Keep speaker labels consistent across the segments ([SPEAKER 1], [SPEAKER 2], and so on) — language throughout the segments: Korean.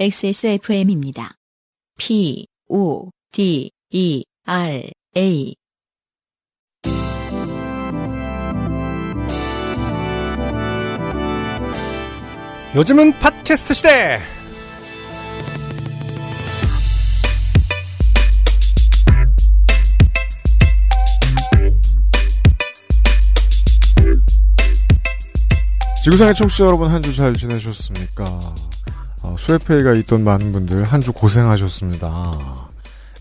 [SPEAKER 1] XSFM입니다. P, O, D, E, R, A.
[SPEAKER 2] 요즘은 팟캐스트 시대.
[SPEAKER 3] 지구상의 청취자 여러분 한 주 잘 지내셨습니까? 어, 수혜페이가 있던 많은 분들 한 주 고생하셨습니다.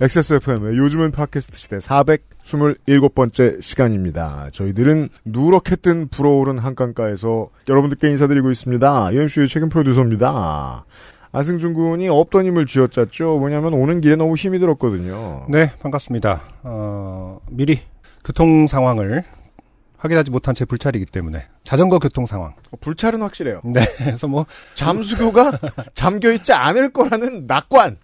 [SPEAKER 3] XSFM의 요즘은 팟캐스트 시대 427번째 시간입니다. 저희들은 누렇게 뜬 불어오른 한강가에서 여러분들께 인사드리고 있습니다. UMC의 책임 프로듀서입니다. 안승준 군이 없던 힘을 쥐어짰죠. 뭐냐면 오는 길에 너무 힘이 들었거든요.
[SPEAKER 2] 네, 반갑습니다. 어, 미리 교통 상황을 확인하지 못한 채 불찰이기 때문에 자전거 교통 상황.
[SPEAKER 3] 어, 불찰은 확실해요.
[SPEAKER 2] 네, 그래서 뭐
[SPEAKER 3] 잠수교가 잠겨있지 않을 거라는 낙관.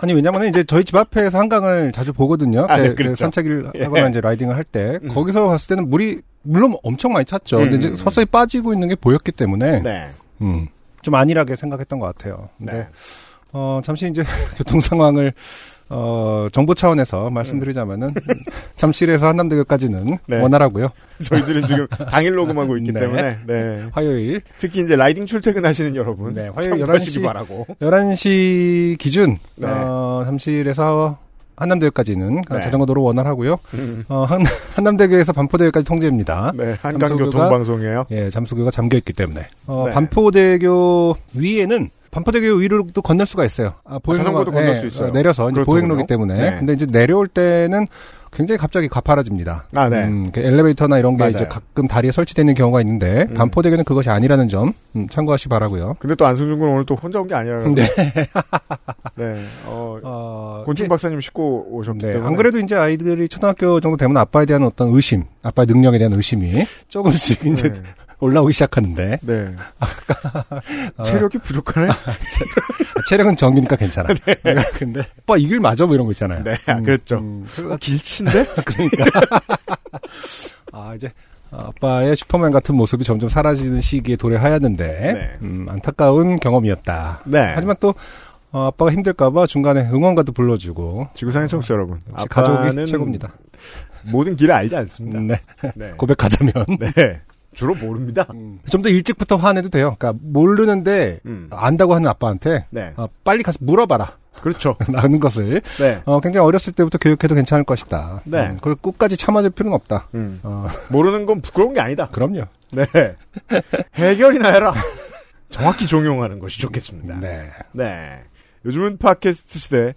[SPEAKER 2] 아니 왜냐면 이제 저희 집 앞에서 한강을 자주 보거든요.
[SPEAKER 3] 아, 네,
[SPEAKER 2] 그- 그
[SPEAKER 3] 그렇죠.
[SPEAKER 2] 산책을
[SPEAKER 3] 예.
[SPEAKER 2] 하거나 이제 라이딩을 할 때
[SPEAKER 3] 음.
[SPEAKER 2] 거기서 봤을 때는 물이 물론 엄청 많이 찼죠. 근데
[SPEAKER 3] 음.
[SPEAKER 2] 이제 서서히 빠지고 있는 게 보였기 때문에
[SPEAKER 3] 네.
[SPEAKER 2] 음, 좀 안일하게 생각했던 것 같아요. 근데
[SPEAKER 3] 네.
[SPEAKER 2] 어, 잠시 이제 교통 상황을 어, 정보 차원에서 말씀드리자면은 잠실에서 한남대교까지는
[SPEAKER 3] 음. 네.
[SPEAKER 2] 원활하고요.
[SPEAKER 3] 저희들은 지금 당일 녹음하고 있기
[SPEAKER 2] 네.
[SPEAKER 3] 때문에 네.
[SPEAKER 2] 화요일
[SPEAKER 3] 특히 이제 라이딩 출퇴근하시는 여러분
[SPEAKER 2] 네, 화요일
[SPEAKER 3] 참고하시기
[SPEAKER 2] 11시.
[SPEAKER 3] 바라고
[SPEAKER 2] 11시 기준
[SPEAKER 3] 네.
[SPEAKER 2] 어, 잠실에서 한남대교까지는
[SPEAKER 3] 네.
[SPEAKER 2] 자전거도로 원활하고요.
[SPEAKER 3] 음.
[SPEAKER 2] 어, 한, 한남대교에서 반포대교까지 통제입니다.
[SPEAKER 3] 네,
[SPEAKER 2] 잠수교가-
[SPEAKER 3] 한강교통방송이에요.
[SPEAKER 2] 예, 잠수교가 잠겨 있기 때문에 어,
[SPEAKER 3] 네.
[SPEAKER 2] 반포대교 위에는 반포대교 위로도 건널 수가 있어요. 아, 보행로가-
[SPEAKER 3] 자전거도 건널 수 있어요.
[SPEAKER 2] 어, 내려서 이제
[SPEAKER 3] 그렇더군요.
[SPEAKER 2] 보행로기 때문에.
[SPEAKER 3] 네.
[SPEAKER 2] 근데 이제 내려올 때는 굉장히 갑자기 가파라집니다.
[SPEAKER 3] 아, 네.
[SPEAKER 2] 음, 그 엘리베이터나 이런 게
[SPEAKER 3] 맞아요.
[SPEAKER 2] 이제 가끔 다리에 설치되어 있는 경우가 있는데
[SPEAKER 3] 음.
[SPEAKER 2] 반포대교는 그것이 아니라는 점 음, 참고하시 바라고요.
[SPEAKER 3] 근데 또 안승준 군은 오늘 또 혼자 온 게 아니라.
[SPEAKER 2] 네.
[SPEAKER 3] 네. 어,
[SPEAKER 2] 어,
[SPEAKER 3] 곤충 박사님 씻고 오셨기
[SPEAKER 2] 네,
[SPEAKER 3] 때문에.
[SPEAKER 2] 안 그래도 이제 아이들이 초등학교 정도 되면 아빠에 대한 어떤 의심, 아빠의 능력에 대한 의심이 조금씩 이제
[SPEAKER 3] 네.
[SPEAKER 2] 올라오기 시작하는데
[SPEAKER 3] 네.
[SPEAKER 2] 어,
[SPEAKER 3] 체력이 부족하네?
[SPEAKER 2] 체력은 정이니까 괜찮아. 근데 아빠 이 길 맞아 뭐 이런 거 있잖아요.
[SPEAKER 3] 네, 아, 그랬죠.
[SPEAKER 2] 그-
[SPEAKER 3] 어, 길친데?
[SPEAKER 2] 그러니까 아 이제 아빠의 슈퍼맨 같은 모습이 점점 사라지는 시기에 도래하였는데
[SPEAKER 3] 네.
[SPEAKER 2] 음, 안타까운 경험이었다.
[SPEAKER 3] 네.
[SPEAKER 2] 하지만 또 어, 아빠가 힘들까봐 중간에 응원가도 불러주고
[SPEAKER 3] 지구상의 청취자 여러분.
[SPEAKER 2] 역시
[SPEAKER 3] 아빠는
[SPEAKER 2] 가족이 최고입니다.
[SPEAKER 3] 모든 길을 알지 않습니다.
[SPEAKER 2] 네,
[SPEAKER 3] 네.
[SPEAKER 2] 고백하자면
[SPEAKER 3] 네. 주로 모릅니다.
[SPEAKER 2] 좀 더 일찍부터 화내도 돼요. 그러니까 모르는데
[SPEAKER 3] 음.
[SPEAKER 2] 안다고 하는 아빠한테
[SPEAKER 3] 네.
[SPEAKER 2] 아, 빨리 가서 물어봐라.
[SPEAKER 3] 그렇죠.
[SPEAKER 2] 라는 것을
[SPEAKER 3] 네.
[SPEAKER 2] 어, 굉장히 어렸을 때부터 교육해도 괜찮을 것이다.
[SPEAKER 3] 네.
[SPEAKER 2] 음, 그걸 끝까지 참아줄 필요는 없다.
[SPEAKER 3] 음.
[SPEAKER 2] 어,
[SPEAKER 3] 모르는 건 부끄러운 게 아니다.
[SPEAKER 2] 그럼요.
[SPEAKER 3] 네. 해결이나 해라. 정확히 종용하는 것이 좋겠습니다. 네.
[SPEAKER 2] 네.
[SPEAKER 3] 요즘은 팟캐스트 시대.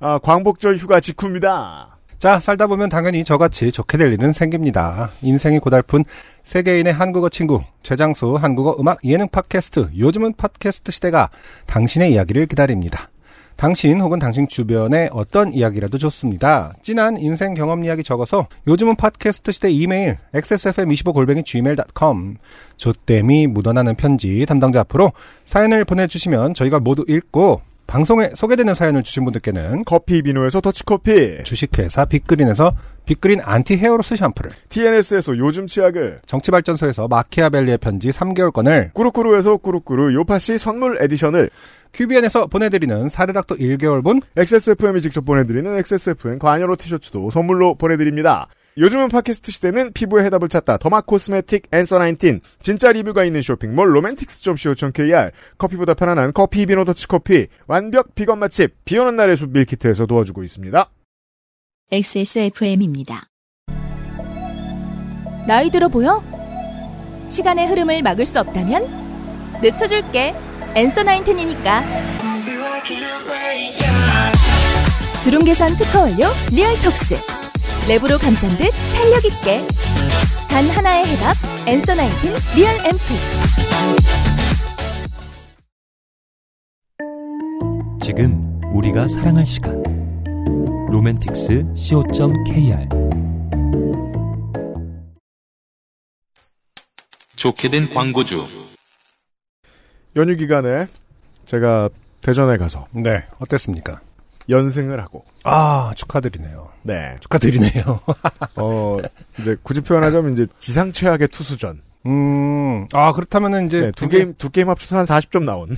[SPEAKER 3] 아, 광복절 휴가 직후입니다.
[SPEAKER 2] 자, 살다 보면 당연히 저같이 좋게 될 일은 생깁니다. 인생이 고달픈 세계인의 한국어 친구, 최장수 한국어 음악 예능 팟캐스트, 요즘은 팟캐스트 시대가 당신의 이야기를 기다립니다. 당신 혹은 당신 주변의 어떤 이야기라도 좋습니다. 진한 인생 경험 이야기 적어서 요즘은 팟캐스트 시대 이메일 xsfm25골뱅이gmail.com 조땜이 묻어나는 편지 담당자 앞으로 사연을 보내주시면 저희가 모두 읽고 방송에 소개되는 사연을 주신 분들께는
[SPEAKER 3] 커피 비누에서 더치커피.
[SPEAKER 2] 주식회사 빅그린에서 빅그린 안티 헤어로스 샴푸를
[SPEAKER 3] TNS에서 요즘 치약을.
[SPEAKER 2] 정치발전소에서 마키아벨리의 편지 3개월권을
[SPEAKER 3] 꾸루꾸루에서 꾸루꾸루 요파시 선물 에디션을.
[SPEAKER 2] 큐비엔에서 보내드리는 사르락도 1개월분
[SPEAKER 3] XSFM이 직접 보내드리는 XSFM 관여로 티셔츠도 선물로 보내드립니다. 요즘은 팟캐스트 시대는 피부의 해답을 찾다 더마 코스메틱 앤서 19 진짜 리뷰가 있는 쇼핑몰 로맨틱스.co.kr 커피보다 편안한 커피 비노 더치커피 완벽 비건 맛집 비오는 날의 숲 밀키트에서 도와주고 있습니다.
[SPEAKER 1] XSFM입니다.
[SPEAKER 4] 나이 들어 보여? 시간의 흐름을 막을 수 없다면 늦춰줄게. 엔서 나인틴이니까. 주름 개선 특허 원료 리얼톡스. 랩으로 감싼 듯 탄력 있게. 단 하나의 해답. 엔서 나인틴 리얼 앰플.
[SPEAKER 5] 지금 우리가 사랑할 시간 로맨틱스 co.kr
[SPEAKER 6] 좋게 된 광고주.
[SPEAKER 3] 연휴 기간에 제가 대전에 가서
[SPEAKER 2] 네 어땠습니까?
[SPEAKER 3] 연승을 하고
[SPEAKER 2] 아 축하드리네요
[SPEAKER 3] 네.
[SPEAKER 2] 축하드리네요
[SPEAKER 3] 어 이제 굳이 표현하자면 이제 지상 최악의 투수전.
[SPEAKER 2] 음, 음아 그렇다면은 이제
[SPEAKER 3] 네, 두 게임 두 게임 합쳐서 한 40점 나온.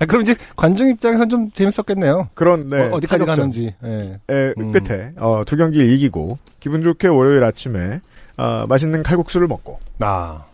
[SPEAKER 2] 아, 그럼 이제 관중 입장에선 좀 재밌었겠네요.
[SPEAKER 3] 그런데
[SPEAKER 2] 어, 디까지
[SPEAKER 3] 타격전.
[SPEAKER 2] 가는지. 예.
[SPEAKER 3] 에,
[SPEAKER 2] 음.
[SPEAKER 3] 끝에 어, 두 경기를 이기고 기분 좋게 월요일 아침에 아, 맛있는 칼국수를 먹고
[SPEAKER 2] 아,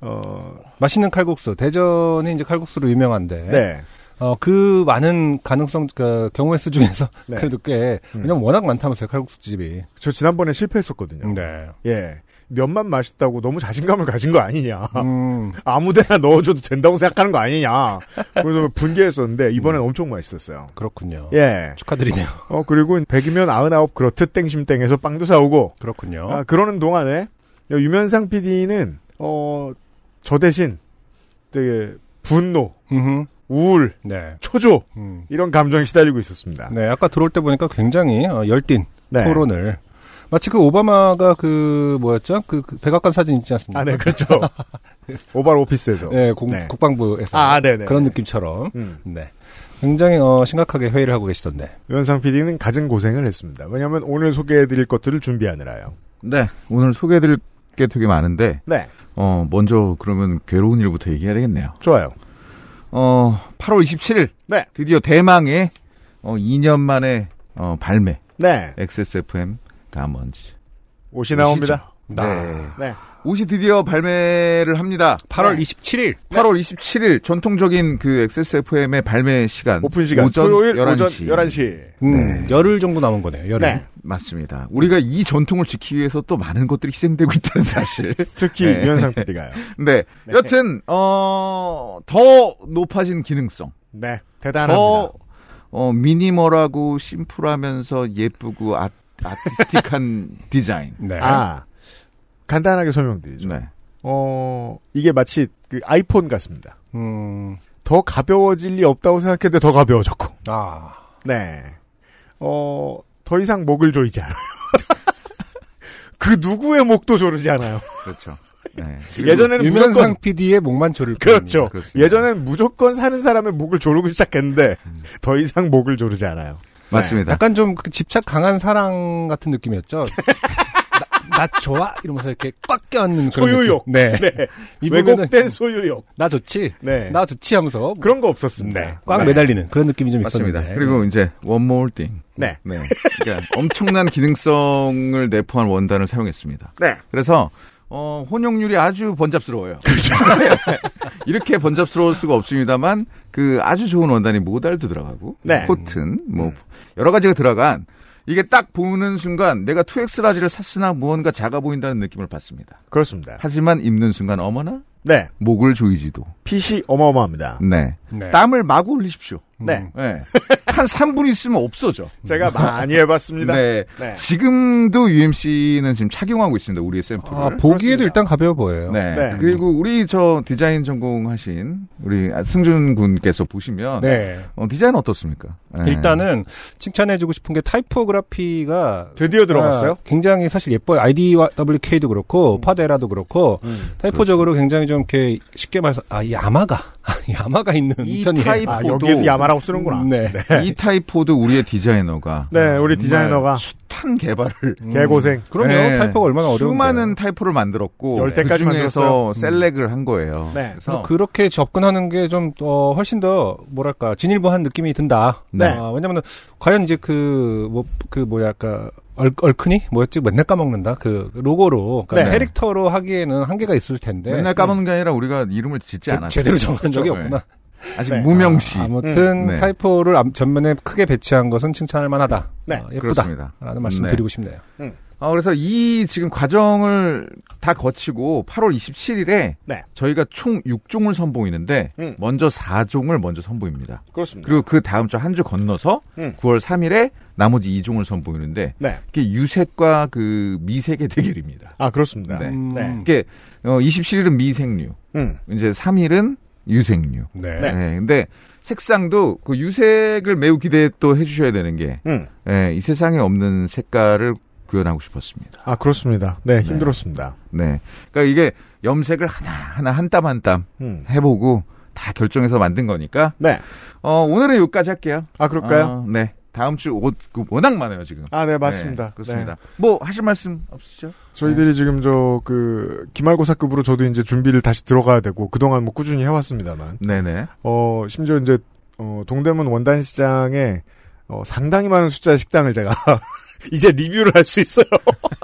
[SPEAKER 3] 어,
[SPEAKER 2] 맛있는 칼국수. 대전이 이제 칼국수로 유명한데.
[SPEAKER 3] 네.
[SPEAKER 2] 어, 그 많은 가능성, 그 경우의 수 중에서
[SPEAKER 3] 네.
[SPEAKER 2] 그래도 꽤.
[SPEAKER 3] 음.
[SPEAKER 2] 왜냐면 워낙 많다면서요, 칼국수집이.
[SPEAKER 3] 저 지난번에 실패했었거든요.
[SPEAKER 2] 네.
[SPEAKER 3] 예. 면만 맛있다고 너무 자신감을 가진 거 아니냐.
[SPEAKER 2] 음,
[SPEAKER 3] 아무데나 넣어줘도 된다고 생각하는 거 아니냐. 그래서 분개했었는데 이번엔 엄청 음. 맛있었어요.
[SPEAKER 2] 그렇군요.
[SPEAKER 3] 예.
[SPEAKER 2] 축하드리네요.
[SPEAKER 3] 어 그리고 100이면 99 그렇듯 땡심땡에서 빵도 사오고
[SPEAKER 2] 그렇군요.
[SPEAKER 3] 아, 그러는 동안에 유면상 PD는 어 저 대신 되게 분노,
[SPEAKER 2] 음흠.
[SPEAKER 3] 우울,
[SPEAKER 2] 네.
[SPEAKER 3] 초조
[SPEAKER 2] 음.
[SPEAKER 3] 이런 감정에 시달리고 있었습니다.
[SPEAKER 2] 네, 아까 들어올 때 보니까 굉장히 어, 열띤
[SPEAKER 3] 네.
[SPEAKER 2] 토론을. 마치 그 오바마가 그, 뭐였죠? 그, 그 백악관 사진 있지 않습니까?
[SPEAKER 3] 아, 네, 그렇죠. 오발 오피스에서.
[SPEAKER 2] 네, 공-
[SPEAKER 3] 네.
[SPEAKER 2] 국방부에서.
[SPEAKER 3] 아, 네네.
[SPEAKER 2] 그런 느낌처럼.
[SPEAKER 3] 음.
[SPEAKER 2] 네. 굉장히 어, 심각하게 회의를 하고 계시던데.
[SPEAKER 3] 유현상 PD는 가진 고생을 했습니다. 왜냐하면 오늘 소개해드릴 것들을 준비하느라요.
[SPEAKER 7] 네, 오늘 소개해드릴 게 되게 많은데,
[SPEAKER 3] 네,
[SPEAKER 7] 어, 먼저 그러면 괴로운 일부터 얘기해야 되겠네요.
[SPEAKER 3] 좋아요.
[SPEAKER 7] 어, 8월 27일.
[SPEAKER 3] 네.
[SPEAKER 7] 드디어 대망의, 어, 2년 만에, 어, 발매.
[SPEAKER 3] 네,
[SPEAKER 7] XSFM 다먼즈.
[SPEAKER 3] 옷이 나옵니다.
[SPEAKER 7] 네.
[SPEAKER 3] 네,
[SPEAKER 7] 옷이 드디어 발매를 합니다.
[SPEAKER 2] 8월 27일.
[SPEAKER 3] 네.
[SPEAKER 7] 8월 27일 전통적인 그 XSFM의 발매 시간.
[SPEAKER 3] 음. 오픈 시간
[SPEAKER 7] 오전
[SPEAKER 3] 토요일
[SPEAKER 7] 11시.
[SPEAKER 3] 오전 11시.
[SPEAKER 2] 음, 열흘 정도 남은 거네요, 열흘.
[SPEAKER 3] 네,
[SPEAKER 7] 맞습니다. 우리가 이 전통을 지키기 위해서 또 많은 것들이 희생되고 있다는 사실.
[SPEAKER 3] 특히
[SPEAKER 7] 네.
[SPEAKER 3] 유현상 PD가요.
[SPEAKER 7] 네.
[SPEAKER 3] 네.
[SPEAKER 7] 여튼, 어, 더 높아진 기능성.
[SPEAKER 3] 네,
[SPEAKER 7] 더,
[SPEAKER 3] 대단합니다.
[SPEAKER 7] 어, 미니멀하고 심플하면서 예쁘고 아, 아티스틱한 디자인.
[SPEAKER 2] 네.
[SPEAKER 3] 아, 간단하게 설명드리죠.
[SPEAKER 7] 네.
[SPEAKER 3] 어, 이게 마치 그 아이폰 같습니다.
[SPEAKER 2] 음,
[SPEAKER 3] 더 가벼워질 리 없다고 생각했는데 더 가벼워졌고.
[SPEAKER 2] 아,
[SPEAKER 3] 네. 어, 더 이상 목을 조이지 않아요. 그 누구의 목도 조르지 않아요.
[SPEAKER 7] 그렇죠. 네. 그리고-
[SPEAKER 3] 예전에는 무조건
[SPEAKER 2] 유면상 음, PD의 목만 조를
[SPEAKER 3] 그렇죠.
[SPEAKER 7] 그렇습니다.
[SPEAKER 3] 예전엔 무조건 사는 사람의 목을 조르고 시작했는데 더 이상 목을 조르지 않아요. 네.
[SPEAKER 7] 맞습니다.
[SPEAKER 2] 약간 좀그 집착 강한 사랑 같은 느낌이었죠. 나, 나 좋아 이러면서 이렇게 꽉 껴안는 그런
[SPEAKER 3] 소유욕.
[SPEAKER 2] 느낌. 네. 이 부분은
[SPEAKER 3] 왜곡된 소유욕.
[SPEAKER 2] 나 좋지.
[SPEAKER 3] 네.
[SPEAKER 2] 나 좋지 하면서
[SPEAKER 3] 그런 거 없었습니다.
[SPEAKER 2] 네. 꽉
[SPEAKER 3] 네.
[SPEAKER 2] 매달리는 그런 느낌이 좀
[SPEAKER 7] 맞습니다.
[SPEAKER 2] 있었는데.
[SPEAKER 7] 그리고 이제 one more thing.
[SPEAKER 3] 네.
[SPEAKER 7] 네. 그러니까 엄청난 기능성을 내포한 원단을 사용했습니다.
[SPEAKER 3] 네.
[SPEAKER 7] 그래서 어, 혼용률이 아주 번잡스러워요.
[SPEAKER 3] 그렇죠.
[SPEAKER 7] 이렇게 번잡스러울 수가 없습니다만 그 아주 좋은 원단이 모달도 들어가고
[SPEAKER 3] 네.
[SPEAKER 7] 코튼 뭐 여러 가지가 들어간 이게 딱 보는 순간 내가 2X 라지를 샀으나 무언가 작아 보인다는 느낌을 받습니다.
[SPEAKER 3] 그렇습니다.
[SPEAKER 7] 하지만 입는 순간 어머나
[SPEAKER 3] 네.
[SPEAKER 7] 목을 조이지도.
[SPEAKER 3] 핏이 어마어마합니다.
[SPEAKER 7] 네.
[SPEAKER 2] 네. 음.
[SPEAKER 7] 땀을 마구 흘리십시오.
[SPEAKER 3] 네.
[SPEAKER 7] 네. 한 3분 있으면 없어져.
[SPEAKER 3] 제가 많이 해봤습니다.
[SPEAKER 7] 네.
[SPEAKER 3] 네.
[SPEAKER 7] 지금도 UMC는 지금 착용하고 있습니다. 우리의 샘플을.
[SPEAKER 2] 아, 보기에도
[SPEAKER 3] 그렇습니다.
[SPEAKER 2] 일단 가벼워 보여요.
[SPEAKER 7] 네.
[SPEAKER 3] 네.
[SPEAKER 7] 그리고 우리 저 디자인 전공하신 우리 아, 승준 군께서 보시면
[SPEAKER 2] 네.
[SPEAKER 7] 어, 디자인 어떻습니까? 네.
[SPEAKER 2] 일단은 칭찬해주고 싶은 게 타이포그라피가
[SPEAKER 3] 드디어 들어갔어요? 음.
[SPEAKER 2] 아, 굉장히 사실 예뻐요. IDWK도 그렇고 파데라도 그렇고 타이포적으로 굉장히 좀 이렇게 쉽게 말해서 아 야마가 야마가 있는
[SPEAKER 7] 이
[SPEAKER 2] 편이에요.
[SPEAKER 7] 타입-
[SPEAKER 3] 아,
[SPEAKER 7] 포도.
[SPEAKER 3] 여기에 야마라고 쓰는구나.
[SPEAKER 2] 네.
[SPEAKER 7] 이 타이포드 우리의 디자이너가
[SPEAKER 3] 네, 음. 우리 디자이너가
[SPEAKER 7] 탄 개발을
[SPEAKER 3] 개고생.
[SPEAKER 2] 그럼요.
[SPEAKER 7] 네.
[SPEAKER 2] 타이포가 얼마나 어려운데.
[SPEAKER 7] 수많은 타이포를 만들었고 그
[SPEAKER 3] 열 대까지 만들었어요. 음.
[SPEAKER 7] 그중에서 셀렉을 한 거예요.
[SPEAKER 3] 네.
[SPEAKER 2] 그래서
[SPEAKER 7] 그래서
[SPEAKER 2] 그렇게 접근하는 게 좀 어, 훨씬 더 뭐랄까 진일보한 느낌이 든다.
[SPEAKER 7] 네.
[SPEAKER 2] 아, 왜냐면 과연 이제 그 뭐 그 뭐랄까 얼, 얼큰이 뭐였지 맨날 까먹는다. 그 로고로 그러니까
[SPEAKER 3] 네.
[SPEAKER 2] 캐릭터로 하기에는 한계가 있을 텐데.
[SPEAKER 7] 맨날 까먹는 게 아니라 우리가 이름을
[SPEAKER 2] 네.
[SPEAKER 7] 짓지
[SPEAKER 2] 제,
[SPEAKER 7] 않았어요.
[SPEAKER 2] 제대로 정한 적이
[SPEAKER 7] 그렇죠.
[SPEAKER 2] 없구나.
[SPEAKER 7] 아직
[SPEAKER 3] 네.
[SPEAKER 7] 무명시.
[SPEAKER 2] 아, 아무튼
[SPEAKER 7] 음. 네.
[SPEAKER 2] 타이포를 앞- 전면에 크게 배치한 것은 칭찬할 만하다.
[SPEAKER 3] 네,
[SPEAKER 2] 아,
[SPEAKER 7] 그렇습니다.
[SPEAKER 2] 예쁘다라는 말씀
[SPEAKER 7] 네.
[SPEAKER 2] 드리고 싶네요.
[SPEAKER 7] 어, 그래서 이 지금 과정을 다 거치고 8월 27일에
[SPEAKER 3] 네.
[SPEAKER 7] 저희가 총 6종을 선보이는데
[SPEAKER 3] 음.
[SPEAKER 7] 먼저 4종을 먼저 선보입니다.
[SPEAKER 3] 그렇습니다.
[SPEAKER 7] 그리고 그 다음 주 한 주 건너서
[SPEAKER 3] 음.
[SPEAKER 7] 9월 3일에 나머지 2종을 선보이는데
[SPEAKER 3] 네.
[SPEAKER 7] 이게 유색과 그 미색의 대결입니다.
[SPEAKER 3] 아, 그렇습니다.
[SPEAKER 7] 네.
[SPEAKER 2] 음,
[SPEAKER 3] 네.
[SPEAKER 7] 이게 어, 27일은 미생류,
[SPEAKER 3] 음.
[SPEAKER 7] 이제 3일은 유색류.
[SPEAKER 2] 네.
[SPEAKER 3] 네.
[SPEAKER 7] 네, 근데 색상도 그 유색을 매우 기대 또 해주셔야 되는 게
[SPEAKER 3] 음.
[SPEAKER 7] 예, 이 세상에 없는 색깔을 구현하고 싶었습니다.
[SPEAKER 3] 아, 그렇습니다. 네, 힘들었습니다.
[SPEAKER 7] 네. 그러니까 이게 염색을 하나하나 한 땀 한 땀
[SPEAKER 3] 음.
[SPEAKER 7] 해보고 다 결정해서 만든 거니까,
[SPEAKER 3] 네.
[SPEAKER 7] 어, 오늘은 여기까지 할게요.
[SPEAKER 3] 아, 그럴까요?
[SPEAKER 7] 어, 네. 다음 주 옷, 그 워낙 많아요, 지금.
[SPEAKER 3] 아, 네, 맞습니다.
[SPEAKER 7] 네, 그렇습니다. 네. 뭐, 하실 말씀 없으시죠?
[SPEAKER 3] 저희들이 지금 저 그 기말고사급으로 저도 이제 준비를 다시 들어가야 되고 그동안 뭐 꾸준히 해왔습니다만
[SPEAKER 7] 네네.
[SPEAKER 3] 어 심지어 이제 어 동대문 원단 시장에 어 상당히 많은 숫자의 식당을 제가 이제 리뷰를 할 수 있어요.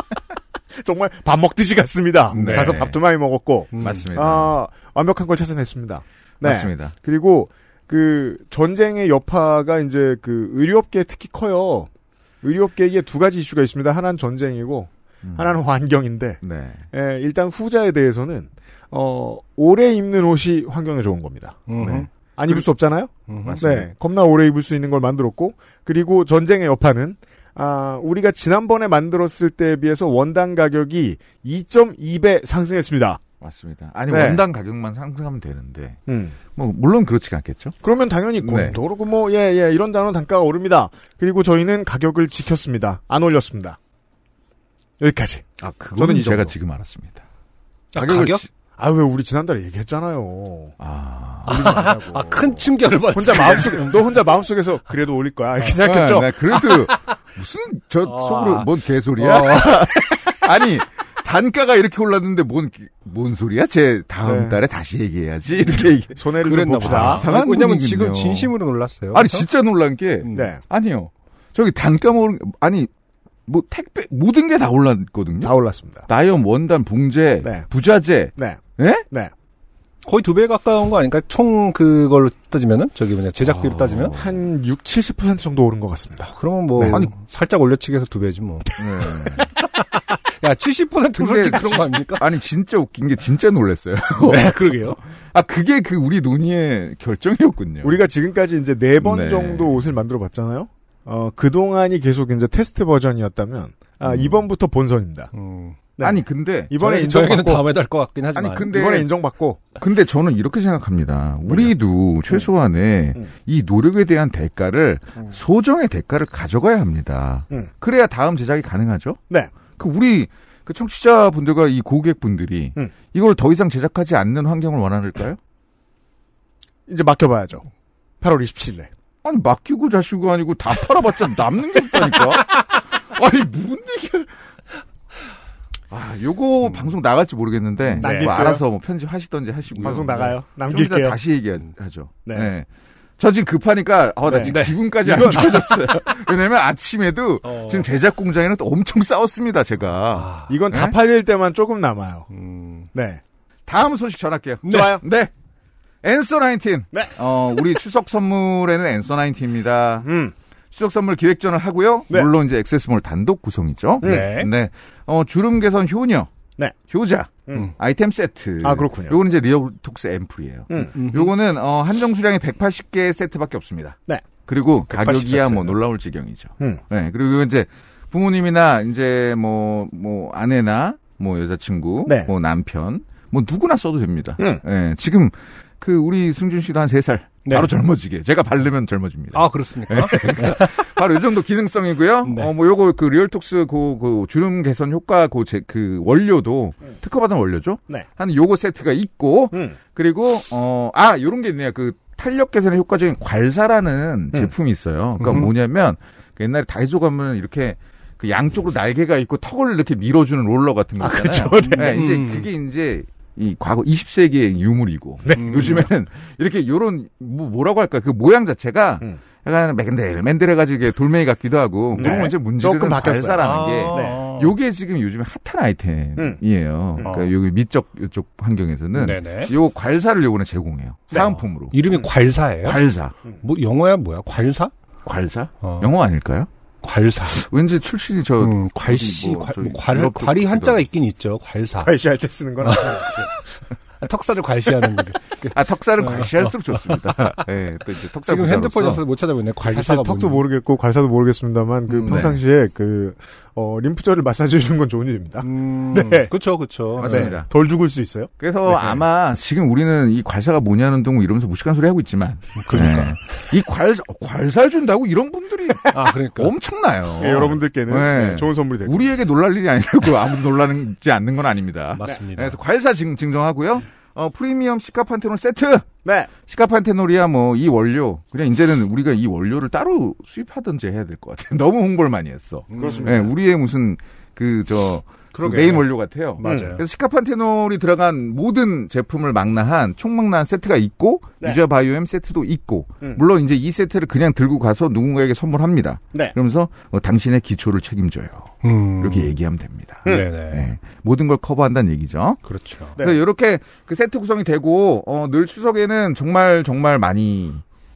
[SPEAKER 3] 정말 밥 먹듯이 갔습니다.
[SPEAKER 7] 네.
[SPEAKER 3] 가서 밥도 많이 먹었고
[SPEAKER 7] 음. 맞습니다.
[SPEAKER 3] 아 완벽한 걸 찾아냈습니다. 네.
[SPEAKER 7] 맞습니다.
[SPEAKER 3] 그리고 그 전쟁의 여파가 이제 그 의료업계에 특히 커요. 의료업계에 두 가지 이슈가 있습니다. 하나는 전쟁이고
[SPEAKER 7] 음.
[SPEAKER 3] 하나는 환경인데
[SPEAKER 7] 네.
[SPEAKER 3] 예, 일단 후자에 대해서는 어 오래 입는 옷이 환경에 좋은 겁니다.
[SPEAKER 7] 네.
[SPEAKER 2] 음.
[SPEAKER 3] 안 입을 수 없잖아요.
[SPEAKER 2] 음.
[SPEAKER 7] 맞습니다.
[SPEAKER 3] 네, 겁나 오래 입을 수 있는 걸 만들었고 그리고 전쟁의 여파는 아 우리가 지난번에 만들었을 때에 비해서 원단 가격이 2.2배 상승했습니다.
[SPEAKER 7] 맞습니다. 아니,
[SPEAKER 3] 네.
[SPEAKER 7] 원당 가격만 상승하면 되는데.
[SPEAKER 3] 음.
[SPEAKER 7] 뭐, 물론 그렇지가 않겠죠?
[SPEAKER 3] 그러면 당연히
[SPEAKER 7] 네.
[SPEAKER 3] 곤도 오르고 뭐 예 예 이런 단어 단가가 오릅니다. 그리고 저희는 가격을 지켰습니다. 안 올렸습니다. 여기까지.
[SPEAKER 7] 아, 그거는
[SPEAKER 3] 저는 이
[SPEAKER 7] 제가
[SPEAKER 3] 정도.
[SPEAKER 7] 지금 알았습니다.
[SPEAKER 2] 아, 가격?
[SPEAKER 7] 지-
[SPEAKER 3] 아 왜 우리 지난달에 얘기했잖아요.
[SPEAKER 7] 아.
[SPEAKER 3] 올리지 말라고.
[SPEAKER 2] 아, 큰 충격을 받았어.
[SPEAKER 3] 혼자 마음속에 너 혼자 마음속에서 그래도 올릴 거야 이렇게 생각했죠.
[SPEAKER 7] 네, 네, 그래도 무슨 저
[SPEAKER 2] 아.
[SPEAKER 7] 속으로 뭔 개소리야?
[SPEAKER 3] 어.
[SPEAKER 7] 아니 단가가 이렇게 올랐는데 뭔뭔 소리야? 제 다음
[SPEAKER 3] 네.
[SPEAKER 7] 달에 다시 얘기해야지 이렇게 얘기.
[SPEAKER 3] 손해를 좀
[SPEAKER 2] 네. 그랬나
[SPEAKER 3] 봅시다.
[SPEAKER 2] 보다.
[SPEAKER 7] 이상한
[SPEAKER 2] 아니, 왜냐면 지금
[SPEAKER 7] 분위기군요.
[SPEAKER 2] 진심으로 놀랐어요.
[SPEAKER 7] 아니
[SPEAKER 2] 그래서?
[SPEAKER 7] 진짜 놀란 게
[SPEAKER 2] 음.
[SPEAKER 3] 네,
[SPEAKER 7] 아니요. 저기 단가 뭐 아니 뭐 택배 모든 게 다 올랐거든요.
[SPEAKER 3] 다 올랐습니다.
[SPEAKER 7] 나염 원단 봉제
[SPEAKER 3] 네.
[SPEAKER 7] 부자재
[SPEAKER 3] 네,
[SPEAKER 7] 예?
[SPEAKER 3] 네.
[SPEAKER 2] 거의 두 배 가까운 거 아닐까? 총 그걸로 따지면은 저기 뭐냐 제작비로 따지면
[SPEAKER 3] 한 6, 70% 정도 오른 것 같습니다.
[SPEAKER 2] 그러면 뭐
[SPEAKER 3] 네.
[SPEAKER 2] 아니, 살짝 올려치기해서 두 배지 뭐. 야 70%
[SPEAKER 7] 근데
[SPEAKER 2] 올려치기 그런 거 아닙니까?
[SPEAKER 7] 아니 진짜 웃긴 게 진짜 놀랐어요.
[SPEAKER 2] 네, 그러게요.
[SPEAKER 7] 아 그게 그 우리 논의의 결정이었군요.
[SPEAKER 3] 우리가 지금까지 이제 네 번
[SPEAKER 7] 네.
[SPEAKER 3] 정도 옷을 만들어 봤잖아요. 어, 그 동안이 계속 이제 테스트 버전이었다면 아, 이번부터 본선입니다.
[SPEAKER 2] 음.
[SPEAKER 3] 네.
[SPEAKER 7] 아니 근데
[SPEAKER 3] 이번에
[SPEAKER 2] 저희- 저에게는
[SPEAKER 3] 인정받고
[SPEAKER 2] 다음에 달것 같긴 하지만.
[SPEAKER 7] 아니 근데
[SPEAKER 3] 이번에 인정받고
[SPEAKER 7] 근데 저는 이렇게 생각합니다. 우리도 최소한의
[SPEAKER 3] 음.
[SPEAKER 7] 이 노력에 대한 대가를 소정의 대가를 가져가야 합니다.
[SPEAKER 3] 음.
[SPEAKER 7] 그래야 다음 제작이 가능하죠.
[SPEAKER 3] 네.
[SPEAKER 7] 그 우리 그 청취자분들과 이 고객분들이
[SPEAKER 3] 음.
[SPEAKER 7] 이걸 더 이상 제작하지 않는 환경을 원하는까요?
[SPEAKER 3] 이제 맡겨봐야죠. 8월 27일에.
[SPEAKER 7] 아니 맡기고 자시고 아니고 다 팔아봤자 남는 게 없다니까. 아니 무슨 얘기를? 아 요거 방송 나갈지 모르겠는데
[SPEAKER 3] 음. 남길게요.
[SPEAKER 7] 뭐 알아서 뭐 편집하시던지 하시고요.
[SPEAKER 3] 방송 나가요.
[SPEAKER 7] 좀 이따
[SPEAKER 3] 남길게요.
[SPEAKER 7] 다시 얘기하죠.
[SPEAKER 3] 네.
[SPEAKER 7] 네. 저 지금 급하니까 어, 나
[SPEAKER 3] 네.
[SPEAKER 7] 지금
[SPEAKER 2] 네.
[SPEAKER 7] 기분까지 안 좋아졌어요. 왜냐면 아침에도 지금 제작 공장에는 또 엄청 싸웠습니다. 제가
[SPEAKER 3] 이건 다
[SPEAKER 7] 네?
[SPEAKER 3] 팔릴 때만 조금 남아요.
[SPEAKER 2] 음.
[SPEAKER 3] 네.
[SPEAKER 7] 다음 소식 전할게요.
[SPEAKER 2] 네.
[SPEAKER 7] 좋아요. 네. 앤서 19.
[SPEAKER 3] 네.
[SPEAKER 7] 어, 우리 추석 선물에는 앤서 19입니다.
[SPEAKER 3] 음.
[SPEAKER 7] 추석 선물 기획전을 하고요.
[SPEAKER 3] 네. 음.
[SPEAKER 7] 물론 이제 액세스몰 단독 구성이죠.
[SPEAKER 2] 네.
[SPEAKER 7] 네. 어, 주름 개선 효녀.
[SPEAKER 3] 네.
[SPEAKER 7] 효자.
[SPEAKER 3] 음.
[SPEAKER 7] 아이템 세트.
[SPEAKER 3] 아, 그렇군요.
[SPEAKER 7] 요거는 이제 리얼톡스 앰플이에요.
[SPEAKER 3] 음.
[SPEAKER 7] 요거는 어, 한정 수량이 180개 세트밖에 없습니다.
[SPEAKER 3] 네.
[SPEAKER 7] 그리고
[SPEAKER 3] 180
[SPEAKER 7] 가격이야 뭐
[SPEAKER 3] 세트.
[SPEAKER 7] 놀라울 지경이죠.
[SPEAKER 3] 음.
[SPEAKER 7] 네. 그리고 이제 부모님이나 이제 뭐 뭐 아내나 뭐 여자친구,
[SPEAKER 3] 네.
[SPEAKER 7] 뭐 남편, 뭐 누구나 써도 됩니다.
[SPEAKER 3] 음.
[SPEAKER 7] 네, 지금 그 우리 승준 씨도 한 3살
[SPEAKER 2] 네.
[SPEAKER 7] 바로 젊어지게 제가 바르면 젊어집니다.
[SPEAKER 2] 아 그렇습니까?
[SPEAKER 7] 바로 이 정도 기능성이고요.
[SPEAKER 2] 네.
[SPEAKER 7] 어, 뭐 요거 그 리얼톡스 그, 그 주름 개선 효과 그, 제, 그 원료도 특허받은 원료죠.
[SPEAKER 3] 음. 네.
[SPEAKER 7] 한 요거 세트가 있고
[SPEAKER 3] 음.
[SPEAKER 7] 그리고 어, 아 요런 게 있네요. 그 탄력 개선에 효과적인 괄사라는
[SPEAKER 3] 네.
[SPEAKER 7] 제품이 있어요. 그러니까
[SPEAKER 2] 음흠.
[SPEAKER 7] 뭐냐면 그 옛날에 다이소 가면 이렇게 그 양쪽으로 날개가 있고 턱을 이렇게 밀어주는 롤러 같은 거 있잖아요. 네, 이제
[SPEAKER 2] 음.
[SPEAKER 7] 그게 이제 이 과거 20세기의 유물이고
[SPEAKER 3] 네.
[SPEAKER 2] 음.
[SPEAKER 7] 요즘에는 이렇게 요런 뭐 뭐라고 할까 그 모양 자체가
[SPEAKER 3] 음.
[SPEAKER 7] 약간 맨들 맨들해가지고 이게 돌멩이 같기도 하고 그런
[SPEAKER 3] 네.
[SPEAKER 7] 건 이제 문제는
[SPEAKER 3] 조금 바뀌었어요. 아.
[SPEAKER 7] 발사라는 게
[SPEAKER 2] 네.
[SPEAKER 7] 요게 지금 요즘에 핫한
[SPEAKER 3] 음.
[SPEAKER 7] 아이템이에요.
[SPEAKER 3] 어.
[SPEAKER 7] 그러니까 요게 미적 요쪽 환경에서는
[SPEAKER 2] 음. 네네.
[SPEAKER 7] 요 괄사를 요거는 제공해요. 사은품으로.
[SPEAKER 2] 예? 네. 이름이 괄사예요?
[SPEAKER 7] 괄사.
[SPEAKER 2] 뭐 영어야 뭐야? 괄사?
[SPEAKER 7] 괄사?
[SPEAKER 2] 어.
[SPEAKER 7] 영어 아닐까요?
[SPEAKER 2] 괄사.
[SPEAKER 7] 왠지 출신이 저
[SPEAKER 2] 음, 괄씨,
[SPEAKER 7] 뭐,
[SPEAKER 2] 괄,
[SPEAKER 7] 저기
[SPEAKER 2] 뭐 괄,
[SPEAKER 7] 유럽
[SPEAKER 2] 괄이
[SPEAKER 7] 쪽이다.
[SPEAKER 2] 한자가 있긴 있죠. 괄사.
[SPEAKER 3] 발시할 때 쓰는 건 아니에요.
[SPEAKER 2] 아, 턱살을 괄시하는 건데.
[SPEAKER 7] 아, 턱살은 괄시할수록 좋습니다. 예, 또 이제 턱살
[SPEAKER 2] 어. 지금 핸드폰이
[SPEAKER 7] 부자로서.
[SPEAKER 2] 없어서 못 찾아보네.
[SPEAKER 3] 사실
[SPEAKER 2] 괄사가 뭔지.
[SPEAKER 3] 턱도 모르겠고 괄사도 모르겠습니다만 그
[SPEAKER 7] 음,
[SPEAKER 3] 평상시에 그 어, 림프절을 마사지 해주는 건 좋은 일입니다.
[SPEAKER 2] 음,
[SPEAKER 3] 네.
[SPEAKER 2] 그쵸, 그쵸.
[SPEAKER 7] 맞습니다.
[SPEAKER 3] 네, 덜 죽을 수 있어요.
[SPEAKER 7] 그래서
[SPEAKER 3] 네.
[SPEAKER 7] 아마 지금 우리는 이 괄사가 뭐냐는 둥 이러면서 무식한 소리 하고 있지만
[SPEAKER 2] 그러니까.
[SPEAKER 3] 네.
[SPEAKER 7] 예, 이 괄사 괄사를 준다고 이런 분들이
[SPEAKER 2] 아, 그러니까.
[SPEAKER 7] 엄청나요.
[SPEAKER 3] 예, 여러분들께는
[SPEAKER 7] 어. 네.
[SPEAKER 3] 네, 좋은 선물이 될 겁니다.
[SPEAKER 7] 우리에게 놀랄 일이 아니라고 아무도 놀라지 않는 건 아닙니다. 예,
[SPEAKER 2] 맞습니다.
[SPEAKER 7] 그래서 괄사 증, 정하고요 프리미엄 시카 판테놀 어, 세트
[SPEAKER 3] 네.
[SPEAKER 7] 시카판테놀이야 뭐 이 원료 그냥 이제는 우리가 이 원료를 따로 수입하든지 해야 될 것 같아요. 너무 홍보를 많이 했어.
[SPEAKER 3] 음. 그렇습니다.
[SPEAKER 7] 예, 우리의 무슨 그저
[SPEAKER 2] 그러게.
[SPEAKER 7] 메인 원료 같아요.
[SPEAKER 3] 음. 맞아요.
[SPEAKER 7] 그래서 시카판테놀이 들어간 모든 제품을 망라한 총망라한 세트가 있고
[SPEAKER 3] 네.
[SPEAKER 7] 유자 바이오엠 세트도 있고
[SPEAKER 3] 음.
[SPEAKER 7] 물론 이제 이 세트를 그냥 들고 가서 누군가에게 선물합니다.
[SPEAKER 3] 네.
[SPEAKER 7] 그러면서 어, 당신의 기초를 책임져요.
[SPEAKER 2] 음.
[SPEAKER 7] 이렇게 얘기하면 됩니다.
[SPEAKER 3] 음.
[SPEAKER 2] 네네.
[SPEAKER 7] 네. 모든 걸 커버한다는 얘기죠.
[SPEAKER 2] 그렇죠.
[SPEAKER 3] 네.
[SPEAKER 7] 그래서 이렇게 그 세트 구성이 되고 어, 늘 추석에는 정말 정말 많이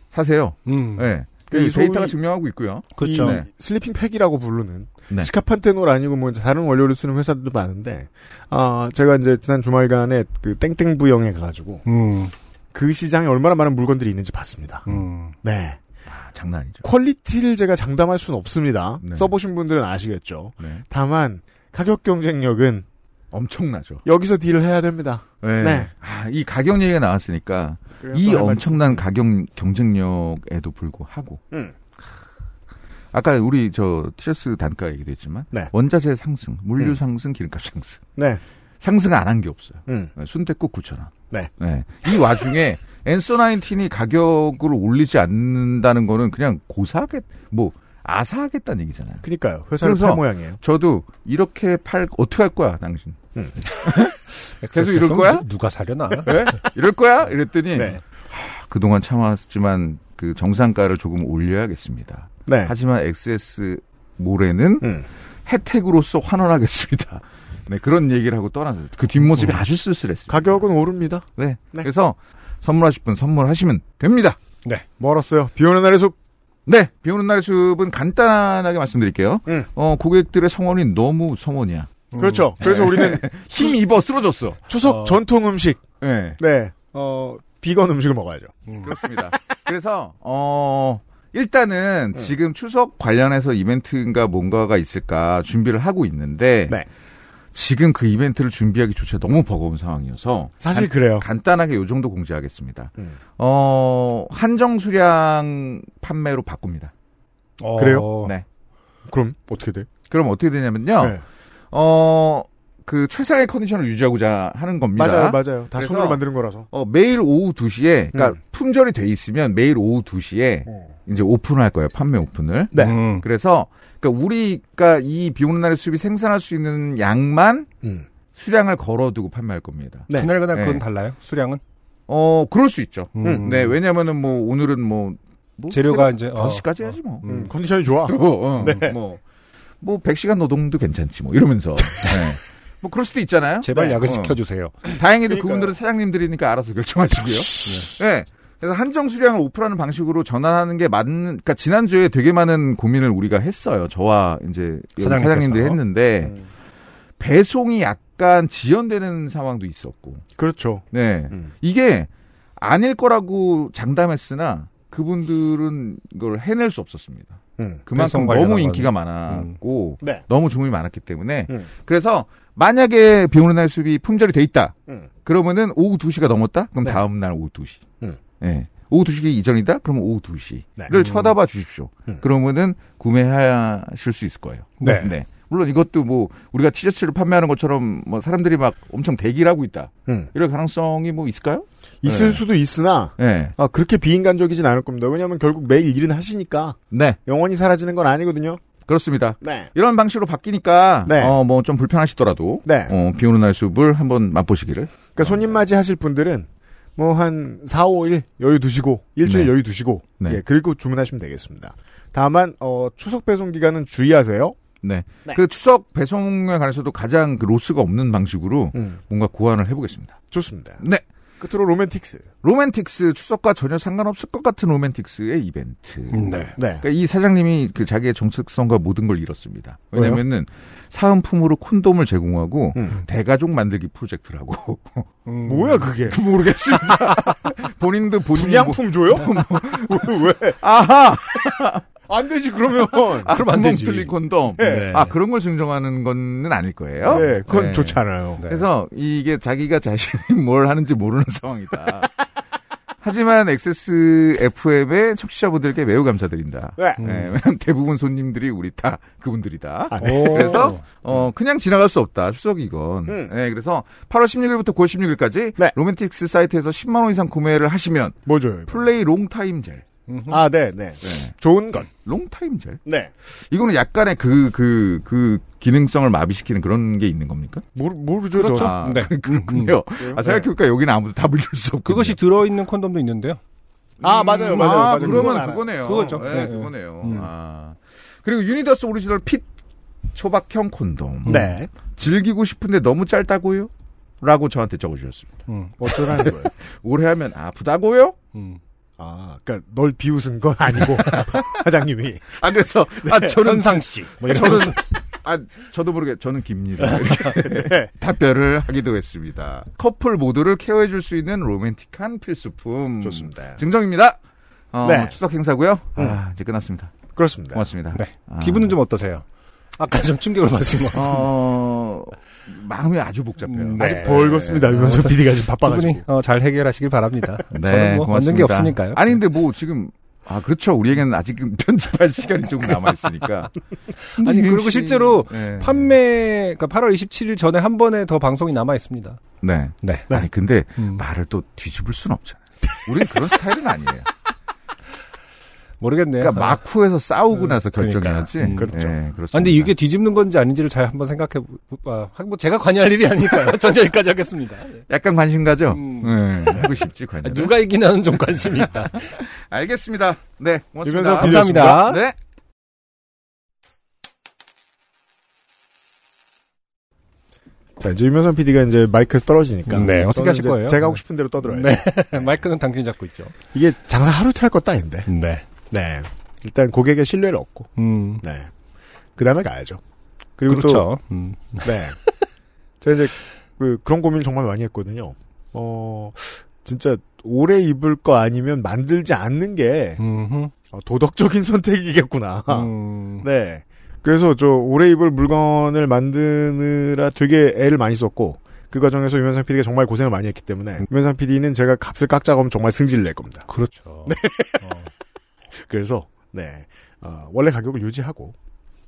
[SPEAKER 7] 사세요.
[SPEAKER 2] 음.
[SPEAKER 7] 네.
[SPEAKER 3] 그
[SPEAKER 7] 이
[SPEAKER 3] 소위-
[SPEAKER 7] 데이터가 증명하고 있고요.
[SPEAKER 2] 그렇죠.
[SPEAKER 3] 이
[SPEAKER 7] 네.
[SPEAKER 3] 슬리핑 팩이라고 부르는
[SPEAKER 7] 네.
[SPEAKER 3] 시카판테놀 아니고 뭐 다른 원료를 쓰는 회사들도 많은데 아 제가 이제 지난 주말간에 그 땡땡 부영에 가가지고
[SPEAKER 2] 음.
[SPEAKER 3] 그 시장에 얼마나 많은 물건들이 있는지 봤습니다.
[SPEAKER 2] 음.
[SPEAKER 3] 네
[SPEAKER 7] 아, 장난 아니죠.
[SPEAKER 3] 퀄리티를 제가 장담할 수는 없습니다.
[SPEAKER 7] 네.
[SPEAKER 3] 써보신 분들은 아시겠죠.
[SPEAKER 7] 네.
[SPEAKER 3] 다만 가격 경쟁력은
[SPEAKER 7] 엄청나죠.
[SPEAKER 3] 여기서 딜을 해야 됩니다.
[SPEAKER 7] 네.
[SPEAKER 3] 네.
[SPEAKER 7] 아, 이 가격 얘기가 나왔으니까 이 엄청난 가격 경쟁력에도 불구하고
[SPEAKER 3] 음.
[SPEAKER 7] 아까 우리 저 티셔츠 단가 얘기도 했지만
[SPEAKER 3] 네.
[SPEAKER 7] 원자재 상승, 물류
[SPEAKER 3] 음.
[SPEAKER 7] 상승, 기름값 상승
[SPEAKER 3] 네,
[SPEAKER 7] 상승 안 한 게 없어요.
[SPEAKER 3] 음,
[SPEAKER 7] 순대국 9천 원.
[SPEAKER 3] 네.
[SPEAKER 7] 이 와중에 엔서 나인틴이 가격을 올리지 않는다는 거는 그냥 고사하겠 뭐 아사하겠다는 얘기잖아요.
[SPEAKER 3] 그니까요. 회사를
[SPEAKER 7] 그래서-
[SPEAKER 3] 팔 모양이에요.
[SPEAKER 7] 저도 이렇게 팔 어떻게 할 거야 당신? 계속 이럴
[SPEAKER 2] XSFM
[SPEAKER 7] 거야?
[SPEAKER 2] 누가 사려나?
[SPEAKER 7] 예? 이럴 거야? 이랬더니
[SPEAKER 3] 네.
[SPEAKER 7] 하, 그동안 참았지만 그 정상가를 조금 올려야겠습니다.
[SPEAKER 3] 네,
[SPEAKER 7] 하지만 XS 모레는
[SPEAKER 3] 음,
[SPEAKER 7] 혜택으로서 환원하겠습니다. 네, 그런 얘기를 하고 떠나서 그 뒷모습이 아주 쓸쓸했습니다.
[SPEAKER 3] 음. 가격은 오릅니다.
[SPEAKER 7] 네.
[SPEAKER 3] 네.
[SPEAKER 7] 그래서 선물하실 분 선물하시면 됩니다.
[SPEAKER 3] 멀었어요. 비오는 날의 숲.
[SPEAKER 7] 네, 비 오는 날의 숲은 간단하게 말씀드릴게요.
[SPEAKER 3] 음.
[SPEAKER 7] 어, 고객들의 성원이 너무 성원이야.
[SPEAKER 2] 음.
[SPEAKER 3] 그렇죠. 그래서
[SPEAKER 7] 네.
[SPEAKER 3] 우리는
[SPEAKER 7] 힘 입어 쓰러졌어.
[SPEAKER 3] 추석
[SPEAKER 2] 어.
[SPEAKER 3] 전통 음식
[SPEAKER 7] 네.
[SPEAKER 3] 네. 어, 비건 음식을 먹어야죠.
[SPEAKER 7] 그렇습니다. 그래서 어 일단은 지금 추석 관련해서 이벤트인가 뭔가가 있을까 준비를 하고 있는데
[SPEAKER 3] 네.
[SPEAKER 7] 지금 그 이벤트를 준비하기조차 너무 버거운 상황이어서
[SPEAKER 3] 사실
[SPEAKER 7] 간,
[SPEAKER 3] 그래요.
[SPEAKER 7] 간단하게 요 정도 공지하겠습니다.
[SPEAKER 3] 음.
[SPEAKER 7] 어 한정 수량 판매로 바꿉니다.
[SPEAKER 2] 어,
[SPEAKER 3] 그래요?
[SPEAKER 7] 네.
[SPEAKER 3] 그럼 어떻게 돼?
[SPEAKER 7] 그럼 어떻게 되냐면요.
[SPEAKER 3] 네.
[SPEAKER 7] 어 그 최상의 컨디션을 유지하고자 하는 겁니다.
[SPEAKER 3] 맞아요, 맞아요. 다
[SPEAKER 7] 그래서-
[SPEAKER 3] 손으로 만드는 거라서.
[SPEAKER 7] 어, 매일 오후 2시에, 그니까,
[SPEAKER 3] 음.
[SPEAKER 7] 품절이 돼 있으면 매일 오후 2시에, 이제 오픈을 할 거예요. 판매 오픈을.
[SPEAKER 3] 네.
[SPEAKER 2] 음.
[SPEAKER 7] 그래서, 그니까, 우리가 이 비 오는 날의 수입이 생산할 수 있는 양만
[SPEAKER 3] 음.
[SPEAKER 7] 수량을 걸어두고 판매할 겁니다.
[SPEAKER 3] 네.
[SPEAKER 2] 그날 그날 그건
[SPEAKER 7] 네.
[SPEAKER 2] 달라요? 수량은?
[SPEAKER 7] 어, 그럴 수 있죠.
[SPEAKER 3] 음.
[SPEAKER 7] 네, 왜냐면은 뭐, 오늘은 뭐, 뭐
[SPEAKER 2] 재료가 이제 어, 네.
[SPEAKER 7] 5시까지 해야지 뭐.
[SPEAKER 3] 음, 컨디션이 좋아.
[SPEAKER 7] 그리고, 어, 뭐, 뭐, 100시간 노동도 괜찮지 뭐, 이러면서. 네. 뭐, 그럴 수도 있잖아요.
[SPEAKER 2] 제발
[SPEAKER 7] 네.
[SPEAKER 2] 약을
[SPEAKER 7] 어.
[SPEAKER 2] 시켜주세요.
[SPEAKER 7] 다행히도
[SPEAKER 3] 그러니까요.
[SPEAKER 7] 그분들은 사장님들이니까 알아서 결정하시고요. 예. 그래서 한정 수량을 오프라는 방식으로 전환하는 게 맞는, 그러니까 지난주에 되게 많은 고민을 우리가 했어요. 저와 이제
[SPEAKER 2] 사장님께서.
[SPEAKER 7] 사장님들이 했는데,
[SPEAKER 3] 음.
[SPEAKER 7] 배송이 약간 지연되는 상황도 있었고,
[SPEAKER 3] 그렇죠.
[SPEAKER 7] 네.
[SPEAKER 3] 음.
[SPEAKER 7] 이게 아닐 거라고 장담했으나, 그분들은 이걸 해낼 수 없었습니다.
[SPEAKER 3] 음.
[SPEAKER 7] 그만큼
[SPEAKER 2] 배송
[SPEAKER 7] 너무
[SPEAKER 2] 관련한 음.
[SPEAKER 7] 인기가 많았고
[SPEAKER 3] 음. 네.
[SPEAKER 7] 너무 주문이 많았기 때문에
[SPEAKER 3] 음.
[SPEAKER 7] 그래서 만약에 비 오는 날 수입이 품절이 돼 있다
[SPEAKER 3] 음.
[SPEAKER 7] 그러면은 오후 2시가 넘었다 그럼
[SPEAKER 3] 네.
[SPEAKER 7] 다음 날 오후 2시
[SPEAKER 3] 음.
[SPEAKER 7] 예. 오후 2시 이전이다 그러면 오후 2시를
[SPEAKER 3] 네.
[SPEAKER 7] 쳐다봐 주십시오
[SPEAKER 3] 음.
[SPEAKER 7] 그러면은 구매하실 수 있을 거예요
[SPEAKER 3] 네.
[SPEAKER 7] 물론 이것도 뭐 우리가 티셔츠를 판매하는 것처럼 뭐 사람들이 막 엄청 대기를 하고 있다
[SPEAKER 3] 음.
[SPEAKER 7] 이럴 가능성이 뭐 있을까요?
[SPEAKER 3] 있을
[SPEAKER 7] 네.
[SPEAKER 3] 수도 있으나
[SPEAKER 7] 예.
[SPEAKER 3] 아, 그렇게 비인간적이진 않을 겁니다. 왜냐하면 결국 매일 일은 하시니까
[SPEAKER 7] 네
[SPEAKER 3] 영원히 사라지는 건 아니거든요.
[SPEAKER 7] 그렇습니다
[SPEAKER 3] 네.
[SPEAKER 7] 이런 방식으로 바뀌니까
[SPEAKER 3] 네.
[SPEAKER 7] 어 뭐 좀 불편하시더라도
[SPEAKER 3] 네.
[SPEAKER 7] 어, 비 오는 날 숲을 한번 맛보시기를.
[SPEAKER 3] 그러니까 손님 맞이 하실 분들은 뭐 한 4, 5일 여유 두시고 일주일
[SPEAKER 7] 네.
[SPEAKER 3] 여유 두시고
[SPEAKER 7] 네.
[SPEAKER 3] 예, 그리고 주문하시면 되겠습니다. 다만 어, 추석 배송 기간은 주의하세요.
[SPEAKER 7] 네.
[SPEAKER 3] 네.
[SPEAKER 7] 그 추석 배송에 관해서도 가장 그 로스가 없는 방식으로
[SPEAKER 3] 음.
[SPEAKER 7] 뭔가 고안을 해보겠습니다.
[SPEAKER 3] 좋습니다.
[SPEAKER 7] 네.
[SPEAKER 3] 끝으로 로맨틱스.
[SPEAKER 7] 로맨틱스 추석과 전혀 상관없을 것 같은 로맨틱스의 이벤트.
[SPEAKER 2] 네.
[SPEAKER 3] 네.
[SPEAKER 7] 그러니까 이 사장님이 그 자기의 정체성과 모든 걸 잃었습니다.
[SPEAKER 3] 왜요?
[SPEAKER 7] 왜냐면은 사은품으로 콘돔을 제공하고
[SPEAKER 3] 음.
[SPEAKER 7] 대가족 만들기 프로젝트를 하고
[SPEAKER 2] 음.
[SPEAKER 3] 뭐야 그게?
[SPEAKER 7] 모르겠습니다. 본인도 본인
[SPEAKER 3] 불량품 줘요? 뭐, 왜?
[SPEAKER 7] 아하
[SPEAKER 3] 안 되지 아, 그러면.
[SPEAKER 2] 그러면 안
[SPEAKER 7] 구멍
[SPEAKER 2] 되지.
[SPEAKER 7] 뚫린
[SPEAKER 3] 예.
[SPEAKER 7] 콘돔.
[SPEAKER 2] 네.
[SPEAKER 7] 아 그런 걸 증정하는 거는 아닐 거예요.
[SPEAKER 3] 네, 그건
[SPEAKER 7] 네.
[SPEAKER 3] 좋지 않아요.
[SPEAKER 2] 네.
[SPEAKER 7] 그래서 이게 자기가 자신이 뭘 하는지 모르는 상황이다. 하지만 XSFM의 청취자분들께 매우 감사드린다.
[SPEAKER 3] 네.
[SPEAKER 7] 네, 왜냐면 대부분 손님들이 우리 다 그분들이다.
[SPEAKER 3] 아, 네. 그래서
[SPEAKER 7] 어, 그냥 지나갈 수 없다. 추석이건.
[SPEAKER 3] 음.
[SPEAKER 7] 네, 그래서 8월 16일부터 9월 16일까지
[SPEAKER 3] 네.
[SPEAKER 7] 로맨틱스 사이트에서 10만 원 이상 구매를 하시면
[SPEAKER 3] 뭐죠?
[SPEAKER 7] 플레이 롱타임 젤.
[SPEAKER 3] 아, 네, 네.
[SPEAKER 7] 네.
[SPEAKER 3] 좋은 건.
[SPEAKER 7] 롱타임 젤?
[SPEAKER 3] 네.
[SPEAKER 7] 이거는 약간의 그, 그, 그 기능성을 마비시키는 그런 게 있는 겁니까?
[SPEAKER 3] 모르, 모르죠,
[SPEAKER 2] 그렇죠.
[SPEAKER 3] 저는.
[SPEAKER 7] 아,
[SPEAKER 2] 네.
[SPEAKER 7] 그렇군요. 아, 생각해보니까 여기는 아무도 답을 줄 수 없고.
[SPEAKER 2] 그것이 들어있는 콘돔도 있는데요.
[SPEAKER 3] 아, 맞아요, 맞아요. 맞아요.
[SPEAKER 7] 그러면
[SPEAKER 3] 알아요.
[SPEAKER 7] 그거네요.
[SPEAKER 2] 그거죠.
[SPEAKER 7] 네,
[SPEAKER 2] 네, 네.
[SPEAKER 7] 그거네요.
[SPEAKER 2] 음.
[SPEAKER 7] 아. 그리고 유니더스 오리지널 핏 초박형 콘돔.
[SPEAKER 2] 음.
[SPEAKER 3] 네.
[SPEAKER 7] 즐기고 싶은데 너무 짧다고요? 라고 저한테 적어주셨습니다.
[SPEAKER 2] 음,
[SPEAKER 3] 어쩌라는 거예요.
[SPEAKER 7] 올해 하면 아프다고요?
[SPEAKER 2] 음.
[SPEAKER 3] 아, 그니까 널 비웃은 건 아니고, 사장님이.
[SPEAKER 7] 아, 그래서, 아, 저는,
[SPEAKER 2] 음. 현상씨.
[SPEAKER 3] 뭐 이런
[SPEAKER 7] 저는, 아, 저도 모르게, 저는 깁니다. 이렇게
[SPEAKER 2] 네.
[SPEAKER 7] 답변을 하기도 했습니다. 커플 모두를 케어해줄 수 있는 로맨틱한 필수품.
[SPEAKER 3] 좋습니다.
[SPEAKER 7] 증정입니다. 어,
[SPEAKER 3] 네.
[SPEAKER 7] 추석 행사고요 아, 이제 끝났습니다.
[SPEAKER 3] 그렇습니다.
[SPEAKER 7] 고맙습니다.
[SPEAKER 2] 음. 네.
[SPEAKER 7] 아.
[SPEAKER 2] 기분은 좀 어떠세요? 아까 좀 충격을 받으신 것 같아요.
[SPEAKER 7] 어, 마음이 아주 복잡해요.
[SPEAKER 2] 음,
[SPEAKER 3] 네. 아직 벌겋습니다. 유면서 PD가
[SPEAKER 2] 그분이
[SPEAKER 3] 지금 바빠가지고.
[SPEAKER 2] 어, 잘 해결하시길 바랍니다.
[SPEAKER 7] 네,
[SPEAKER 2] 저는 뭐 얻는 게
[SPEAKER 7] 고맙습니다.
[SPEAKER 2] 없으니까요. 네.
[SPEAKER 7] 아니 근데 뭐 지금 아 그렇죠. 우리에게는 아직 편집할 시간이 좀 남아 있으니까.
[SPEAKER 2] 아니, 그리고 실제로
[SPEAKER 7] 네.
[SPEAKER 2] 판매, 그러니까 8월 27일 전에 한 번에 더 방송이 남아 있습니다.
[SPEAKER 7] 네.
[SPEAKER 2] 네.
[SPEAKER 7] 아니 근데
[SPEAKER 2] 음.
[SPEAKER 7] 말을 또 뒤집을 순 없잖아요. 우린 그런 스타일은 아니에요.
[SPEAKER 2] 모르겠네요.
[SPEAKER 7] 그러니까 마쿠에서 싸우고
[SPEAKER 2] 음,
[SPEAKER 7] 나서 결정해야지.
[SPEAKER 2] 그러니까요. 음,
[SPEAKER 3] 그렇죠.
[SPEAKER 7] 네, 그렇습니다.
[SPEAKER 2] 아, 근데 이게 뒤집는 건지 아닌지를 잘 한번 생각해 보, 아, 하- 뭐 제가 관여할 일이 아니니까요. 전 여기까지 하겠습니다. 네.
[SPEAKER 7] 약간 관심 가죠.
[SPEAKER 2] 음.
[SPEAKER 7] 네, 하고 싶지 관심.
[SPEAKER 2] 아, 누가 이기나는 좀 관심이 있다.
[SPEAKER 7] 알겠습니다. 네, 고맙습니다.
[SPEAKER 3] 유면서
[SPEAKER 2] 아, 감사합니다.
[SPEAKER 7] 네.
[SPEAKER 3] 자, 이제 유면선 PD가 이제 마이크에서 떨어지니까.
[SPEAKER 2] 네, 어떻게
[SPEAKER 3] 저는
[SPEAKER 2] 하실
[SPEAKER 3] 이제
[SPEAKER 2] 거예요?
[SPEAKER 3] 제가 하고 싶은 대로 떠들어요.
[SPEAKER 2] 네. 마이크는 당신이 잡고 있죠.
[SPEAKER 3] 이게 장사 하루 이틀 할 것도 아닌데.
[SPEAKER 2] 네.
[SPEAKER 3] 네. 일단 고객의 신뢰를 얻고.
[SPEAKER 2] 음.
[SPEAKER 3] 네. 그 다음에 가야죠. 그리고
[SPEAKER 2] 그렇죠. 음.
[SPEAKER 3] 또, 네. 제가 이제 그, 그런 고민을 정말 많이 했거든요. 어, 진짜 오래 입을 거 아니면 만들지 않는 게
[SPEAKER 2] 음흠.
[SPEAKER 3] 어, 도덕적인 선택이겠구나.
[SPEAKER 2] 음.
[SPEAKER 3] 네. 그래서 저 오래 입을 물건을 만드느라 되게 애를 많이 썼고 그 과정에서 유면상 PD가 정말 고생을 많이 했기 때문에 유면상 PD는 제가 값을 깎자고 하면 정말 승질을 낼
[SPEAKER 2] 음.
[SPEAKER 3] 겁니다. 네.
[SPEAKER 2] 그렇죠. 어.
[SPEAKER 3] 그래서 네 어, 원래 가격을 유지하고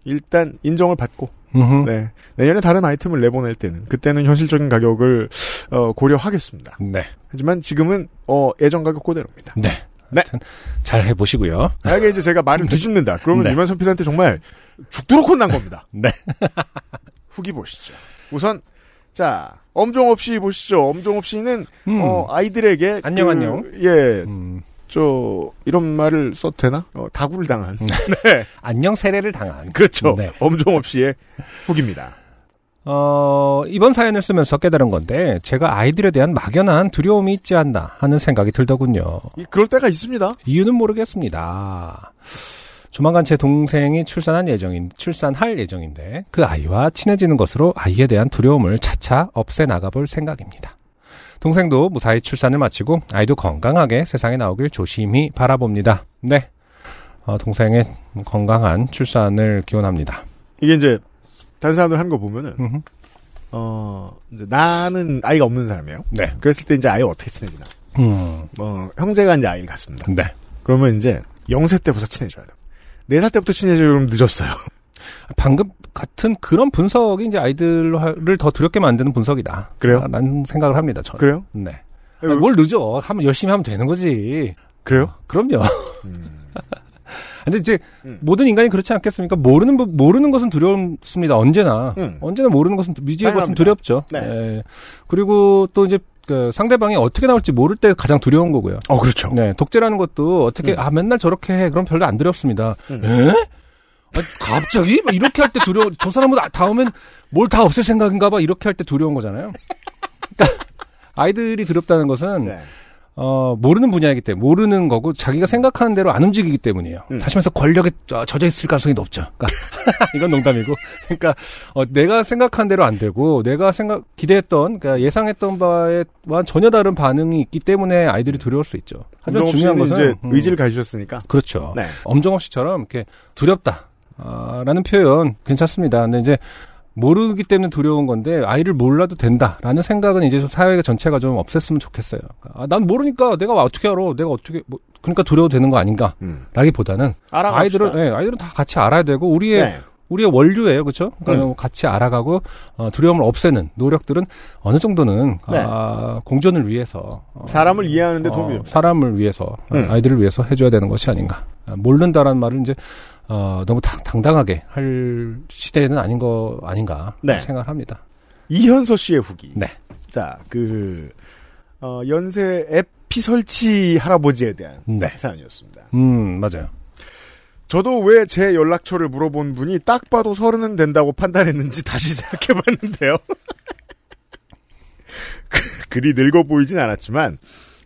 [SPEAKER 3] 일단 인정을 받고
[SPEAKER 2] 음흠.
[SPEAKER 3] 네 내년에 다른 아이템을 내보낼 때는 그때는 현실적인 가격을 어, 고려하겠습니다.
[SPEAKER 2] 네.
[SPEAKER 3] 하지만 지금은 어, 예전 가격 그대로입니다.
[SPEAKER 2] 네.
[SPEAKER 3] 네.
[SPEAKER 2] 하여튼 잘 해보시고요.
[SPEAKER 3] 만약에 이제 제가 말을 뒤집는다 그러면
[SPEAKER 2] 네.
[SPEAKER 3] 유면상 PD한테 정말 죽도록 혼난 겁니다.
[SPEAKER 2] 네.
[SPEAKER 3] 후기 보시죠. 우선 자 엄종업 씨 보시죠. 엄종업 씨는
[SPEAKER 2] 음.
[SPEAKER 3] 어, 아이들에게
[SPEAKER 2] 안녕,
[SPEAKER 3] 그,
[SPEAKER 2] 안녕.
[SPEAKER 3] 예,
[SPEAKER 2] 음.
[SPEAKER 3] 저 이런 말을 써도 되나? 어, 다구를 당한
[SPEAKER 2] 안녕 세례를 당한.
[SPEAKER 3] 그렇죠.
[SPEAKER 2] 네.
[SPEAKER 3] 엄종업 씨의 후기입니다.
[SPEAKER 2] 어, 이번 사연을 쓰면서 깨달은 건데, 제가 아이들에 대한 막연한 두려움이 있지 않나 하는 생각이 들더군요.
[SPEAKER 3] 이- 그럴 때가 있습니다.
[SPEAKER 2] 이유는 모르겠습니다. 조만간 제 동생이 출산한 예정인, 출산할 예정인데, 그 아이와 친해지는 것으로 아이에 대한 두려움을 차차 없애 나가볼 생각입니다. 동생도 무사히 출산을 마치고, 아이도 건강하게 세상에 나오길 조심히 바라봅니다. 네. 어, 동생의 건강한 출산을 기원합니다.
[SPEAKER 3] 이게 이제 다른 사람들 한 거 보면은
[SPEAKER 2] 음흠.
[SPEAKER 3] 어 이제 나는 아이가 없는 사람이에요.
[SPEAKER 2] 네.
[SPEAKER 3] 그랬을 때 이제 아이 어떻게 친해지나?
[SPEAKER 2] 음,
[SPEAKER 3] 어 형제가 이제 아이를 갖습니다.
[SPEAKER 2] 네.
[SPEAKER 3] 그러면 이제 영세 때부터 친해져야 돼요. 네 살 때부터 친해지면 늦었어요.
[SPEAKER 2] 방금 같은 그런 분석이 이제 아이들을 더 두렵게 만드는 분석이다.
[SPEAKER 3] 그래요?
[SPEAKER 2] 라는 생각을 합니다, 저는.
[SPEAKER 3] 그래요? 뭐,
[SPEAKER 2] 네. 아니, 뭘 늦어. 하면 열심히 하면 되는 거지.
[SPEAKER 3] 그래요?
[SPEAKER 2] 그럼요. 근데 이제
[SPEAKER 3] 음.
[SPEAKER 2] 모든 인간이 그렇지 않겠습니까? 모르는 법- 모르는 것은 두렵습니다. 언제나
[SPEAKER 3] 음.
[SPEAKER 2] 언제나 모르는 것은 미지의 것은
[SPEAKER 3] 당연합니다.
[SPEAKER 2] 두렵죠.
[SPEAKER 3] 네.
[SPEAKER 2] 예. 그리고 또 이제 그 상대방이 어떻게 나올지 모를 때 가장 두려운 거고요.
[SPEAKER 3] 어 그렇죠.
[SPEAKER 2] 네, 독재라는 것도 어떻게
[SPEAKER 3] 음.
[SPEAKER 2] 아 맨날 저렇게 해 그럼 별로 안 두렵습니다.
[SPEAKER 3] 음.
[SPEAKER 2] 에? 아, 갑자기 막 이렇게 할 때 두려워. 저 사람은 아, 다음엔 뭘 다 없앨 생각인가봐 이렇게 할 때 두려운 거잖아요. 그러니까 아이들이 두렵다는 것은
[SPEAKER 3] 네.
[SPEAKER 2] 어, 모르는 분야이기 때문에 모르는 거고 자기가 생각하는 대로 안 움직이기 때문이에요.
[SPEAKER 3] 음.
[SPEAKER 2] 다시 말해서 권력에 저- 젖어 있을 가능성이 높죠. 그러니까 이건 농담이고, 그러니까 어, 내가 생각한 대로 안 되고 내가 생각 기대했던 그러니까 예상했던 바에와 전혀 다른 반응이 있기 때문에 아이들이 두려울 수 있죠. 하지만
[SPEAKER 3] 엄종업
[SPEAKER 2] 중요한
[SPEAKER 3] 씨는
[SPEAKER 2] 것은
[SPEAKER 3] 이제
[SPEAKER 2] 음,
[SPEAKER 3] 의지를 가지셨으니까.
[SPEAKER 2] 그렇죠.
[SPEAKER 3] 네.
[SPEAKER 2] 엄정업 씨처럼 이렇게 두렵다. 아, 라는 표현 괜찮습니다. 근데 이제 모르기 때문에 두려운 건데 아이를 몰라도 된다라는 생각은 이제 좀 사회 전체가 좀 없앴으면 좋겠어요. 아, 난 모르니까 내가 어떻게 알아? 내가 어떻게 뭐, 그러니까 두려워도 되는 거
[SPEAKER 3] 음.
[SPEAKER 2] 아닌가라기보다는
[SPEAKER 8] 알아갑시다.
[SPEAKER 2] 아이들은 예, 아이들은 다 같이 알아야 되고 우리의
[SPEAKER 8] 네.
[SPEAKER 2] 우리의 원류예요, 그렇죠? 그러니까
[SPEAKER 8] 네.
[SPEAKER 2] 같이 알아가고 어, 두려움을 없애는 노력들은 어느 정도는
[SPEAKER 8] 네.
[SPEAKER 2] 아, 공존을 위해서 어,
[SPEAKER 8] 사람을 이해하는 데 도움이
[SPEAKER 2] 어,
[SPEAKER 8] 됩니다.
[SPEAKER 2] 사람을 위해서
[SPEAKER 8] 음.
[SPEAKER 2] 아이들을 위해서 해줘야 되는 것이 아닌가. 아, 모른다라는 말을 이제 어, 너무 당, 당당하게 할 시대는 아닌 거 아닌가
[SPEAKER 8] 네.
[SPEAKER 2] 생각합니다.
[SPEAKER 8] 이현서 씨의 후기.
[SPEAKER 2] 네.
[SPEAKER 8] 자, 그, 어, 연세 에피 설치 할아버지에 대한
[SPEAKER 2] 네.
[SPEAKER 8] 사연이었습니다.
[SPEAKER 2] 음 맞아요.
[SPEAKER 3] 저도 왜 제 연락처를 물어본 분이 딱 봐도 서른은 된다고 판단했는지 다시 생각해봤는데요. 그- 그리 늙어 보이진 않았지만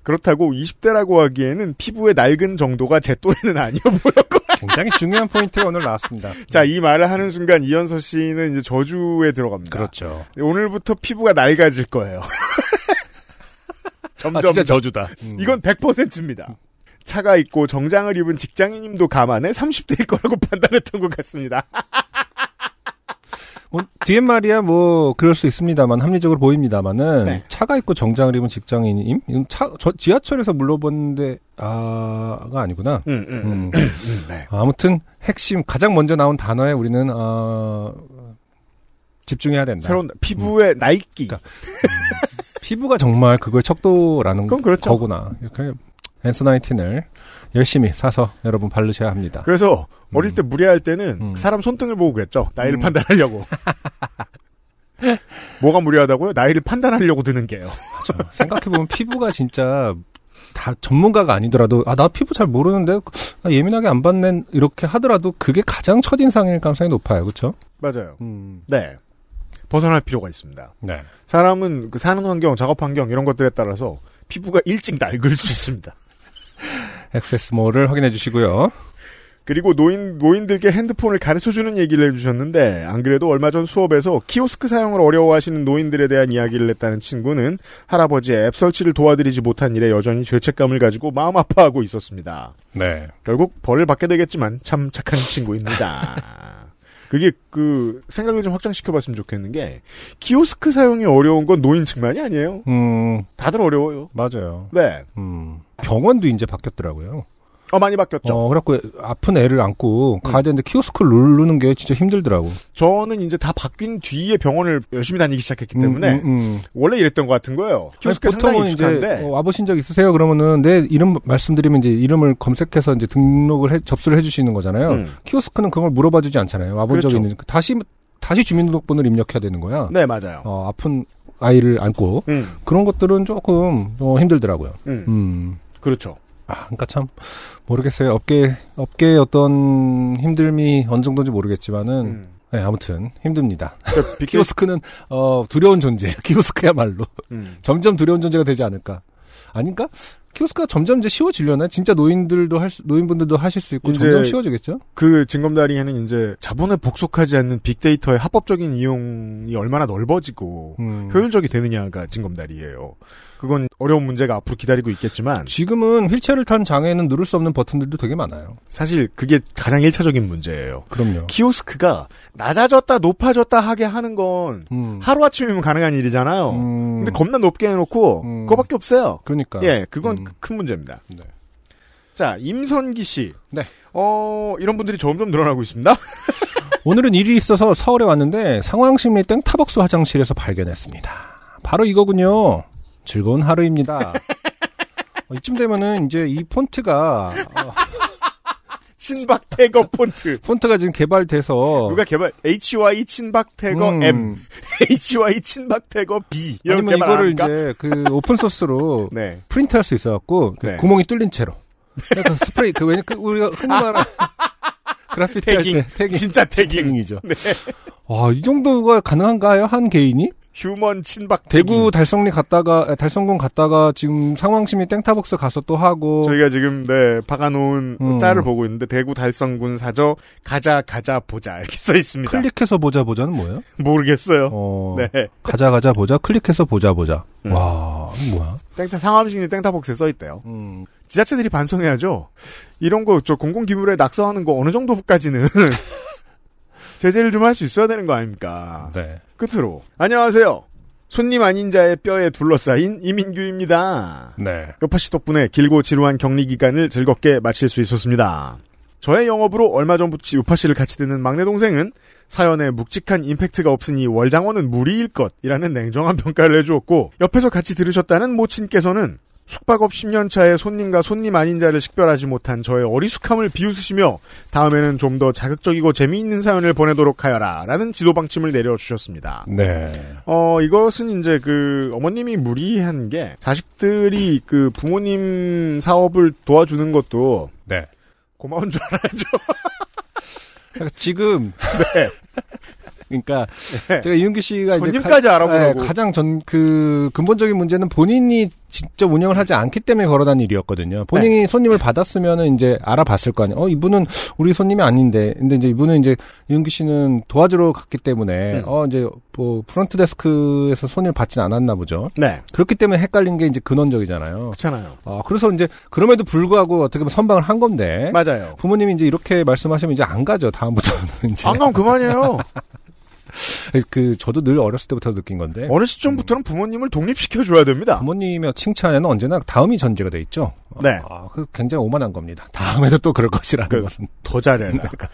[SPEAKER 3] 그렇다고 20대라고 하기에는 피부의 낡은 정도가 제 또래는 아니어 보였고
[SPEAKER 2] 굉장히 중요한 포인트가 오늘 나왔습니다.
[SPEAKER 3] 자이 말을 하는 순간 이현서 씨는 이제 저주에 들어갑니다.
[SPEAKER 2] 그렇죠.
[SPEAKER 3] 오늘부터 피부가 낡아질 거예요. 점점
[SPEAKER 2] 아, 저주다. 음.
[SPEAKER 3] 이건 100%입니다. 차가 있고 정장을 입은 직장인님도 감안해 30대일 거라고 판단했던 것 같습니다.
[SPEAKER 2] 뭐, 뒤에 말이야 뭐 그럴 수 있습니다만 합리적으로 보입니다만은
[SPEAKER 8] 네.
[SPEAKER 2] 차가 있고 정장을 입은 직장인임 이건 차, 저 지하철에서 물어봤는데 아가 아니구나.
[SPEAKER 3] 음, 음.
[SPEAKER 2] 음. 아무튼 핵심 가장 먼저 나온 단어에 우리는 어, 집중해야 된다.
[SPEAKER 3] 네. 새로운 피부의 나이끼.
[SPEAKER 2] 그러니까. 피부가 정말 그걸 척도라는
[SPEAKER 3] 그건 그렇죠.
[SPEAKER 2] 거구나. 이렇게 엔서나이틴을 열심히 사서 여러분 바르셔야 합니다.
[SPEAKER 3] 그래서 어릴 때 무리할 때는
[SPEAKER 2] 음.
[SPEAKER 3] 사람 손등을 보고 그랬죠. 나이를
[SPEAKER 2] 음.
[SPEAKER 3] 판단하려고. 뭐가 무리하다고요? 나이를 판단하려고 드는 게요.
[SPEAKER 2] 그렇죠. 생각해보면 피부가 진짜 다 전문가가 아니더라도 아 나 피부 잘 모르는데 나 예민하게 안 받네 이렇게 하더라도 그게 가장 첫인상일 가능성이 높아요 그렇죠?
[SPEAKER 3] 맞아요. 네. 벗어날 필요가 있습니다.
[SPEAKER 2] 네.
[SPEAKER 3] 사람은 그 사는 환경, 작업 환경 이런 것들에 따라서 피부가 일찍 낡을 수 있습니다.
[SPEAKER 2] 액세스몰을 확인해 주시고요.
[SPEAKER 3] 그리고 노인, 노인들께 핸드폰을 가르쳐주는 얘기를 해주셨는데, 안 그래도 얼마 전 수업에서 키오스크 사용을 어려워하시는 노인들에 대한 이야기를 했다는 친구는 할아버지의 앱 설치를 도와드리지 못한 일에 여전히 죄책감을 가지고 마음 아파하고 있었습니다.
[SPEAKER 2] 네.
[SPEAKER 3] 결국 벌을 받게 되겠지만 참 착한 친구입니다. 그게 그 생각을 좀 확장시켜봤으면 좋겠는 게 키오스크 사용이 어려운 건 노인층만이 아니에요.
[SPEAKER 2] 음
[SPEAKER 3] 다들 어려워요.
[SPEAKER 2] 맞아요.
[SPEAKER 3] 네,
[SPEAKER 2] 음 병원도 이제 바뀌었더라고요.
[SPEAKER 3] 어 많이 바뀌었죠.
[SPEAKER 2] 어, 그래갖고 아픈 애를 안고 가야
[SPEAKER 3] 음.
[SPEAKER 2] 되는데 키오스크를 누르는 게 진짜 힘들더라고.
[SPEAKER 3] 저는 이제 다 바뀐 뒤에 병원을 열심히 다니기 시작했기
[SPEAKER 2] 음,
[SPEAKER 3] 때문에
[SPEAKER 2] 음, 음.
[SPEAKER 3] 원래 이랬던 것 같은 거예요.
[SPEAKER 2] 아니,
[SPEAKER 3] 키오스크 상당히 익숙한데
[SPEAKER 2] 어, 와보신 적 있으세요? 그러면은 내 이름 말씀드리면 이제 이름을 검색해서 이제 등록을 해, 접수를 해주시는 거잖아요.
[SPEAKER 3] 음.
[SPEAKER 2] 키오스크는 그걸 물어봐주지 않잖아요. 와본
[SPEAKER 3] 그렇죠.
[SPEAKER 2] 적이 있는 다시 다시 주민등록번호를 입력해야 되는 거야.
[SPEAKER 3] 네 맞아요.
[SPEAKER 2] 어, 아픈 아이를 안고
[SPEAKER 3] 음,
[SPEAKER 2] 그런 것들은 조금 어, 힘들더라고요.
[SPEAKER 3] 음,
[SPEAKER 2] 어. 음.
[SPEAKER 3] 그렇죠.
[SPEAKER 2] 아, 그러니까 참 모르겠어요. 업계 업계의 어떤 힘듦이 어느 정도인지 모르겠지만은
[SPEAKER 3] 음.
[SPEAKER 2] 네, 아무튼 힘듭니다.
[SPEAKER 3] 그러니까 빅데이-
[SPEAKER 2] 키오스크는 어, 두려운 존재예요. 키오스크야말로
[SPEAKER 3] 음.
[SPEAKER 2] 점점 두려운 존재가 되지 않을까? 아닌가? 키오스크가 점점 이제 쉬워지려나? 진짜 노인들도 할 수, 노인분들도 하실 수 있고
[SPEAKER 3] 이제-
[SPEAKER 2] 점점 쉬워지겠죠?
[SPEAKER 3] 그 징검다리에는 이제 자본에 복속하지 않는 빅데이터의 합법적인 이용이 얼마나 넓어지고
[SPEAKER 2] 음.
[SPEAKER 3] 효율적이 되느냐가 징검다리예요. 그건 어려운 문제가 앞으로 기다리고 있겠지만
[SPEAKER 2] 지금은 휠체어를 탄 장애인은 누를 수 없는 버튼들도 되게 많아요.
[SPEAKER 3] 사실 그게 가장 일차적인 문제예요.
[SPEAKER 2] 그럼요.
[SPEAKER 3] 키오스크가 낮아졌다 높아졌다 하게 하는 건
[SPEAKER 2] 음.
[SPEAKER 3] 하루아침이면 가능한 일이잖아요.
[SPEAKER 2] 음.
[SPEAKER 3] 근데 겁나 높게 해놓고
[SPEAKER 2] 음.
[SPEAKER 3] 그거밖에 없어요.
[SPEAKER 2] 그러니까.
[SPEAKER 3] 예, 그건
[SPEAKER 2] 음.
[SPEAKER 3] 큰 문제입니다.
[SPEAKER 2] 네.
[SPEAKER 3] 자, 임선기 씨.
[SPEAKER 2] 네.
[SPEAKER 3] 어, 이런 분들이 점점 늘어나고 있습니다.
[SPEAKER 2] 오늘은 일이 있어서 서울에 왔는데 상황심리 땡 타벅스 화장실에서 발견했습니다. 바로 이거군요. 즐거운 하루입니다. 어, 이쯤 되면은 이제 이 폰트가 어,
[SPEAKER 3] 친박 태거 폰트.
[SPEAKER 2] 폰트가 지금 개발돼서
[SPEAKER 3] 누가 개발 HY 친박 태거
[SPEAKER 2] 어. 음,
[SPEAKER 3] M, HY 친박 태거 B 이런
[SPEAKER 2] 아니면
[SPEAKER 3] 개발 안
[SPEAKER 2] 이거를
[SPEAKER 3] 합니까?
[SPEAKER 2] 이제 그 오픈 소스로
[SPEAKER 3] 네.
[SPEAKER 2] 프린트할 수 있어갖고 그
[SPEAKER 3] 네.
[SPEAKER 2] 구멍이 뚫린 채로 그러니까 스프레이 그 왜냐 그 우리가 흔히 말하는 그래피티
[SPEAKER 3] 태깅. 네.
[SPEAKER 2] 할때 태깅
[SPEAKER 3] 진짜 태깅.
[SPEAKER 2] 태깅이죠. 와이 정도가 가능한가요 한 개인이?
[SPEAKER 3] 휴먼 친박
[SPEAKER 2] 대구 달성리 갔다가 아, 달성군 갔다가 지금 상황심이 땡타벅스 가서 또 하고
[SPEAKER 3] 태깅. 저희가 지금 네 박아놓은
[SPEAKER 2] 음.
[SPEAKER 3] 짤을 보고 있는데 대구 달성군 사저 가자 가자 보자 이렇게 써 있습니다.
[SPEAKER 2] 클릭해서 보자 보자는 뭐예요?
[SPEAKER 3] 모르겠어요.
[SPEAKER 2] 어,
[SPEAKER 3] 네.
[SPEAKER 2] 가자 가자 보자 클릭해서 보자 보자.
[SPEAKER 3] 음.
[SPEAKER 2] 와 이거 뭐야?
[SPEAKER 3] 땡타 상암시민 땡타복스에 써 있대요.
[SPEAKER 2] 음,
[SPEAKER 3] 지자체들이 반성해야죠. 이런 거 저 공공기물에 낙서하는 거 어느 정도까지는 제재를 좀 할 수 있어야 되는 거 아닙니까?
[SPEAKER 2] 네.
[SPEAKER 3] 끝으로 안녕하세요. 손님 아닌 자의 뼈에 둘러싸인 이민규입니다.
[SPEAKER 2] 네.
[SPEAKER 3] 요파 씨 덕분에 길고 지루한 격리 기간을 즐겁게 마칠 수 있었습니다. 저의 영업으로 얼마 전부터 요파 씨를 같이 듣는 막내 동생은 사연에 묵직한 임팩트가 없으니 월장원은 무리일 것이라는 냉정한 평가를 해주었고 옆에서 같이 들으셨다는 모친께서는 숙박업 10년 차에 손님과 손님 아닌 자를 식별하지 못한 저의 어리숙함을 비웃으시며 다음에는 좀 더 자극적이고 재미있는 사연을 보내도록 하여라 라는 지도 방침을 내려주셨습니다.
[SPEAKER 2] 네.
[SPEAKER 3] 어, 이것은 이제 그 어머님이 무리한 게 자식들이 그 부모님 사업을 도와주는 것도
[SPEAKER 2] 네.
[SPEAKER 3] 고마운 줄 알아야죠.
[SPEAKER 2] 그러니까 지금 그러니까 제가 이은규 씨가 이제
[SPEAKER 3] 네. 손님까지
[SPEAKER 2] 가-
[SPEAKER 3] 알아보라고.
[SPEAKER 2] 네, 가장 전 그 근본적인 문제는 본인이 직접 운영을 하지 않기 때문에 걸어난 일이었거든요. 본인이
[SPEAKER 3] 네.
[SPEAKER 2] 손님을 받았으면은 이제 알아봤을 거 아니에요. 어 이분은 우리 손님이 아닌데, 근데 이제 이분은 이제 이은규 씨는 도와주러 갔기
[SPEAKER 3] 네.
[SPEAKER 2] 때문에 어 이제 뭐 프론트 데스크에서 손님을 받진 않았나 보죠.
[SPEAKER 3] 네.
[SPEAKER 2] 그렇기 때문에 헷갈린 게 이제 근원적이잖아요.
[SPEAKER 3] 그렇잖아요.
[SPEAKER 2] 아 그래서 이제 그럼에도 불구하고 어떻게 보면 선방을 한 건데
[SPEAKER 3] 맞아요.
[SPEAKER 2] 부모님이 이제 이렇게 말씀하시면 이제 안 가죠. 다음부터는 이제
[SPEAKER 3] 안 가면 그만이에요.
[SPEAKER 2] 그 저도 늘 어렸을 때부터 느낀 건데
[SPEAKER 3] 어느 시점부터는 부모님을 독립시켜줘야 됩니다.
[SPEAKER 2] 부모님의 칭찬에는 언제나 다음이 전제가 돼 있죠.
[SPEAKER 3] 네.
[SPEAKER 2] 아, 그 굉장히 오만한 겁니다. 다음에도 또 그럴 것이라는
[SPEAKER 3] 그-
[SPEAKER 2] 것은
[SPEAKER 3] 더 잘해라.
[SPEAKER 2] 그러니까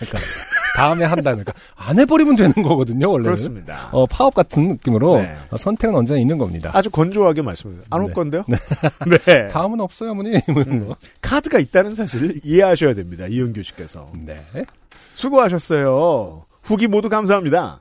[SPEAKER 2] 다음에 한다는 그러니까 안 해버리면 되는 거거든요. 원래는
[SPEAKER 3] 그렇습니다.
[SPEAKER 2] 어, 파업 같은 느낌으로
[SPEAKER 3] 네.
[SPEAKER 2] 어, 선택은 언제나 있는 겁니다.
[SPEAKER 3] 아주 건조하게 말씀해요. 안 올
[SPEAKER 2] 네.
[SPEAKER 3] 건데요? 네.
[SPEAKER 2] 다음은 없어요, 어머니. 뭐 이런 거.
[SPEAKER 3] 카드가 있다는 사실을 이해하셔야 됩니다. 이은규 씨께서.
[SPEAKER 2] 네.
[SPEAKER 3] 수고하셨어요. 후기 모두 감사합니다.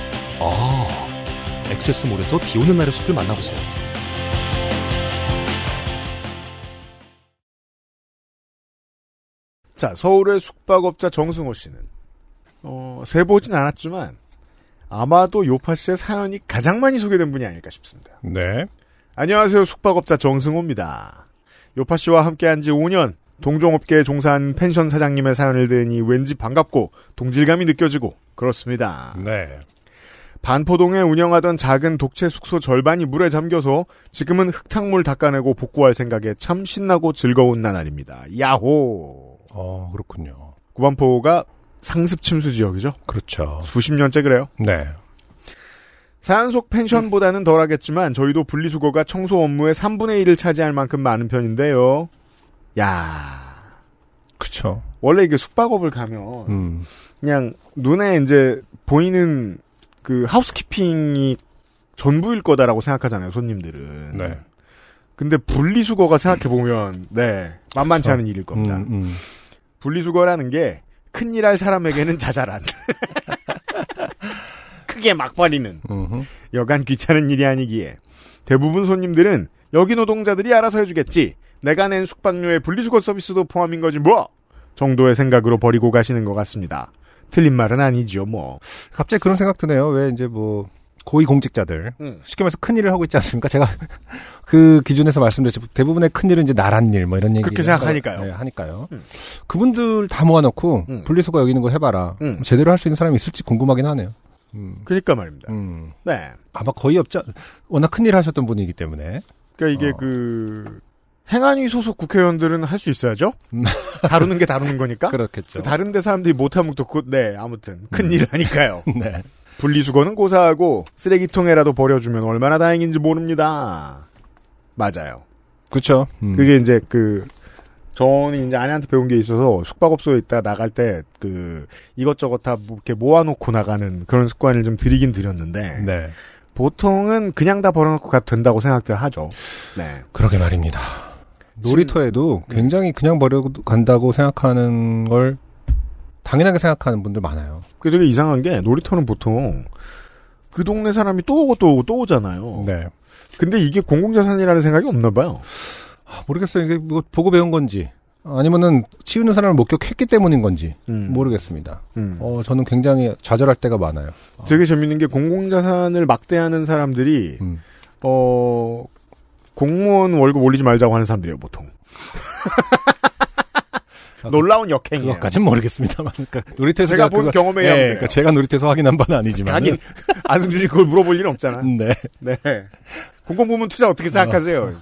[SPEAKER 9] 아, 액세스몰에서 비 오는 날의 숲을 만나보세요.
[SPEAKER 3] 자, 서울의 숙박업자 정승호 씨는, 어, 세보진 않았지만, 아마도 요파 씨의 사연이 가장 많이 소개된 분이 아닐까 싶습니다.
[SPEAKER 2] 네.
[SPEAKER 3] 안녕하세요. 숙박업자 정승호입니다. 요파 씨와 함께한 지 5년, 동종업계에 종사한 펜션 사장님의 사연을 들으니 왠지 반갑고, 동질감이 느껴지고, 그렇습니다.
[SPEAKER 2] 네.
[SPEAKER 3] 반포동에 운영하던 작은 독채 숙소 절반이 물에 잠겨서 지금은 흙탕물 닦아내고 복구할 생각에 참 신나고 즐거운 나날입니다. 야호!
[SPEAKER 2] 어, 그렇군요.
[SPEAKER 3] 구반포가 상습 침수 지역이죠.
[SPEAKER 2] 그렇죠.
[SPEAKER 3] 수십 년째 그래요.
[SPEAKER 2] 네.
[SPEAKER 3] 사안 속 펜션보다는 덜하겠지만 저희도 분리수거가 청소 업무의 3분의 1을 차지할 만큼 많은 편인데요. 야
[SPEAKER 2] 그렇죠.
[SPEAKER 3] 원래 이게 숙박업을 가면
[SPEAKER 2] 음.
[SPEAKER 3] 그냥 눈에 이제 보이는 그 하우스키핑이 전부일 거다라고 생각하잖아요 손님들은.
[SPEAKER 2] 네.
[SPEAKER 3] 근데 분리수거가 생각해 보면 네 만만치
[SPEAKER 2] 그쵸.
[SPEAKER 3] 않은 일일 겁니다.
[SPEAKER 2] 음, 음.
[SPEAKER 3] 분리수거라는 게 큰일 할 사람에게는 자잘한. 크게 막 버리는.
[SPEAKER 2] 음흠.
[SPEAKER 3] 여간 귀찮은 일이 아니기에 대부분 손님들은 여기 노동자들이 알아서 해주겠지. 내가 낸 숙박료에 분리수거 서비스도 포함인 거지 뭐 정도의 생각으로 버리고 가시는 것 같습니다. 틀린 말은 아니지요 뭐.
[SPEAKER 2] 갑자기 그런 생각 드네요. 왜 이제 뭐 고위공직자들
[SPEAKER 3] 음.
[SPEAKER 2] 쉽게 말해서 큰 일을 하고 있지 않습니까? 제가 그 기준에서 말씀드렸죠. 대부분의 큰 일은 이제 나란 일 뭐 이런 얘기
[SPEAKER 3] 그렇게 생각하니까요.
[SPEAKER 2] 네, 하니까요.
[SPEAKER 3] 음.
[SPEAKER 2] 그분들 다 모아놓고
[SPEAKER 3] 음.
[SPEAKER 2] 분리수거 여기는 거 해봐라.
[SPEAKER 3] 음.
[SPEAKER 2] 제대로 할 수 있는 사람이 있을지 궁금하긴 하네요. 음.
[SPEAKER 3] 그러니까 말입니다.
[SPEAKER 2] 음.
[SPEAKER 3] 네.
[SPEAKER 2] 아마 거의 없죠. 워낙 큰 일을 하셨던 분이기 때문에.
[SPEAKER 3] 그러니까 이게
[SPEAKER 2] 어.
[SPEAKER 3] 그 행안위 소속 국회의원들은 할 수 있어야죠.
[SPEAKER 2] 음.
[SPEAKER 3] 다루는 게 다루는 거니까.
[SPEAKER 2] 그렇겠죠.
[SPEAKER 3] 아, 다른데 사람들이 못하면 또 그- 네 아무튼 큰
[SPEAKER 2] 음.
[SPEAKER 3] 일 하니까요.
[SPEAKER 2] 네.
[SPEAKER 3] 분리수거는 고사하고 쓰레기통에라도 버려주면 얼마나 다행인지 모릅니다. 맞아요.
[SPEAKER 2] 그렇죠. 음.
[SPEAKER 3] 그게 이제 그 저는 이제 아내한테 배운 게 있어서 숙박업소에 있다 나갈 때 그 이것저것 다 뭐 이렇게 모아놓고 나가는 그런 습관을 좀 들이긴 들였는데
[SPEAKER 2] 네.
[SPEAKER 3] 보통은 그냥 다 버려놓고 가도 된다고 생각들 하죠. 네.
[SPEAKER 2] 그러게 말입니다. 놀이터에도
[SPEAKER 3] 음.
[SPEAKER 2] 굉장히 그냥 버려 간다고 생각하는 걸 당연하게 생각하는 분들 많아요.
[SPEAKER 3] 그 되게 이상한 게 놀이터는 보통 그 동네 사람이 또 오고 또 오고 또 오잖아요.
[SPEAKER 2] 네.
[SPEAKER 3] 근데 이게 공공자산이라는 생각이 없나 봐요.
[SPEAKER 2] 모르겠어요. 이게 뭐 보고 배운 건지 아니면은 치우는 사람을 목격했기 때문인 건지
[SPEAKER 3] 음.
[SPEAKER 2] 모르겠습니다.
[SPEAKER 3] 음.
[SPEAKER 2] 뭐, 어, 저는 굉장히 좌절할 때가 많아요.
[SPEAKER 3] 되게 재밌는 게 공공자산을 막대하는 사람들이
[SPEAKER 2] 음.
[SPEAKER 3] 어 공무원 월급 올리지 말자고 하는 사람들이에요 보통.
[SPEAKER 2] 아,
[SPEAKER 3] 놀라운 역행이에요.
[SPEAKER 2] 그것까진 모르겠습니다만, 그러니까 놀이터에서
[SPEAKER 3] 제가 본
[SPEAKER 2] 그걸-
[SPEAKER 3] 경험에
[SPEAKER 2] 예,
[SPEAKER 3] 의하면
[SPEAKER 2] 그러니까 제가 놀이터에서 확인한 바는 아니지만,
[SPEAKER 3] 하긴 안승준이 그걸 물어볼 일은 없잖아.
[SPEAKER 2] 네,
[SPEAKER 3] 네. 공공부문 투자 어떻게
[SPEAKER 2] 음.
[SPEAKER 3] 생각하세요?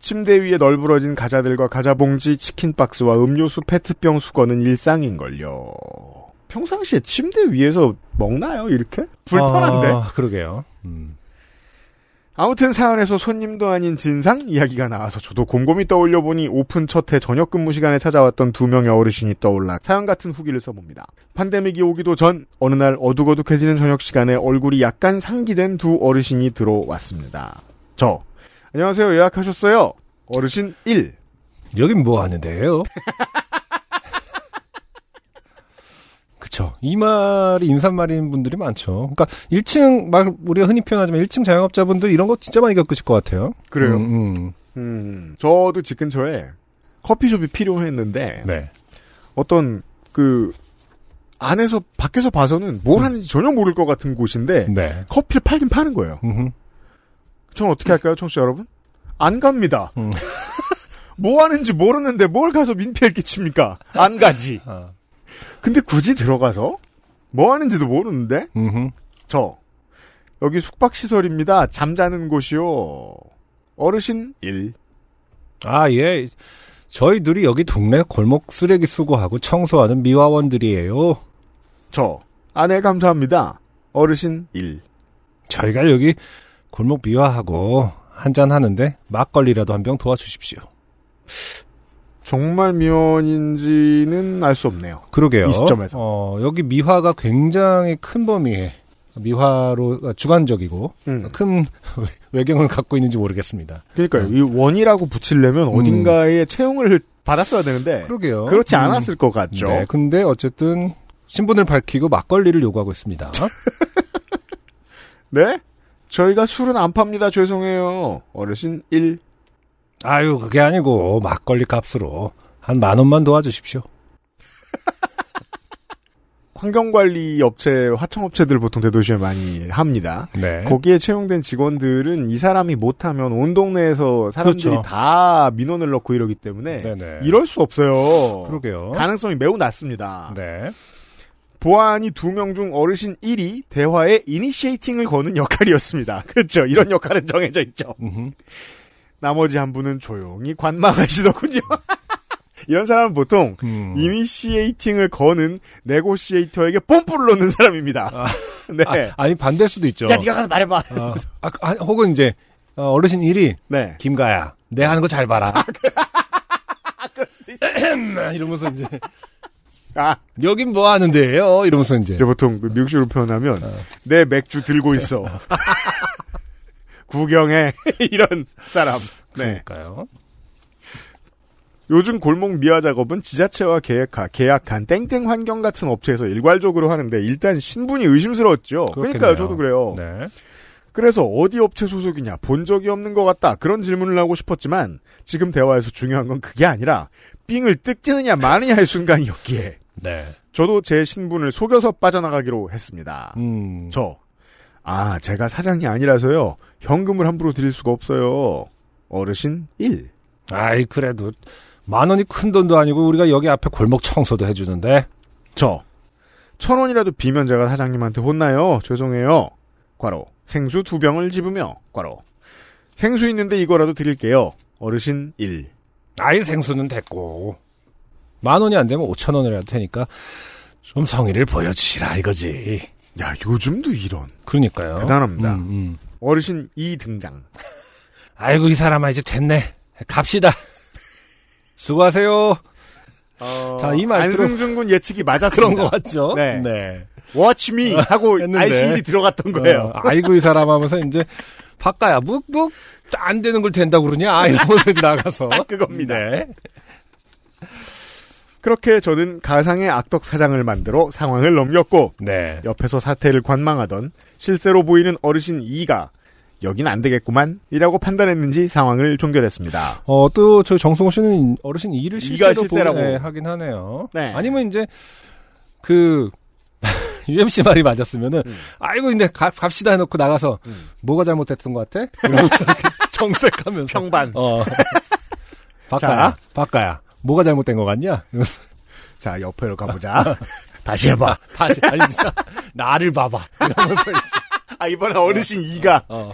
[SPEAKER 3] 침대 위에 널브러진 과자들과 과자 봉지, 치킨 박스와 음료수 페트병 수거는 일상인걸요. 평상시에 침대 위에서 먹나요, 이렇게? 불편한데?
[SPEAKER 2] 아, 그러게요. 음.
[SPEAKER 3] 아무튼 사연에서 손님도 아닌 진상 이야기가 나와서 저도 곰곰이 떠올려 보니 오픈 첫 해 저녁 근무 시간에 찾아왔던 두 명의 어르신이 떠올라 사연 같은 후기를 써봅니다. 팬데믹이 오기도 전 어느 날 어둑어둑해지는 저녁 시간에 얼굴이 약간 상기된 두 어르신이 들어왔습니다. 저 안녕하세요 예약하셨어요 어르신 1
[SPEAKER 2] 여긴 뭐 하는데요? 그쵸. 이 말이 인사말인 분들이 많죠. 그러니까 1층 말 우리가 흔히 표현하지만 1층 자영업자분들 이런 거 진짜 많이 겪으실 것 같아요.
[SPEAKER 3] 그래요. 음.
[SPEAKER 2] 음, 음.
[SPEAKER 3] 저도 집 근처에 커피숍이 필요했는데
[SPEAKER 2] 네.
[SPEAKER 3] 어떤 그 안에서 밖에서 봐서는 뭘 하는지 전혀 모를 것 같은 곳인데
[SPEAKER 2] 네.
[SPEAKER 3] 커피를 팔긴 파는 거예요.
[SPEAKER 2] 음흠.
[SPEAKER 3] 전 어떻게 할까요, 청취자 여러분? 안 갑니다.
[SPEAKER 2] 음.
[SPEAKER 3] 뭐 하는지 모르는데 뭘 가서 민폐를 끼칩니까? 안 가지.
[SPEAKER 2] 아.
[SPEAKER 3] 근데 굳이 들어가서 뭐 하는지도 모르는데
[SPEAKER 2] 음흠.
[SPEAKER 3] 저 여기 숙박 시설입니다. 잠자는 곳이요. 어르신 1.
[SPEAKER 2] 아, 예. 저희들이 여기 동네 골목 쓰레기 수거하고 청소하는 미화원들이에요.
[SPEAKER 3] 저 아내 감사합니다. 어르신 1.
[SPEAKER 2] 저희가 여기 골목 미화하고 한잔 하는데 막걸리라도 한 병 도와주십시오.
[SPEAKER 3] 정말 미연인지는 알 수 없네요.
[SPEAKER 2] 그러게요.
[SPEAKER 3] 이 시점에서.
[SPEAKER 2] 어, 여기 미화가 굉장히 큰 범위에 미화로 아, 주관적이고
[SPEAKER 3] 음.
[SPEAKER 2] 큰 외경을 갖고 있는지 모르겠습니다.
[SPEAKER 3] 그러니까요. 이 원이라고 붙이려면
[SPEAKER 2] 음.
[SPEAKER 3] 어딘가에 채용을 받았어야 되는데
[SPEAKER 2] 그러게요.
[SPEAKER 3] 네. 그렇지
[SPEAKER 2] 음.
[SPEAKER 3] 않았을 것 같죠.
[SPEAKER 2] 네, 근데 어쨌든 신분을 밝히고 막걸리를 요구하고 있습니다.
[SPEAKER 3] 네? 저희가 술은 안 팝니다. 죄송해요. 어르신 1.
[SPEAKER 2] 아유, 그게 아니고 막걸리 값으로 한 만 원만 도와주십시오.
[SPEAKER 3] 환경관리 업체, 화청업체들 보통 대도시에 많이 합니다.
[SPEAKER 2] 네.
[SPEAKER 3] 거기에 채용된 직원들은 이 사람이 못하면 온 동네에서 사람들이
[SPEAKER 2] 그렇죠.
[SPEAKER 3] 다 민원을 넣고 이러기 때문에
[SPEAKER 2] 네네.
[SPEAKER 3] 이럴 수 없어요.
[SPEAKER 2] 그러게요.
[SPEAKER 3] 가능성이 매우 낮습니다.
[SPEAKER 2] 네.
[SPEAKER 3] 보안이 두 명 중 어르신 1이 대화에 이니시에이팅을 거는 역할이었습니다. 그렇죠. 이런 역할은 정해져 있죠.
[SPEAKER 2] 음흠.
[SPEAKER 3] 나머지 한 분은 조용히 관망하시더군요. 이런 사람은 보통
[SPEAKER 2] 음.
[SPEAKER 3] 이니시에이팅을 거는 네고시에이터에게 뽐뿌를 놓는 사람입니다. 네.
[SPEAKER 2] 아, 니 반대일 수도 있죠.
[SPEAKER 3] 야, 네가 가서 말해봐.
[SPEAKER 2] 아, 아, 아, 혹은 이제 어, 어르신 일이
[SPEAKER 3] 네.
[SPEAKER 2] 김가야, 내 하는 거 잘 봐라.
[SPEAKER 3] 아,
[SPEAKER 2] 이러면서 이제
[SPEAKER 3] 아,
[SPEAKER 2] 여긴 뭐 하는데요? 이러면서 이제
[SPEAKER 3] 이제 보통 그 미국식으로 표현하면
[SPEAKER 2] 아.
[SPEAKER 3] 내 맥주 들고 있어. 구경해. 이런 사람. 네.
[SPEAKER 2] 그러니까요.
[SPEAKER 3] 요즘 골목 미화 작업은 지자체와 계약하, 계약한 땡땡 환경 같은 업체에서 일괄적으로 하는데 일단 신분이 의심스러웠죠. 그러니까요,
[SPEAKER 2] 그렇겠네요.
[SPEAKER 3] 저도 그래요.
[SPEAKER 2] 네.
[SPEAKER 3] 그래서 어디 업체 소속이냐 본 적이 없는 것 같다 그런 질문을 하고 싶었지만 지금 대화에서 중요한 건 그게 아니라 삥을 뜯기느냐 마느냐의 순간이었기에
[SPEAKER 2] 네.
[SPEAKER 3] 저도 제 신분을 속여서 빠져나가기로 했습니다.
[SPEAKER 2] 음.
[SPEAKER 3] 저 아, 제가 사장이 아니라서요. 현금을 함부로 드릴 수가 없어요. 어르신 1.
[SPEAKER 2] 아이 그래도 만 원이 큰 돈도 아니고 우리가 여기 앞에 골목 청소도 해주는데.
[SPEAKER 3] 저. 천 원이라도 비면 제가 사장님한테 혼나요. 죄송해요. 과로. 생수 두 병을 집으며. 과로. 생수 있는데 이거라도 드릴게요. 어르신 1.
[SPEAKER 2] 아이 생수는 됐고 만 원이 안 되면 오천 원이라도 되니까 좀 성의를 보여주시라 이거지.
[SPEAKER 3] 야, 요즘도 이런.
[SPEAKER 2] 그러니까요.
[SPEAKER 3] 대단합니다.
[SPEAKER 2] 음, 음.
[SPEAKER 3] 어르신 2 등장.
[SPEAKER 2] 아이고 이 사람아 이제 됐네. 갑시다. 수고하세요. 자, 이 말투로-
[SPEAKER 3] 안승준 군 예측이
[SPEAKER 2] 그런
[SPEAKER 3] 맞았습니다.
[SPEAKER 2] 거 같죠? 어,
[SPEAKER 3] 네. Watch me 하고
[SPEAKER 2] 했는데.
[SPEAKER 3] 알신이 들어갔던 거예요.
[SPEAKER 2] 어, 아이고 이 사람 하면서 이제 바꿔야 뭐뭐안 되는 걸 된다 고 그러냐 이러면서 이제 나가서
[SPEAKER 3] 딱 그겁니다.
[SPEAKER 2] 네.
[SPEAKER 3] 그렇게 저는 가상의 악덕 사장을 만들어 상황을 넘겼고
[SPEAKER 2] 네.
[SPEAKER 3] 옆에서 사태를 관망하던 실제로 보이는 어르신 2가 여긴 안 되겠구만 이라고 판단했는지 상황을 종결했습니다.
[SPEAKER 2] 어, 또, 저 정승호 씨는 어르신 이를 실세로
[SPEAKER 3] 이가 실세라고.
[SPEAKER 2] 보네, 예, 하긴 하네요.
[SPEAKER 3] 네.
[SPEAKER 2] 아니면 이제, 그, UMC 말이 맞았으면은,
[SPEAKER 3] 음.
[SPEAKER 2] 아이고, 근데 가- 갑시다 해놓고 나가서, 뭐가 잘못됐던 것 같아? 이러면서 이렇게 정색하면서.
[SPEAKER 3] 평반.
[SPEAKER 2] 어. 바까야? 바까야. 뭐가 잘못된 것 같냐? 이러면서
[SPEAKER 3] 자 옆으로 가보자. 다시 해봐.
[SPEAKER 2] 다시, 아니, 진짜, 나를 봐봐. 이러면서 이제,
[SPEAKER 3] 아 이번에 어르신 이가
[SPEAKER 2] 어.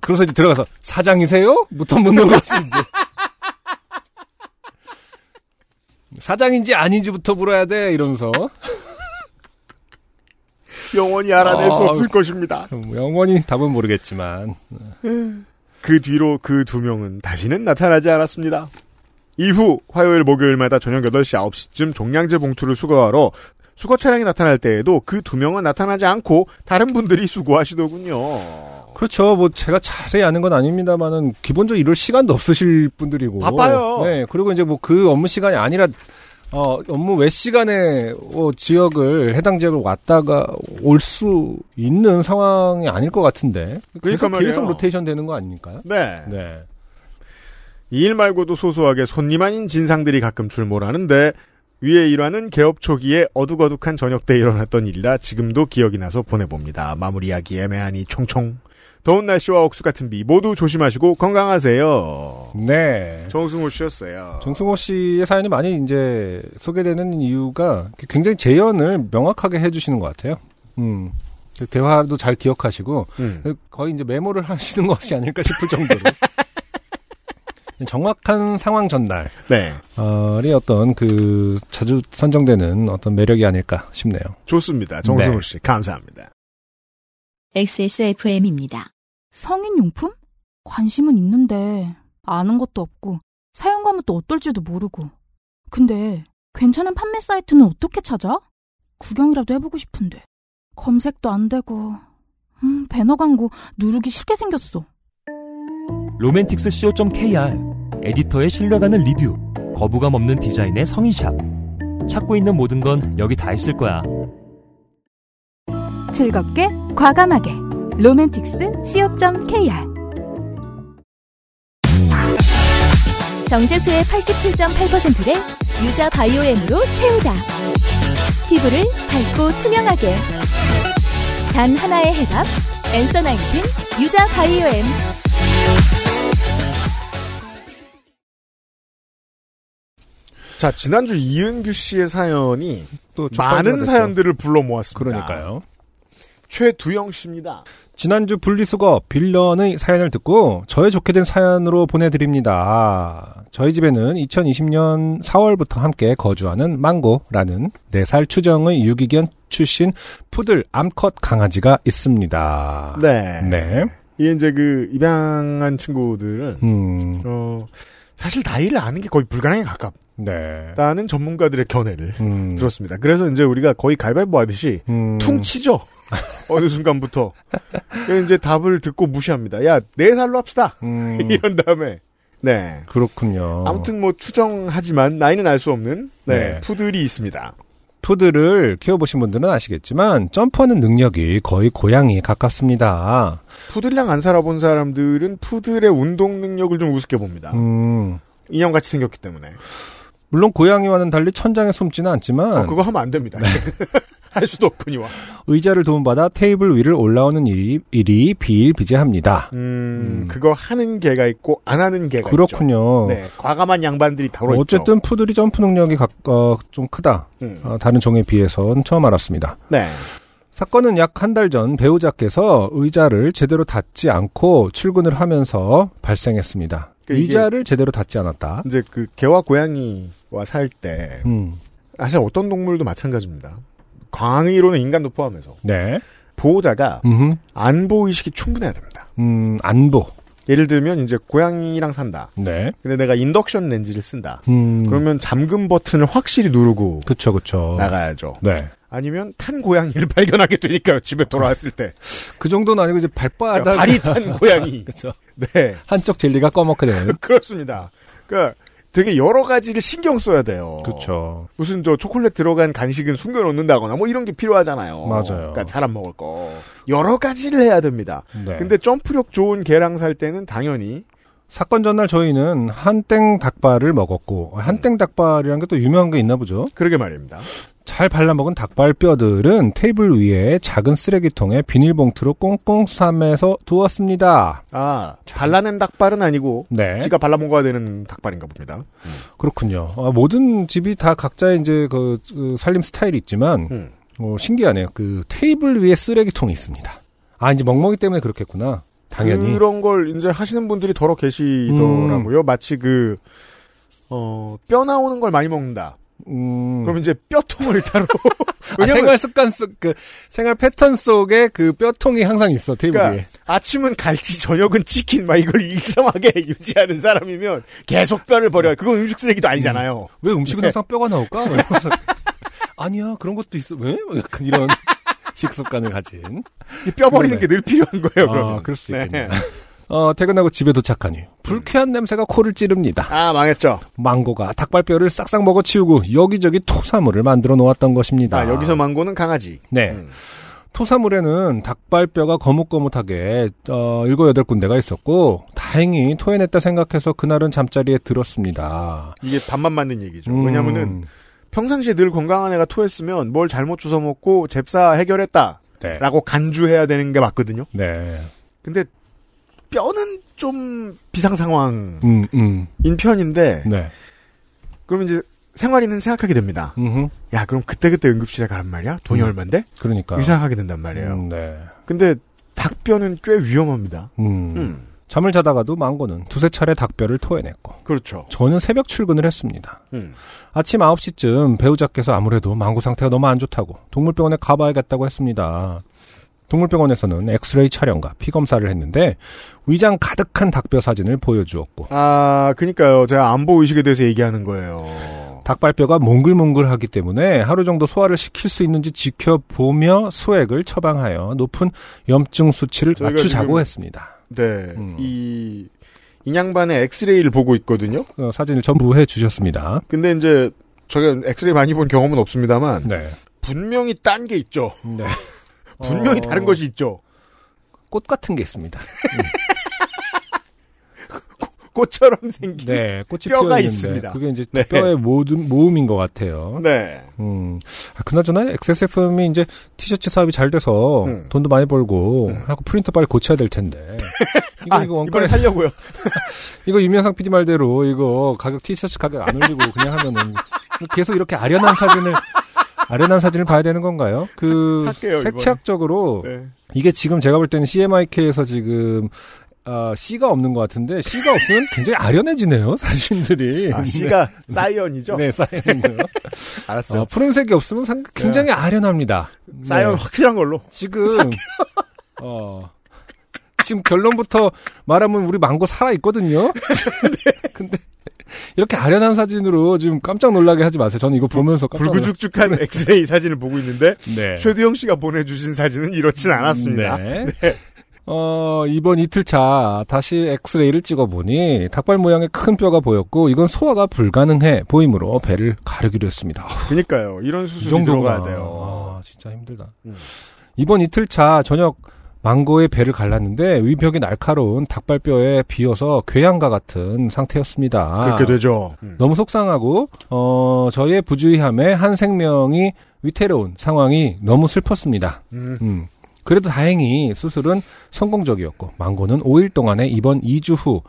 [SPEAKER 2] 그래서 이제 들어가서, 사장이세요? 부터 묻는 것이 이제. 사장인지 아닌지부터 물어야 돼, 이러면서.
[SPEAKER 3] 영원히 알아낼 수
[SPEAKER 2] 아.
[SPEAKER 3] 없을 것입니다.
[SPEAKER 2] 영원히 답은 모르겠지만.
[SPEAKER 3] 그 뒤로 그 두 명은 다시는 나타나지 않았습니다. 이후 화요일 목요일마다 저녁 8시 9시쯤 종량제 봉투를 수거하러 수거 차량이 나타날 때에도 그 두 명은 나타나지 않고 다른 분들이 수거하시더군요.
[SPEAKER 2] 그렇죠. 뭐 제가 자세히 아는 건 아닙니다만은 기본적으로 이럴 시간도 없으실 분들이고
[SPEAKER 3] 바빠요.
[SPEAKER 2] 네. 그리고 이제 뭐 그 업무 시간이 아니라 어 업무 외 시간에 어, 지역을 해당 지역을 왔다가 올 수 있는 상황이 아닐 것 같은데.
[SPEAKER 3] 그러니까
[SPEAKER 2] 계속,
[SPEAKER 3] 말이에요.
[SPEAKER 2] 계속 로테이션 되는 거 아닙니까?
[SPEAKER 3] 네.
[SPEAKER 2] 네.
[SPEAKER 3] 이 일 말고도 소소하게 손님 아닌 진상들이 가끔 출몰하는데 위의 일화는 개업 초기에 어둑어둑한 저녁 때 일어났던 일이라 지금도 기억이 나서 보내봅니다. 마무리하기 애매하니 총총. 더운 날씨와 억수 같은 비 모두 조심하시고 건강하세요.
[SPEAKER 2] 네.
[SPEAKER 3] 정승호 씨였어요.
[SPEAKER 2] 정승호 씨의 사연이 많이 이제 소개되는 이유가 굉장히 재연을 명확하게 해주시는 것 같아요. 음. 대화도 잘 기억하시고
[SPEAKER 3] 음.
[SPEAKER 2] 거의 이제 메모를 하시는 것이 아닐까 싶을 정도로 정확한 상황 전달이
[SPEAKER 3] 네.
[SPEAKER 2] 어떤 그 자주 선정되는 어떤 매력이 아닐까 싶네요.
[SPEAKER 3] 좋습니다.
[SPEAKER 2] 네.
[SPEAKER 3] 정승호 씨. 감사합니다.
[SPEAKER 1] XSFM입니다.
[SPEAKER 10] 성인용품? 관심은 있는데 아는 것도 없고 사용감은 또 어떨지도 모르고 근데 괜찮은 판매 사이트는 어떻게 찾아? 구경이라도 해보고 싶은데 검색도 안 되고 음, 배너 광고 누르기 싫게 생겼어
[SPEAKER 9] 로맨틱스co.kr 에디터의 신뢰가는 리뷰 거부감 없는 디자인의 성인샵 찾고 있는 모든 건 여기 다 있을 거야
[SPEAKER 10] 즐겁게 과감하게 로맨틱스 co.kr
[SPEAKER 4] 정제수의 87.8%를 유자 바이오엠으로 채우다. 피부를 밝고 투명하게. 단 하나의 해답. 엔서 나인틴 유자 바이오엠.
[SPEAKER 3] 자, 지난주 이은규 씨의 사연이
[SPEAKER 2] 또
[SPEAKER 3] 많은 사연들을 불러 모았습니다.
[SPEAKER 2] 그러니까요.
[SPEAKER 3] 최두영 씨입니다.
[SPEAKER 2] 지난주 분리수거 빌런의 사연을 듣고 저의 좋게 된 사연으로 보내드립니다. 저희 집에는 2020년 4월부터 함께 거주하는 망고라는 4살 추정의 유기견 출신 푸들 암컷 강아지가 있습니다.
[SPEAKER 3] 네.
[SPEAKER 2] 네.
[SPEAKER 3] 이게 이제 그 입양한 친구들은
[SPEAKER 2] 음,
[SPEAKER 3] 어, 사실 나이를 아는 게 거의 불가능에 가깝다는
[SPEAKER 2] 네.
[SPEAKER 3] 전문가들의 견해를
[SPEAKER 2] 음,
[SPEAKER 3] 들었습니다. 그래서 이제 우리가 거의 가위바위보 하듯이
[SPEAKER 2] 음,
[SPEAKER 3] 퉁치죠. 어느 순간부터. 그래서 이제 답을 듣고 무시합니다. 야, 네 살로 합시다.
[SPEAKER 2] 음,
[SPEAKER 3] 이런 다음에. 네.
[SPEAKER 2] 그렇군요.
[SPEAKER 3] 아무튼 뭐 추정하지만 나이는 알 수 없는 네,
[SPEAKER 2] 어. 네.
[SPEAKER 3] 푸들이 있습니다.
[SPEAKER 2] 푸들을 키워보신 분들은 아시겠지만 점프하는 능력이 거의 고양이에 가깝습니다.
[SPEAKER 3] 아. 푸들이랑 안 살아본 사람들은 푸들의 운동 능력을 좀 우습게 봅니다.
[SPEAKER 2] 음,
[SPEAKER 3] 인형같이 생겼기 때문에.
[SPEAKER 2] 물론 고양이와는 달리 천장에 숨지는 않지만
[SPEAKER 3] 어, 그거 하면 안 됩니다.
[SPEAKER 2] 네.
[SPEAKER 3] 할 수도 없군요.
[SPEAKER 2] 의자를 도움받아 테이블 위를 올라오는 일이, 일이 비일비재합니다.
[SPEAKER 3] 음,
[SPEAKER 2] 음.
[SPEAKER 3] 그거 하는 개가 있고 안 하는 개가 있죠.
[SPEAKER 2] 그렇군요. 뭐
[SPEAKER 3] 네, 과감한 양반들이 다뤄 있죠.
[SPEAKER 2] 어쨌든 푸들이 점프 능력이 각, 어, 좀 크다.
[SPEAKER 3] 음,
[SPEAKER 2] 어, 다른 종에 비해선 처음 알았습니다.
[SPEAKER 3] 네,
[SPEAKER 2] 사건은 약 한 달 전 배우자께서 의자를 제대로 닫지 않고 출근을 하면서 발생했습니다.
[SPEAKER 3] 그 이게-
[SPEAKER 2] 의자를 제대로 닫지 않았다.
[SPEAKER 3] 이제 그 개와 고양이와 살 때
[SPEAKER 2] 음,
[SPEAKER 3] 사실 어떤 동물도 마찬가지입니다. 광의로는 인간도 포함해서
[SPEAKER 2] 네.
[SPEAKER 3] 보호자가
[SPEAKER 2] 음흠.
[SPEAKER 3] 안보 의식이 충분해야 됩니다.
[SPEAKER 2] 음, 안보.
[SPEAKER 3] 예를 들면 이제 고양이랑 산다.
[SPEAKER 2] 네.
[SPEAKER 3] 근데 내가 인덕션 렌즈를 쓴다.
[SPEAKER 2] 음.
[SPEAKER 3] 그러면 잠금 버튼을 확실히 누르고
[SPEAKER 2] 그쵸, 그쵸.
[SPEAKER 3] 나가야죠.
[SPEAKER 2] 네.
[SPEAKER 3] 아니면 탄 고양이를 발견하게 되니까요. 집에 돌아왔을 때
[SPEAKER 2] 그 정도는 아니고 이제 발바닥.
[SPEAKER 3] 발이 탄 고양이.
[SPEAKER 2] 그쵸.
[SPEAKER 3] 네.
[SPEAKER 2] 한쪽 젤리가 꺼먹게 되는.
[SPEAKER 3] 그렇습니다. 그러니까 되게 여러 가지를 신경 써야 돼요.
[SPEAKER 2] 그렇죠.
[SPEAKER 3] 무슨 저 초콜릿 들어간 간식은 숨겨놓는다거나 뭐 이런 게 필요하잖아요.
[SPEAKER 2] 맞아요.
[SPEAKER 3] 그러니까 사람 먹을 거 여러 가지를 해야 됩니다.
[SPEAKER 2] 네.
[SPEAKER 3] 근데 점프력 좋은 개랑 살 때는 당연히
[SPEAKER 2] 사건 전날 저희는 한땡 닭발을 먹었고 한땡 닭발이라는 게 또 유명한 게 있나 보죠.
[SPEAKER 3] 그러게 말입니다.
[SPEAKER 2] 잘 발라먹은 닭발 뼈들은 테이블 위에 작은 쓰레기통에 비닐봉투로 꽁꽁 싸매서 두었습니다.
[SPEAKER 3] 아 발라낸 닭발은 아니고
[SPEAKER 2] 네.
[SPEAKER 3] 지가 발라 먹어야 되는 닭발인가 봅니다.
[SPEAKER 2] 그렇군요. 아, 모든 집이 다 각자의 이제 그, 그 살림 스타일이 있지만
[SPEAKER 3] 음.
[SPEAKER 2] 어, 신기하네요. 그 테이블 위에 쓰레기통이 있습니다. 아 이제 먹먹이 때문에 그렇겠구나. 당연히.
[SPEAKER 3] 그런 걸 이제 하시는 분들이 더러
[SPEAKER 2] 음.
[SPEAKER 3] 계시더라고요. 마치 그 어, 뼈 나오는 걸 많이 먹는다.
[SPEAKER 2] 음.
[SPEAKER 3] 그럼 이제 뼈통을 따로
[SPEAKER 2] 아,
[SPEAKER 3] 왜냐면
[SPEAKER 2] 생활 습관 속, 그, 생활 패턴 속에 그 뼈통이 항상 있어, 테이블
[SPEAKER 3] 그러니까
[SPEAKER 2] 위에.
[SPEAKER 3] 아침은 갈치, 저녁은 치킨, 막 이걸 일정하게 유지하는 사람이면 계속 뼈를 버려. 그건 음식 쓰레기도 아니잖아요.
[SPEAKER 2] 왜 음식은
[SPEAKER 3] 네.
[SPEAKER 2] 항상 뼈가 나올까? 막 이러면서 아니야, 그런 것도 있어. 왜? 막 약간 이런 식습관을 가진.
[SPEAKER 3] 이뼈 버리는
[SPEAKER 2] 그러네.
[SPEAKER 3] 게 늘 필요한 거예요. 그러면.
[SPEAKER 2] 아, 그럴 수
[SPEAKER 3] 네.
[SPEAKER 2] 있겠네. 어, 퇴근하고 집에 도착하니 불쾌한 냄새가 코를 찌릅니다.
[SPEAKER 3] 아 망했죠.
[SPEAKER 2] 망고가 닭발뼈를 싹싹 먹어치우고 여기저기 토사물을 만들어 놓았던 것입니다.
[SPEAKER 3] 아, 여기서 망고는 강아지.
[SPEAKER 2] 네.
[SPEAKER 3] 음.
[SPEAKER 2] 토사물에는 닭발뼈가 거뭇거뭇하게 어, 7-8 군데가 있었고 다행히 토해냈다 생각해서 그날은 잠자리에 들었습니다.
[SPEAKER 3] 이게 밥만 맞는 얘기죠.
[SPEAKER 2] 음,
[SPEAKER 3] 왜냐면은 평상시에 늘 건강한 애가 토했으면 뭘 잘못 주워 먹고 잽싸 해결했다라고
[SPEAKER 2] 네.
[SPEAKER 3] 간주해야 되는 게 맞거든요.
[SPEAKER 2] 네.
[SPEAKER 3] 근데 뼈는 좀 비상 상황인
[SPEAKER 2] 음, 음.
[SPEAKER 3] 편인데
[SPEAKER 2] 네.
[SPEAKER 3] 그러면 이제 생활인은 생각하게 됩니다.
[SPEAKER 2] 음흠.
[SPEAKER 3] 야 그럼 그때그때 응급실에 가란 말이야? 돈이
[SPEAKER 2] 음.
[SPEAKER 3] 얼만데?
[SPEAKER 2] 그러니까.
[SPEAKER 3] 이 생각하게 된단 말이에요.
[SPEAKER 2] 음, 네.
[SPEAKER 3] 근데 닭뼈는 꽤 위험합니다.
[SPEAKER 2] 음.
[SPEAKER 3] 음,
[SPEAKER 2] 잠을 자다가도 망고는 두세 차례 닭뼈를 토해냈고
[SPEAKER 3] 그렇죠.
[SPEAKER 2] 저는 새벽 출근을 했습니다.
[SPEAKER 3] 음.
[SPEAKER 2] 아침 9시쯤 배우자께서 아무래도 망고 상태가 너무 안 좋다고 동물병원에 가봐야겠다고 했습니다. 동물병원에서는 엑스레이 촬영과 피검사를 했는데 위장 가득한 닭뼈 사진을 보여주었고
[SPEAKER 3] 아, 그니까요. 제가 안보 의식에 대해서 얘기하는 거예요.
[SPEAKER 2] 닭발뼈가 몽글몽글하기 때문에 하루 정도 소화를 시킬 수 있는지 지켜보며 소액을 처방하여 높은 염증 수치를
[SPEAKER 3] 저희가
[SPEAKER 2] 맞추자고
[SPEAKER 3] 지금-
[SPEAKER 2] 했습니다.
[SPEAKER 3] 네,
[SPEAKER 2] 음.
[SPEAKER 3] 이 인양반의 엑스레이를 보고 있거든요.
[SPEAKER 2] 어, 사진을 전부 해주셨습니다.
[SPEAKER 3] 근데 이제 저게 엑스레이 많이 본 경험은 없습니다만
[SPEAKER 2] 네.
[SPEAKER 3] 분명히 딴 게 있죠.
[SPEAKER 2] 네.
[SPEAKER 3] 음. 분명히
[SPEAKER 2] 어,
[SPEAKER 3] 다른 것이 있죠.
[SPEAKER 2] 꽃 같은 게 있습니다.
[SPEAKER 3] 꽃처럼 생긴.
[SPEAKER 2] 네, 꽃이
[SPEAKER 3] 뼈가
[SPEAKER 2] 피어있는데
[SPEAKER 3] 있습니다.
[SPEAKER 2] 그게 이제
[SPEAKER 3] 네.
[SPEAKER 2] 뼈의 모든 모음인 것 같아요.
[SPEAKER 3] 네.
[SPEAKER 2] 음. 아, 그나저나 XSFM이 이제 티셔츠 사업이 잘 돼서
[SPEAKER 3] 음.
[SPEAKER 2] 돈도 많이 벌고
[SPEAKER 3] 음.
[SPEAKER 2] 하고 프린터 빨리 고쳐야 될 텐데. 이거
[SPEAKER 3] 아,
[SPEAKER 2] 이거
[SPEAKER 3] 이번에
[SPEAKER 2] 원가에
[SPEAKER 3] 살려고요.
[SPEAKER 2] 이거 유명상 PD 말대로 이거 가격 티셔츠 가격 안 올리고 그냥 하면은 뭐 계속 이렇게 아련한 사진을 아련한 사진을 봐야 되는 건가요? 그
[SPEAKER 3] 살게요, 이번에.
[SPEAKER 2] 색채학적으로
[SPEAKER 3] 네.
[SPEAKER 2] 이게 지금 제가 볼 때는 CMYK에서 지금 아, C가 없는 것 같은데 C가 없으면 굉장히 아련해지네요 사진들이.
[SPEAKER 3] 아, 씨가 사이언이죠.
[SPEAKER 2] 네, 사이언이요.
[SPEAKER 3] 알았어요. 네.
[SPEAKER 2] 어, 푸른색이 없으면 상- 굉장히 아련합니다.
[SPEAKER 3] 사이언
[SPEAKER 2] 네.
[SPEAKER 3] 확실한 걸로.
[SPEAKER 2] 지금 어 지금 결론부터 말하면 우리 망고 살아 있거든요. 네. 근데 이렇게 아련한 사진으로 지금 깜짝 놀라게 하지 마세요. 저는 이거 보면서 깜짝 놀랐...
[SPEAKER 3] 불구죽죽한 엑스레이 사진을 보고 있는데
[SPEAKER 2] 네.
[SPEAKER 3] 최두영 씨가 보내주신 사진은 이렇진 않았습니다.
[SPEAKER 2] 네. 어, 이번 이틀차 다시 엑스레이를 찍어보니 닭발 모양의 큰 뼈가 보였고 이건 소화가 불가능해 보이므로 배를 가르기로 했습니다.
[SPEAKER 3] 그니까요. 이런
[SPEAKER 2] 이
[SPEAKER 3] 수술이
[SPEAKER 2] 정도가
[SPEAKER 3] 들어가야 돼요.
[SPEAKER 2] 아, 진짜 힘들다.
[SPEAKER 3] 음.
[SPEAKER 2] 이번 이틀차 저녁 망고의 배를 갈랐는데 위벽이 날카로운 닭발뼈에 비어서 궤양과 같은 상태였습니다.
[SPEAKER 3] 그렇게 되죠. 음.
[SPEAKER 2] 너무 속상하고 어 저희의 부주의함에 한 생명이 위태로운 상황이 너무 슬펐습니다.
[SPEAKER 3] 음.
[SPEAKER 2] 음. 그래도 다행히 수술은 성공적이었고 망고는 5일 동안에 입원 2주 후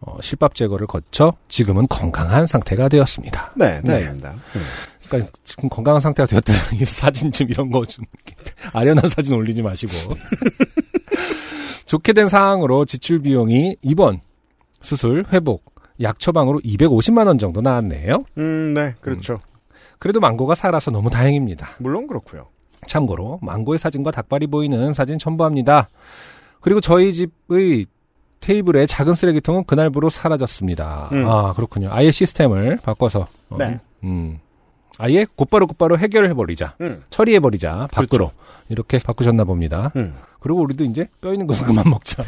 [SPEAKER 2] 어, 실밥 제거를 거쳐 지금은 건강한 상태가 되었습니다.
[SPEAKER 3] 네,
[SPEAKER 2] 네.
[SPEAKER 3] 네.
[SPEAKER 2] 그러니까 지금 건강한 상태가 되었다는 이 사진 좀 이런 거 좀 아련한 사진 올리지 마시고 좋게 된 상황으로 지출 비용이 입원 수술 회복 약 처방으로 250만 원 정도 나왔네요.
[SPEAKER 3] 음, 네, 그렇죠.
[SPEAKER 2] 그래도 망고가 살아서 너무 다행입니다.
[SPEAKER 3] 물론 그렇고요.
[SPEAKER 2] 참고로 망고의 사진과 닭발이 보이는 사진 첨부합니다. 그리고 저희 집의 테이블에 작은 쓰레기통은 그날부로 사라졌습니다.
[SPEAKER 3] 음.
[SPEAKER 2] 아 그렇군요. 아예 시스템을 바꿔서 어,
[SPEAKER 3] 네.
[SPEAKER 2] 음. 아예 곧바로 곧바로 해결해 버리자.
[SPEAKER 3] 음.
[SPEAKER 2] 처리해 버리자. 밖으로 이렇게 바꾸셨나 봅니다.
[SPEAKER 3] 음.
[SPEAKER 2] 그리고 우리도 이제 뼈 있는 것은 그만 먹자.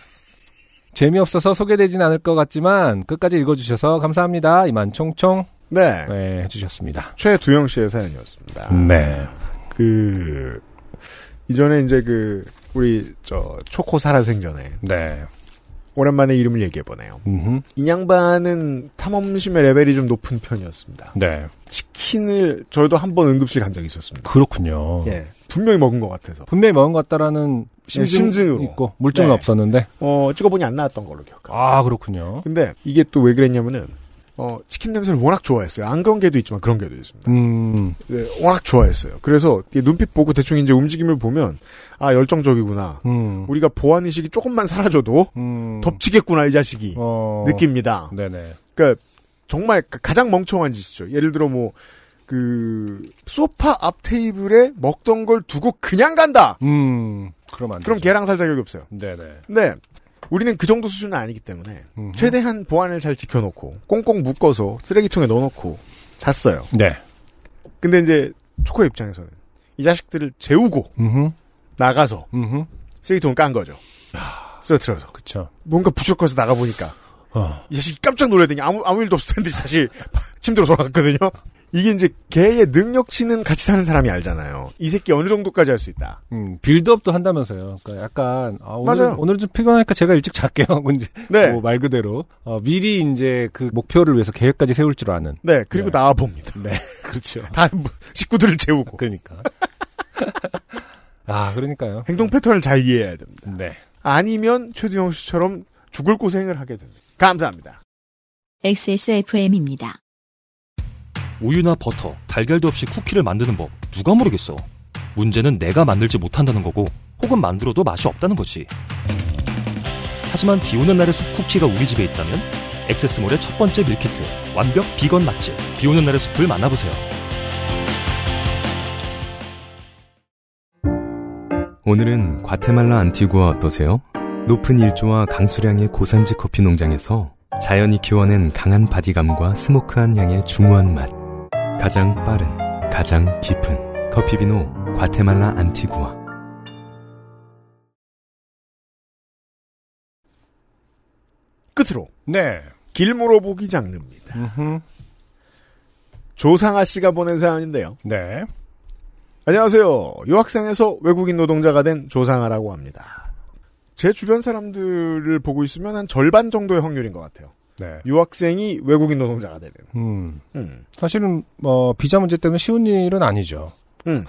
[SPEAKER 2] 재미없어서 소개되진 않을 것 같지만 끝까지 읽어주셔서 감사합니다. 이만 총총
[SPEAKER 3] 네. 음.
[SPEAKER 2] 네, 해주셨습니다.
[SPEAKER 3] 최두영 씨의 사연이었습니다.
[SPEAKER 2] 네.
[SPEAKER 3] 그 이전에 이제 그 우리 저 초코 살아생전에
[SPEAKER 2] 네.
[SPEAKER 3] 오랜만에 이름을 얘기해 보네요.
[SPEAKER 2] 음흠.
[SPEAKER 3] 인양반은 탐험심의 레벨이 좀 높은 편이었습니다.
[SPEAKER 2] 네.
[SPEAKER 3] 치킨을 저희도 한 번 응급실 간 적이 있었습니다.
[SPEAKER 2] 그렇군요.
[SPEAKER 3] 예, 분명히 먹은 것 같아서.
[SPEAKER 2] 분명히 먹은 것 같다라는
[SPEAKER 3] 예, 심증으로.
[SPEAKER 2] 심증 있고 물증은
[SPEAKER 3] 네.
[SPEAKER 2] 없었는데.
[SPEAKER 3] 어 찍어보니 안 나왔던 걸로 기억합니다.
[SPEAKER 2] 아 그렇군요.
[SPEAKER 3] 근데 이게 또 왜 그랬냐면은 어, 치킨 냄새를 워낙 좋아했어요. 안 그런 게도 있지만 그런 게도 있습니다.
[SPEAKER 2] 음.
[SPEAKER 3] 네, 워낙 좋아했어요. 그래서 이게 눈빛 보고 대충 이제 움직임을 보면 아 열정적이구나.
[SPEAKER 2] 음.
[SPEAKER 3] 우리가 보안 의식이 조금만 사라져도
[SPEAKER 2] 음.
[SPEAKER 3] 덮치겠구나 이 자식이
[SPEAKER 2] 어.
[SPEAKER 3] 느낍니다.
[SPEAKER 2] 네네.
[SPEAKER 3] 그러니까 정말 가- 가장 멍청한 짓이죠. 예를 들어 뭐 그 소파 앞 테이블에 먹던 걸 두고 그냥 간다.
[SPEAKER 2] 음. 그럼 안.
[SPEAKER 3] 그럼
[SPEAKER 2] 되죠.
[SPEAKER 3] 걔랑 살 자격이 없어요.
[SPEAKER 2] 네네.
[SPEAKER 3] 네. 우리는 그 정도 수준은 아니기 때문에
[SPEAKER 2] 음흠.
[SPEAKER 3] 최대한 보안을 잘 지켜놓고 꽁꽁 묶어서 쓰레기통에 넣어놓고 잤어요.
[SPEAKER 2] 네.
[SPEAKER 3] 근데 이제 초코의 입장에서는 이 자식들을 재우고
[SPEAKER 2] 음.
[SPEAKER 3] 나가서
[SPEAKER 2] 음.
[SPEAKER 3] 쓰레기통을 깐 거죠. 쓰러뜨려서
[SPEAKER 2] 그쵸.
[SPEAKER 3] 뭔가 부쩍거려서 나가 보니까
[SPEAKER 2] 어.
[SPEAKER 3] 이 자식이 깜짝 놀라더니 아무 아무 일도 없을 텐데 사실 침대로 돌아갔거든요. 이게 이제 걔의 능력치는 같이 사는 사람이 알잖아요. 이 새끼 어느 정도까지 할 수 있다.
[SPEAKER 2] 음. 빌드업도 한다면서요. 그러니까 약간 아, 오늘
[SPEAKER 3] 맞아요.
[SPEAKER 2] 오늘 좀 피곤하니까 제가 일찍 잘게요. 하고 이제
[SPEAKER 3] 네,
[SPEAKER 2] 뭐말 그대로 어, 미리 이제 그 목표를 위해서 계획까지 세울 줄 아는.
[SPEAKER 3] 네 그리고
[SPEAKER 2] 네.
[SPEAKER 3] 나와 봅니다.
[SPEAKER 2] 네. 그렇죠.
[SPEAKER 3] 다 식구들을 재우고
[SPEAKER 2] 그러니까. 아 그러니까요.
[SPEAKER 3] 행동 패턴을 잘 이해해야 됩니다.
[SPEAKER 2] 네.
[SPEAKER 3] 아니면 최두영 씨처럼 죽을 고생을 하게 됩니다. 감사합니다.
[SPEAKER 1] XSFM입니다.
[SPEAKER 9] 우유나 버터, 달걀도 없이 쿠키를 만드는 법 누가 모르겠어. 문제는 내가 만들지 못한다는 거고 혹은 만들어도 맛이 없다는 거지. 하지만 비 오는 날의 숲 쿠키가 우리 집에 있다면 액세스몰의 첫 번째 밀키트 완벽 비건 맛집 비 오는 날의 숲을 만나보세요.
[SPEAKER 5] 오늘은 과테말라 안티구아 어떠세요? 높은 일조와 강수량의 고산지 커피 농장에서 자연이 키워낸 강한 바디감과 스모크한 향의 중후한 맛. 가장 빠른, 가장 깊은 커피 비노 과테말라 안티구아.
[SPEAKER 3] 끝으로
[SPEAKER 2] 네.
[SPEAKER 3] 길물어보기 장르입니다.
[SPEAKER 2] 음흠.
[SPEAKER 3] 조상아 씨가 보낸 사연인데요.
[SPEAKER 2] 네.
[SPEAKER 3] 안녕하세요. 유학생에서 외국인 노동자가 된 조상아라고 합니다. 제 주변 사람들을 보고 있으면 한 절반 정도의 확률인 것 같아요.
[SPEAKER 2] 네.
[SPEAKER 3] 유학생이 외국인 노동자가 되는.
[SPEAKER 2] 음.
[SPEAKER 3] 음.
[SPEAKER 2] 사실은 뭐 비자 문제 때문에 쉬운 일은 아니죠.
[SPEAKER 3] 음.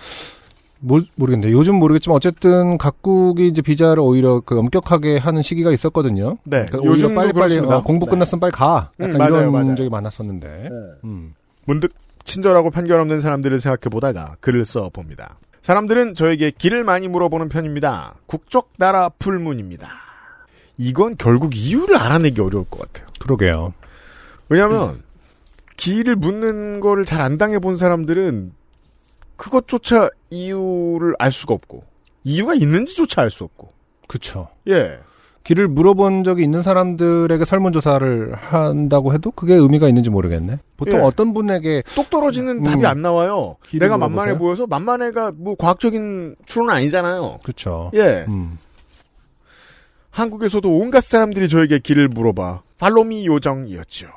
[SPEAKER 2] 모, 모르겠는데 요즘 모르겠지만 어쨌든 각국이 이제 비자를 오히려 그 엄격하게 하는 시기가 있었거든요.
[SPEAKER 3] 네.
[SPEAKER 2] 그러니까 오히려
[SPEAKER 3] 요즘도
[SPEAKER 2] 빨리 빨리
[SPEAKER 3] 그렇습니다.
[SPEAKER 2] 공부
[SPEAKER 3] 네.
[SPEAKER 2] 끝났으면 빨리 가. 약간
[SPEAKER 3] 음, 맞아요,
[SPEAKER 2] 이런
[SPEAKER 3] 맞아요. 네.
[SPEAKER 2] 적이 많았었는데. 음.
[SPEAKER 3] 문득 친절하고 판결 없는 사람들을 생각해 보다가 글을 써 봅니다. 사람들은 저에게 길을 많이 물어보는 편입니다. 국적 나라 풀문입니다. 이건 결국 이유를 알아내기 어려울 것 같아요.
[SPEAKER 2] 그러게요.
[SPEAKER 3] 왜냐하면
[SPEAKER 2] 음.
[SPEAKER 3] 길을 묻는 거를 잘 안 당해 본 사람들은 그것조차 이유를 알 수가 없고 이유가 있는지조차 알 수 없고
[SPEAKER 2] 그쵸.
[SPEAKER 3] 예
[SPEAKER 2] 길을 물어본 적이 있는 사람들에게 설문조사를 한다고 해도 그게 의미가 있는지 모르겠네. 보통
[SPEAKER 3] 예.
[SPEAKER 2] 어떤 분에게
[SPEAKER 3] 똑 떨어지는
[SPEAKER 2] 음.
[SPEAKER 3] 답이 안 나와요.
[SPEAKER 2] 길을
[SPEAKER 3] 내가
[SPEAKER 2] 물어보세요?
[SPEAKER 3] 만만해 보여서 만만해가 뭐 과학적인 추론은 아니잖아요.
[SPEAKER 2] 그쵸.
[SPEAKER 3] 예
[SPEAKER 2] 음.
[SPEAKER 3] 한국에서도 온갖 사람들이 저에게 길을 물어봐 팔로미 요정이었죠.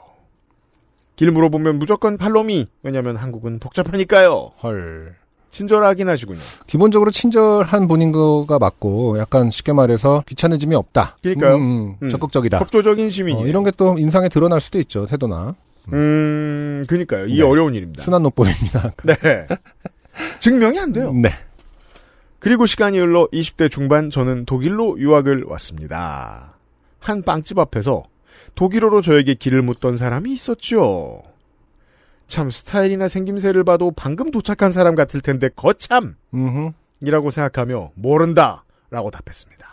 [SPEAKER 3] 길 물어보면 무조건 팔로미 왜냐면 한국은 복잡하니까요.
[SPEAKER 2] 헐.
[SPEAKER 3] 친절하긴 하시군요.
[SPEAKER 2] 기본적으로 친절한 분인 거가 맞고 약간 쉽게 말해서 귀찮으짐이 없다.
[SPEAKER 3] 그러니까요.
[SPEAKER 2] 음,
[SPEAKER 3] 음.
[SPEAKER 2] 적극적이다.
[SPEAKER 3] 협조적인 시민이
[SPEAKER 2] 어, 이런 게 또 인상에 드러날 수도 있죠 태도나
[SPEAKER 3] 음, 그니까요. 이게
[SPEAKER 2] 네.
[SPEAKER 3] 어려운 일입니다.
[SPEAKER 2] 순한 노보입니다.
[SPEAKER 3] 네. 증명이 안 돼요.
[SPEAKER 2] 네.
[SPEAKER 3] 그리고 시간이 흘러 20대 중반 저는 독일로 유학을 왔습니다. 한 빵집 앞에서 독일어로 저에게 길을 묻던 사람이 있었죠. 참 스타일이나 생김새를 봐도 방금 도착한 사람 같을 텐데 거참!
[SPEAKER 2] 음흠.
[SPEAKER 3] 이라고 생각하며 모른다! 라고 답했습니다.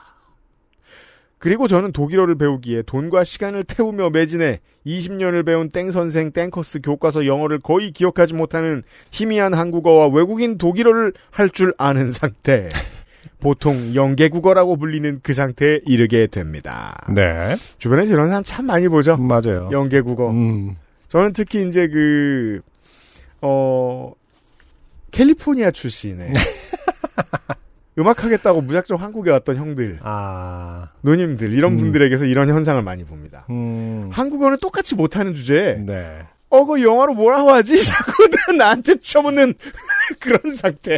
[SPEAKER 3] 그리고 저는 독일어를 배우기에 돈과 시간을 태우며 매진해 20년을 배운 땡선생 땡커스 교과서 영어를 거의 기억하지 못하는 희미한 한국어와 외국인 독일어를 할 줄 아는 상태. 보통 영계국어라고 불리는 그 상태에 이르게 됩니다.
[SPEAKER 2] 네.
[SPEAKER 3] 주변에서 이런 사람 참 많이 보죠.
[SPEAKER 2] 음, 맞아요.
[SPEAKER 3] 영계국어.
[SPEAKER 2] 음.
[SPEAKER 3] 저는 특히 이제
[SPEAKER 2] 네.
[SPEAKER 3] 그, 어, 캘리포니아 출신의 음악 하겠다고 무작정 한국에 왔던 형들,
[SPEAKER 2] 아,
[SPEAKER 3] 누님들 이런
[SPEAKER 2] 음.
[SPEAKER 3] 분들에게서 이런 현상을 많이 봅니다.
[SPEAKER 2] 음,
[SPEAKER 3] 한국어는 똑같이 못하는 주제에
[SPEAKER 2] 네.
[SPEAKER 3] 어, 그 영화로 뭐라고 하지? 자꾸 다 나한테 쳐묻는 그런 상태.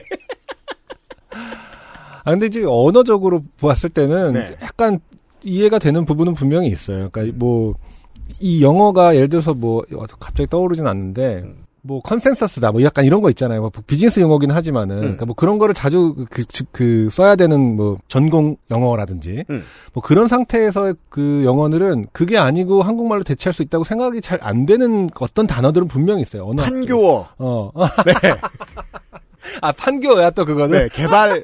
[SPEAKER 2] 아 근데 이제 언어적으로 보았을 때는
[SPEAKER 3] 네.
[SPEAKER 2] 약간 이해가 되는 부분은 분명히 있어요. 그러니까 뭐 이 영어가 예를 들어서 뭐 어, 갑자기 떠오르진 않는데
[SPEAKER 3] 음.
[SPEAKER 2] 뭐 컨센서스다 뭐 약간 이런 거 있잖아요. 뭐 비즈니스 용어긴
[SPEAKER 3] 음.
[SPEAKER 2] 하지만은 그러니까 뭐 그런 거를 자주 그, 즉, 그 써야 되는 뭐 전공 영어라든지
[SPEAKER 3] 음.
[SPEAKER 2] 뭐 그런 상태에서의 그 영어들은 그게 아니고 한국말로 대체할 수 있다고 생각이 잘 안 되는 어떤 단어들은 분명히 있어요. 언어.
[SPEAKER 3] 판교어.
[SPEAKER 2] 어. 아 판교야 또 그거는.
[SPEAKER 3] 네, 개발.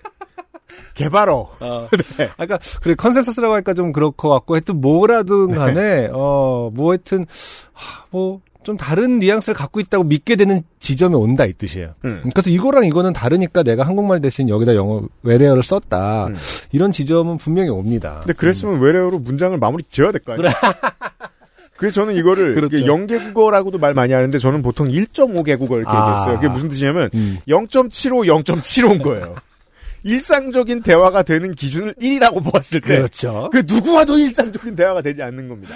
[SPEAKER 3] 개발어. 네.
[SPEAKER 2] 아까 그러니까 그래 컨센서스라고 하니까 좀 그렇고 같고 하여튼 뭐라든 간에 어 뭐 하여튼 뭐 좀 다른 뉘앙스를 갖고 있다고 믿게 되는 지점에 온다 이 뜻이에요.
[SPEAKER 3] 음.
[SPEAKER 2] 그래서 이거랑 이거는 다르니까 내가 한국말 대신 여기다 영어 외래어를 썼다
[SPEAKER 3] 음.
[SPEAKER 2] 이런 지점은 분명히 옵니다.
[SPEAKER 3] 근데 그랬으면 외래어로 문장을 마무리 지어야 될 거 아니에요? 그래서 저는 이거를
[SPEAKER 2] 그렇죠.
[SPEAKER 3] 이게 영계국어라고도 말 많이 하는데 저는 보통 1.5개국어 이렇게
[SPEAKER 2] 아.
[SPEAKER 3] 얘기했어요. 그게 무슨 뜻이냐면
[SPEAKER 2] 음.
[SPEAKER 3] 0.75, 0.75인 거예요. 일상적인 대화가 되는 기준을 1이라고 보았을 때.
[SPEAKER 2] 그렇죠.
[SPEAKER 3] 그 누구와도 일상적인 대화가 되지 않는 겁니다.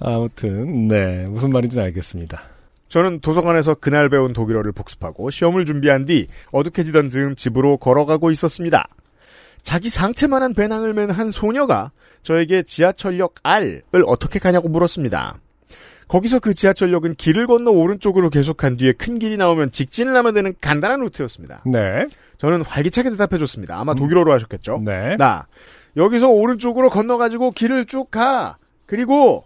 [SPEAKER 2] 아무튼 네 무슨 말인지 알겠습니다.
[SPEAKER 3] 저는 도서관에서 그날 배운 독일어를 복습하고 시험을 준비한 뒤 어둑해지던 즈음 집으로 걸어가고 있었습니다. 자기 상체만한 배낭을 맨 한 소녀가 저에게 지하철역 R을 어떻게 가냐고 물었습니다. 거기서 그 지하철역은 길을 건너 오른쪽으로 계속 간 뒤에 큰 길이 나오면 직진을 하면 되는 간단한 루트였습니다.
[SPEAKER 2] 네,
[SPEAKER 3] 저는 활기차게 대답해줬습니다. 아마 독일어로 하셨겠죠?
[SPEAKER 2] 네,
[SPEAKER 3] 나 여기서 오른쪽으로 건너가지고 길을 쭉 가. 그리고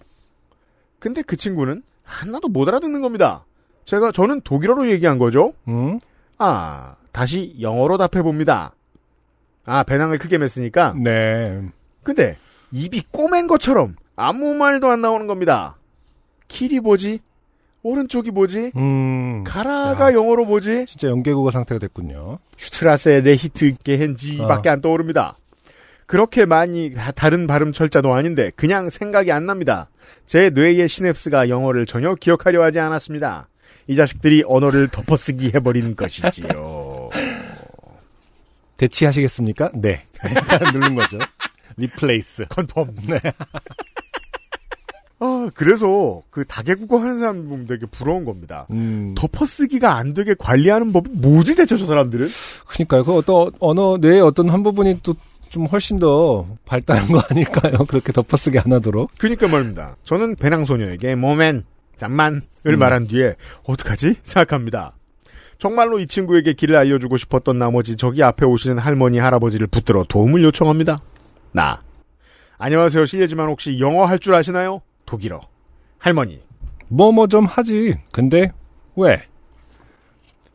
[SPEAKER 3] 근데 그 친구는 하나도 못 알아듣는 겁니다. 제가 저는 독일어로 얘기한 거죠.
[SPEAKER 2] 음,
[SPEAKER 3] 아 다시 영어로 답해 봅니다. 아 배낭을 크게 맸으니까.
[SPEAKER 2] 네,
[SPEAKER 3] 근데 입이 꼬맨 것처럼 아무 말도 안 나오는 겁니다. 길이 뭐지? 오른쪽이 뭐지?
[SPEAKER 2] 음,
[SPEAKER 3] 가라가
[SPEAKER 2] 야.
[SPEAKER 3] 영어로 뭐지?
[SPEAKER 2] 진짜 연계국어 상태가 됐군요.
[SPEAKER 3] 슈트라세 레히트 게헨지밖에 안 떠오릅니다. 그렇게 많이 다- 다른 발음 철자도 아닌데 그냥 생각이 안 납니다. 제 뇌의 시냅스가 영어를 전혀 기억하려 하지 않았습니다. 이 자식들이 언어를 덮어쓰기 해버린 것이지요.
[SPEAKER 2] 대치하시겠습니까? 네, 누른 거죠. 리플레이스.
[SPEAKER 3] 컨펌. 네. 아 그래서 그 다개국어 하는 사람 보면 되게 부러운 겁니다.
[SPEAKER 2] 음.
[SPEAKER 3] 덮어쓰기가 안 되게 관리하는 법이 뭐지 대체 저 사람들은?
[SPEAKER 2] 그러니까요. 그 어떤 언어 뇌의 어떤 한 부분이 또 좀 훨씬 더 발달한 거 아닐까요? 그렇게 덮어쓰기 안 하도록.
[SPEAKER 3] 그니까 그러니까 말입니다. 저는 배낭소녀에게 모멘, 잠만을
[SPEAKER 2] 음.
[SPEAKER 3] 말한 뒤에 어떡하지? 생각합니다. 정말로 이 친구에게 길을 알려주고 싶었던 나머지 저기 앞에 오시는 할머니, 할아버지를 붙들어 도움을 요청합니다. 나. 안녕하세요. 실례지만 혹시 영어 할 줄 아시나요? 독일어. 할머니.
[SPEAKER 2] 뭐 뭐 좀 하지. 근데 왜?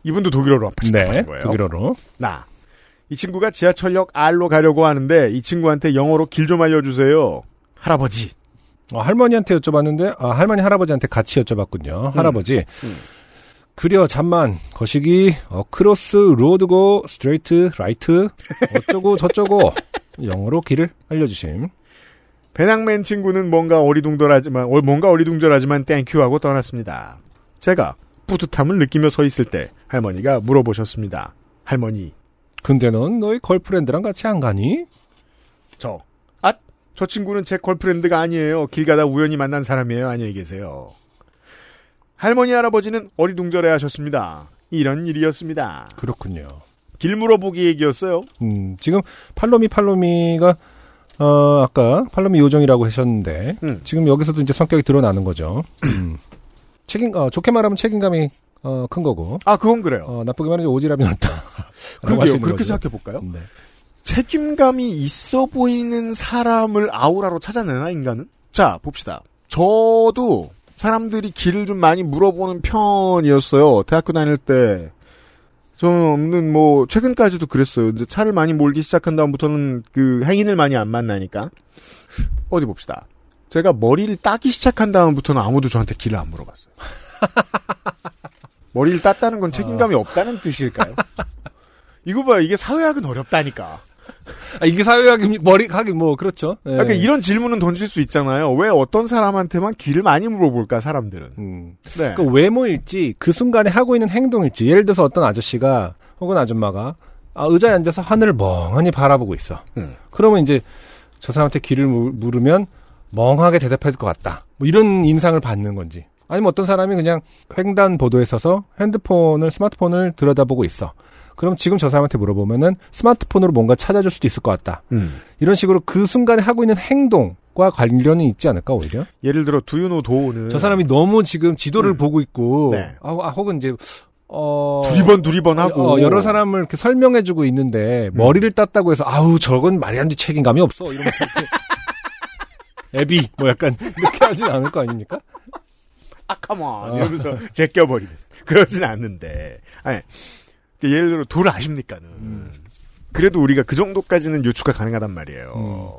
[SPEAKER 3] 이분도 독일어로 하신
[SPEAKER 2] 네.
[SPEAKER 3] 거예요.
[SPEAKER 2] 독일어로.
[SPEAKER 3] 나. 이 친구가 지하철역 R로 가려고 하는데 이 친구한테 영어로 길 좀 알려주세요. 할아버지.
[SPEAKER 2] 어, 할머니한테 여쭤봤는데 아, 할머니 할아버지한테 같이
[SPEAKER 3] 음,
[SPEAKER 2] 여쭤봤군요. 할아버지. 그려 잠만 거시기 어, 크로스 로드고 스트레이트 라이트 어쩌고 저쩌고 영어로 길을 알려주심.
[SPEAKER 3] 배낭맨 친구는 뭔가 어리둥절하지만 어, 뭔가 어리둥절하지만 땡큐 하고 떠났습니다. 제가 뿌듯함을 느끼며 서 있을 때 할머니가 물어보셨습니다. 할머니,
[SPEAKER 2] 근데 넌 너희 걸프렌드랑 같이 안 가니?
[SPEAKER 3] 저, 아, 저 친구는 제 걸프렌드가 아니에요. 길 가다 우연히 만난 사람이에요. 안녕히 계세요. 할머니 할아버지는 어리둥절해 하셨습니다. 이런 일이었습니다.
[SPEAKER 2] 그렇군요.
[SPEAKER 3] 길 물어보기 얘기였어요.
[SPEAKER 2] 음, 지금 팔로미 팔로미가 어, 아까 팔로미 요정이라고 하셨는데
[SPEAKER 3] 음.
[SPEAKER 2] 지금 여기서도 이제 성격이 드러나는 거죠. 음. 책임 어, 좋게 말하면 책임감이 어, 큰 거고
[SPEAKER 3] 아, 그건 그래요.
[SPEAKER 2] 어, 나쁘게 말하면 오지랖이 넓다. 라고 할수
[SPEAKER 3] 그러게요.
[SPEAKER 2] 있는 거죠.
[SPEAKER 3] 그렇게 생각해 볼까요?
[SPEAKER 2] 네.
[SPEAKER 3] 책임감이 있어 보이는 사람을 아우라로 찾아내나 인간은? 자 봅시다. 저도 사람들이 길을 좀 많이 물어보는 편이었어요. 대학교 다닐 때. 저는 없는 뭐 최근까지도 그랬어요. 이제 차를 많이 몰기 시작한 다음부터는 그 행인을 많이 안 만나니까 어디 봅시다. 제가 머리를 따기 시작한 다음부터는 아무도 저한테 길을 안 물어봤어요. 머리를 땄다는 건 책임감이 없다는 뜻일까요? 이거 봐요. 이게 사회학은 어렵다니까.
[SPEAKER 2] 아, 이게 사회학이 머리 하긴 뭐 그렇죠. 예.
[SPEAKER 3] 그러니까 이런 질문은 던질 수 있잖아요. 왜 어떤 사람한테만 길을 많이 물어볼까 사람들은.
[SPEAKER 2] 음.
[SPEAKER 3] 네.
[SPEAKER 2] 그 외모일지 그 순간에 하고 있는 행동일지 예를 들어서 어떤 아저씨가 혹은 아줌마가 아, 의자에 앉아서 하늘을 멍하니 바라보고 있어. 그러면 이제 저 사람한테 길을 물- 물으면 멍하게 대답할 것 같다. 뭐 이런 인상을 받는 건지. 아니면 어떤 사람이 그냥 횡단 보도에 서서 핸드폰을 스마트폰을 들여다보고 있어. 그럼 지금 저 사람한테 물어보면은 스마트폰으로 뭔가 찾아줄 수도 있을 것 같다.
[SPEAKER 3] 음.
[SPEAKER 2] 이런 식으로 그 순간에 하고 있는 행동과 관련이 있지 않을까 오히려?
[SPEAKER 3] 예를 들어 두유노 도우는
[SPEAKER 2] 저 사람이 너무 지금 지도를 보고 있고
[SPEAKER 3] 네.
[SPEAKER 2] 아, 아, 혹은 이제 어
[SPEAKER 3] 두리번 두리번 하고 음.
[SPEAKER 2] 어, 여러 사람을 이렇게 설명해주고 있는데 머리를 땄다고 해서 아우 저건 말이 안 돼 책임감이 없어 이러면서 이렇게 애비 뭐 약간 이렇게 하진 않을 거 아닙니까?
[SPEAKER 3] 아, 컴온.
[SPEAKER 2] 어.
[SPEAKER 3] 이러면서 제껴버리는. 그러진 않는데. 아니, 그 예를 들어, 돌 아십니까는.
[SPEAKER 2] 음.
[SPEAKER 3] 그래도 우리가 그 정도까지는 유추가 가능하단 말이에요.
[SPEAKER 2] 음.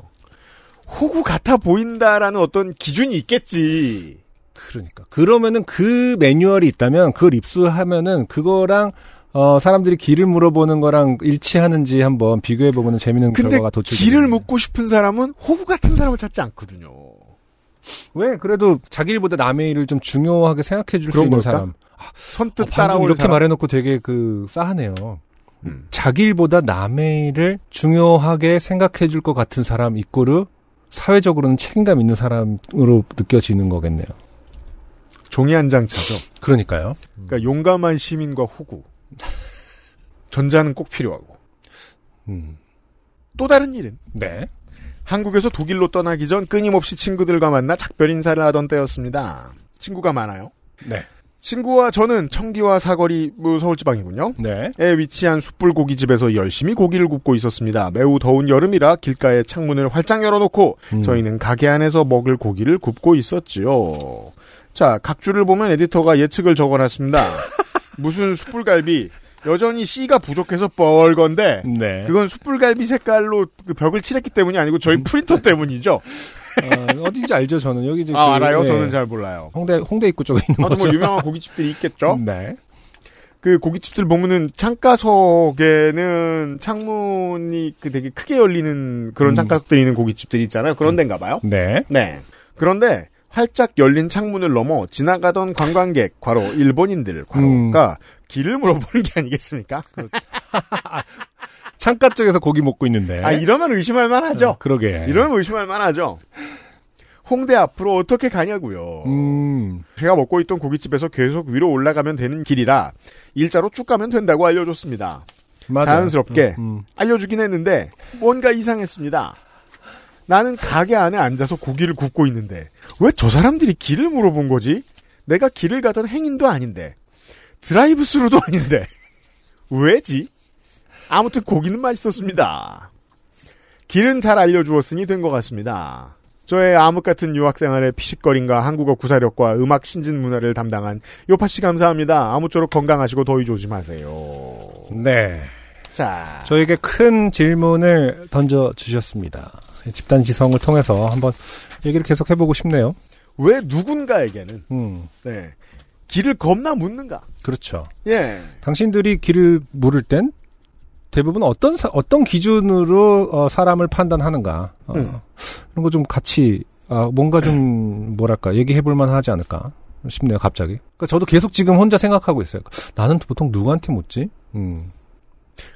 [SPEAKER 3] 호구 같아 보인다라는 어떤 기준이 있겠지.
[SPEAKER 2] 그러니까 그러면은 그 매뉴얼이 있다면 그걸 입수하면은 그거랑 어, 사람들이 길을 물어보는 거랑 일치하는지 한번 비교해 보면 재밌는 그
[SPEAKER 3] 근데
[SPEAKER 2] 결과가 도출돼.
[SPEAKER 3] 길을 묻고 싶은 사람은 호구 같은 사람을 찾지 않거든요.
[SPEAKER 2] 왜 그래도 자기 일보다 남의 일을 좀 중요하게 생각해 줄 수
[SPEAKER 3] 그런
[SPEAKER 2] 있는
[SPEAKER 3] 걸까?
[SPEAKER 2] 사람.
[SPEAKER 3] 선뜻
[SPEAKER 2] 아, 방금
[SPEAKER 3] 따라오는
[SPEAKER 2] 이렇게
[SPEAKER 3] 사람.
[SPEAKER 2] 말해놓고 되게 그 싸하네요.
[SPEAKER 3] 음.
[SPEAKER 2] 자기 일보다 남의 일을 중요하게 생각해 줄 것 같은 사람 이꼬르 사회적으로는 책임감 있는 사람으로 느껴지는 거겠네요.
[SPEAKER 3] 종이 한 장 차죠.
[SPEAKER 2] 그러니까요.
[SPEAKER 3] 그러니까 용감한 시민과 호구. 전자는 꼭 필요하고.
[SPEAKER 2] 음.
[SPEAKER 3] 또 다른 일은
[SPEAKER 2] 네.
[SPEAKER 3] 한국에서 독일로 떠나기 전 끊임없이 친구들과 만나 작별 인사를 하던 때였습니다. 친구가 많아요.
[SPEAKER 2] 네.
[SPEAKER 3] 친구와 저는 청기와 사거리 뭐, 서울지방이군요.
[SPEAKER 2] 네.
[SPEAKER 3] 에 위치한 숯불고기집에서 열심히 고기를 굽고 있었습니다. 매우 더운 여름이라 길가에 창문을 활짝 열어놓고
[SPEAKER 2] 음.
[SPEAKER 3] 저희는 가게 안에서 먹을 고기를 굽고 있었지요. 자, 각주를 보면 에디터가 예측을 적어놨습니다. 무슨 숯불갈비 여전히 씨가 부족해서 뻘건데
[SPEAKER 2] 네.
[SPEAKER 3] 그건 숯불갈비 색깔로 그 벽을 칠했기 때문이 아니고 저희 프린터 때문이죠.
[SPEAKER 2] 어, 어딘지 알죠, 저는. 여기 이제. 그,
[SPEAKER 3] 아, 알아요?
[SPEAKER 2] 예.
[SPEAKER 3] 저는 잘 몰라요.
[SPEAKER 2] 홍대, 홍대 입구 쪽에 있는
[SPEAKER 3] 아무튼
[SPEAKER 2] 거죠.
[SPEAKER 3] 뭐 유명한 고깃집들이 있겠죠?
[SPEAKER 2] 네.
[SPEAKER 3] 그 고깃집들 보면은 창가석에는 창문이 그 되게 크게 열리는 그런
[SPEAKER 2] 음.
[SPEAKER 3] 창가석들이 있는 고깃집들이 있잖아요. 그런 데인가 봐요.
[SPEAKER 2] 네.
[SPEAKER 3] 네. 그런데 활짝 열린 창문을 넘어 지나가던 관광객, 과로 일본인들, 과로가
[SPEAKER 2] 음.
[SPEAKER 3] 길을 물어보는 게 아니겠습니까?
[SPEAKER 2] 창가 쪽에서 고기 먹고 있는데.
[SPEAKER 3] 아, 이러면 의심할 만하죠.
[SPEAKER 2] 어, 그러게.
[SPEAKER 3] 이러면 의심할 만하죠. 홍대 앞으로 어떻게 가냐고요.
[SPEAKER 2] 음.
[SPEAKER 3] 제가 먹고 있던 고깃집에서 계속 위로 올라가면 되는 길이라 일자로 쭉 가면 된다고 알려줬습니다.
[SPEAKER 2] 맞아요.
[SPEAKER 3] 자연스럽게.
[SPEAKER 2] 음,
[SPEAKER 3] 알려주긴 했는데 뭔가 이상했습니다. 나는 가게 안에 앉아서 고기를 굽고 있는데 왜 저 사람들이 길을 물어본 거지? 내가 길을 가던 행인도 아닌데 드라이브 스루도 아닌데 왜지? 아무튼 고기는 맛있었습니다. 길은 잘 알려주었으니 된 것 같습니다. 저의 암흑 같은 유학생활의 피식거림과 한국어 구사력과 음악 신진 문화를 담당한 요파 씨 감사합니다. 아무쪼록 건강하시고 더위 조심하세요.
[SPEAKER 2] 음. 네.
[SPEAKER 3] 자,
[SPEAKER 2] 저에게 큰 질문을 던져 주셨습니다. 집단 지성을 통해서 한번 얘기를 계속 해보고 싶네요.
[SPEAKER 3] 왜 누군가에게는
[SPEAKER 2] 음,
[SPEAKER 3] 네. 길을 겁나 묻는가?
[SPEAKER 2] 그렇죠.
[SPEAKER 3] 예.
[SPEAKER 2] 당신들이 길을 물을 땐 대부분 어떤 사- 어떤 기준으로 어, 사람을 판단하는가 어,
[SPEAKER 3] 음.
[SPEAKER 2] 이런 거 좀 같이 아, 뭔가 좀 뭐랄까 얘기해볼 만하지 않을까 싶네요. 갑자기. 그러니까 저도 계속 지금 혼자 생각하고 있어요. 나는 보통 누구한테 묻지? 음.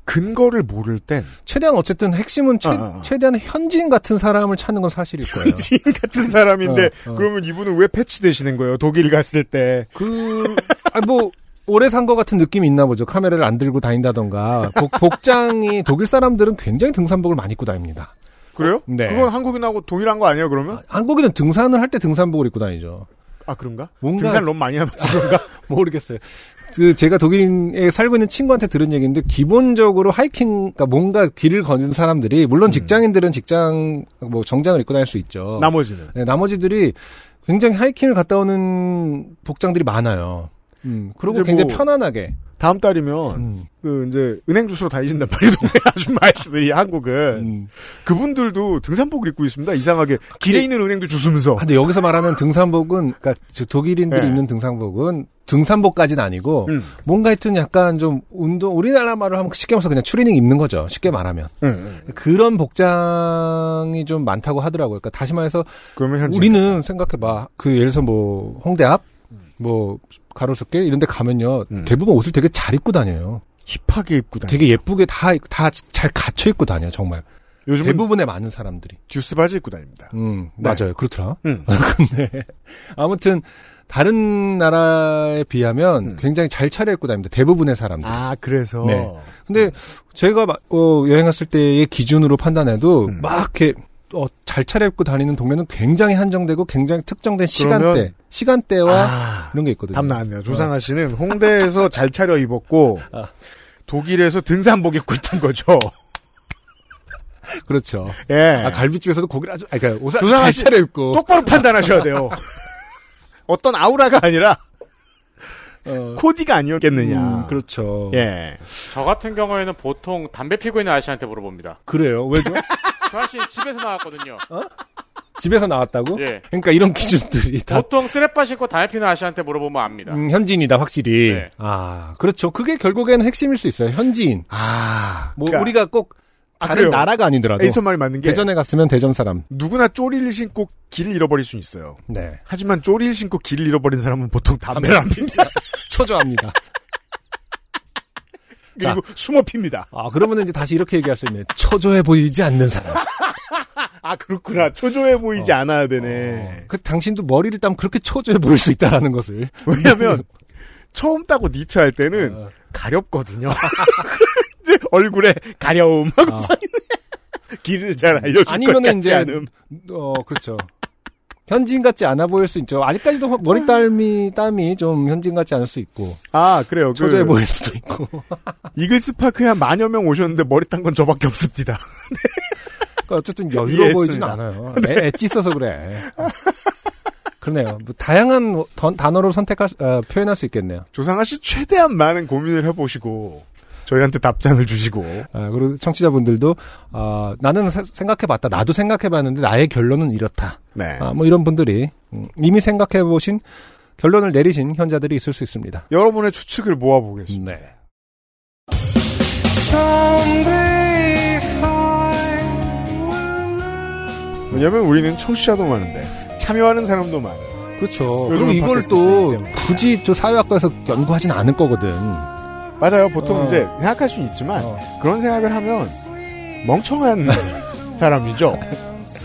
[SPEAKER 3] 근거를 모를 땐
[SPEAKER 2] 최대한 어쨌든 핵심은 최,
[SPEAKER 3] 어, 어, 어.
[SPEAKER 2] 최대한 현지인 같은 사람을 찾는 건 사실일 거예요.
[SPEAKER 3] 지인 같은 사람인데
[SPEAKER 2] 어, 어.
[SPEAKER 3] 그러면 이분은 왜 패치되시는 거예요? 독일 갔을 때
[SPEAKER 2] 그, 아, 뭐, 오래 산 것 같은 느낌이 있나 보죠. 카메라를 안 들고 다닌다던가. 복, 장이 독일 사람들은 굉장히 등산복을 많이 입고 다닙니다.
[SPEAKER 3] 그래요?
[SPEAKER 2] 네.
[SPEAKER 3] 그건 한국인하고 동일한 거 아니에요? 그러면
[SPEAKER 2] 한국인은 등산을 할 때 등산복을 입고 다니죠.
[SPEAKER 3] 아 그런가?
[SPEAKER 2] 뭔가-
[SPEAKER 3] 등산 너무 많이 하면 그런가?
[SPEAKER 2] 모르겠어요. 그, 제가 독일에 살고 있는 친구한테 들은 얘기인데, 기본적으로 하이킹, 그러니까 뭔가 길을 걷는 사람들이, 물론 직장인들은 직장, 뭐, 정장을 입고 다닐 수 있죠.
[SPEAKER 3] 나머지는
[SPEAKER 2] 네, 나머지들이 굉장히 하이킹을 갔다 오는 복장들이 많아요. 음, 그리고
[SPEAKER 3] 이제
[SPEAKER 2] 굉장히
[SPEAKER 3] 뭐-
[SPEAKER 2] 편안하게.
[SPEAKER 3] 다음 달이면
[SPEAKER 2] 음,
[SPEAKER 3] 그 이제 은행 주소로 다니신단 말이에요. 동네 아줌마 아저씨들이 한국은
[SPEAKER 2] 음.
[SPEAKER 3] 그분들도 등산복을 입고 있습니다. 이상하게 길에 있는 은행도 주수면서
[SPEAKER 2] 아, 근데 여기서 말하는 등산복은 그러니까 저 독일인들이
[SPEAKER 3] 예.
[SPEAKER 2] 입는 등산복은 등산복까지는 아니고
[SPEAKER 3] 음.
[SPEAKER 2] 뭔가 하여튼 약간 좀 운동 우리나라 말로 하면 쉽게 말해서 그냥 추리닝 입는 거죠. 쉽게 말하면
[SPEAKER 3] 응,
[SPEAKER 2] 네.
[SPEAKER 3] 응.
[SPEAKER 2] 그런 복장이 좀 많다고 하더라고요. 그러니까 다시 말해서
[SPEAKER 3] 그러면 현지
[SPEAKER 2] 우리는 생각해봐 그 예를 들어서 뭐 홍대 앞 뭐 가로수길 이런 데 가면요
[SPEAKER 3] 음. 네.
[SPEAKER 2] 대부분 옷을 되게 잘 입고 다녀요.
[SPEAKER 3] 힙하게 입고 다니.
[SPEAKER 2] 되게 예쁘게 다 다 잘 갖춰 입고 다녀 정말.
[SPEAKER 3] 요즘은
[SPEAKER 2] 대부분의 많은 사람들이.
[SPEAKER 3] 듀스 바지 입고 다닙니다.
[SPEAKER 2] 음
[SPEAKER 3] 네.
[SPEAKER 2] 맞아요 그렇더라.
[SPEAKER 3] 음.
[SPEAKER 2] 근데 아무튼 다른 나라에 비하면
[SPEAKER 3] 음.
[SPEAKER 2] 굉장히 잘 차려입고 다닙니다. 대부분의 사람들.
[SPEAKER 3] 아 그래서
[SPEAKER 2] 네. 근데 제가 마- 어, 여행 갔을 때의 기준으로 판단해도
[SPEAKER 3] 음.
[SPEAKER 2] 막 이렇게 어, 잘 차려입고 다니는 동네는 굉장히 한정되고 굉장히 특정된 시간대,
[SPEAKER 3] 그러면-
[SPEAKER 2] 시간대와
[SPEAKER 3] 아,
[SPEAKER 2] 이런 게 있거든요.
[SPEAKER 3] 답 나왔네요. 조상아 씨는 홍대에서 잘 차려 입었고
[SPEAKER 2] 아.
[SPEAKER 3] 독일에서 등산복 입고 있던 거죠.
[SPEAKER 2] 그렇죠.
[SPEAKER 3] 예.
[SPEAKER 2] 아, 갈비집에서도 고기를 아주, 아, 그러니까 옷을
[SPEAKER 3] 조상아
[SPEAKER 2] 잘
[SPEAKER 3] 씨-
[SPEAKER 2] 차려입고.
[SPEAKER 3] 똑바로 판단하셔야 돼요. 어떤 아우라가 아니라
[SPEAKER 2] 어,
[SPEAKER 3] 코디가 아니었겠느냐.
[SPEAKER 2] 음, 그렇죠.
[SPEAKER 3] 예.
[SPEAKER 11] 저 같은 경우에는 보통 담배 피고 있는 아저씨한테 물어봅니다.
[SPEAKER 2] 그래요. 왜죠?
[SPEAKER 11] 그 아저씨 집에서 나왔거든요.
[SPEAKER 2] 집에서 나왔다고?
[SPEAKER 11] 예.
[SPEAKER 2] 그러니까 이런 기준들이 다
[SPEAKER 11] 보통 쓰레빠 신고 담배 피는 아저씨한테 물어보면 압니다.
[SPEAKER 2] 음, 현지인이다 확실히.
[SPEAKER 11] 네.
[SPEAKER 2] 아 그렇죠. 그게 결국에는 핵심일 수 있어요. 현지인.
[SPEAKER 3] 아,
[SPEAKER 2] 뭐
[SPEAKER 3] 그러니까
[SPEAKER 2] 우리가 꼭
[SPEAKER 3] 아,
[SPEAKER 2] 다른
[SPEAKER 3] 그래요.
[SPEAKER 2] 나라가 아니더라도
[SPEAKER 3] 에이선 말이 맞는 게
[SPEAKER 2] 대전에 갔으면 대전 사람.
[SPEAKER 3] 누구나 쪼리를 신고 길을 잃어버릴 수 있어요.
[SPEAKER 2] 네.
[SPEAKER 3] 하지만 쪼리를 신고 길을 잃어버린 사람은 보통 담배를 안 핍니다.
[SPEAKER 2] 초조합니다.
[SPEAKER 3] 그리고 숨어 핍니다.
[SPEAKER 2] 아 그러면 이제 다시 이렇게 얘기할 수 있네. 초조해 보이지 않는 사람.
[SPEAKER 3] 아 그렇구나. 초조해 보이지
[SPEAKER 2] 어.
[SPEAKER 3] 않아야 되네.
[SPEAKER 2] 그 당신도 머리를 따면 그렇게 초조해 보일 수 있다라는 것을.
[SPEAKER 3] 왜냐하면 처음 따고 니트 할 때는
[SPEAKER 2] 어.
[SPEAKER 3] 가렵거든요. 이제 얼굴에 가려움 하고
[SPEAKER 2] 아.
[SPEAKER 3] 서 있네. 길을 잘 알려줄 것
[SPEAKER 2] 아니면은
[SPEAKER 3] 같지
[SPEAKER 2] 이제-
[SPEAKER 3] 않음.
[SPEAKER 2] 어 그렇죠. 현지인 같지 않아 보일 수 있죠. 아직까지도 확- 머리 땀이 땀이 좀 현지인 같지 않을 수 있고
[SPEAKER 3] 아 그래요. 그
[SPEAKER 2] 초조해 보일 수도 있고.
[SPEAKER 3] 이글스파크에 한 마녀 명 오셨는데 머리 딴 건 저밖에 없습니다.
[SPEAKER 2] 그러니까 어쨌든 여유로워 보이진
[SPEAKER 3] 이해했습니다.
[SPEAKER 2] 않아요.
[SPEAKER 3] 네.
[SPEAKER 2] 애, 엣지 있어서 그래. 아. 그러네요. 뭐 다양한 뭐 던- 단어로 선택할 수- 아, 표현할 수 있겠네요.
[SPEAKER 3] 조상아 씨 최대한 많은 고민을 해보시고 저희한테 답장을 주시고
[SPEAKER 2] 아, 그리고 청취자분들도 아, 나는 사- 생각해봤다. 나도 생각해봤는데 나의 결론은 이렇다.
[SPEAKER 3] 네.
[SPEAKER 2] 아, 뭐 이런 분들이 음, 이미 생각해보신 결론을 내리신 현자들이 있을 수 있습니다.
[SPEAKER 3] 여러분의 추측을 모아보겠습니다.
[SPEAKER 2] 네. 음.
[SPEAKER 3] 왜냐면 우리는 청취자도 많은데 참여하는 사람도 많아요.
[SPEAKER 2] 그렇죠.
[SPEAKER 3] 요즘은
[SPEAKER 2] 그리고 이걸
[SPEAKER 3] 팟캐스트
[SPEAKER 2] 또
[SPEAKER 3] 시대이기 때문에.
[SPEAKER 2] 굳이 저 사회학과에서 연구하진 않을 거거든. 어,
[SPEAKER 3] 맞아요. 보통
[SPEAKER 2] 어.
[SPEAKER 3] 이제 생각할 수는 있지만 그런 생각을 하면 멍청한 사람이죠.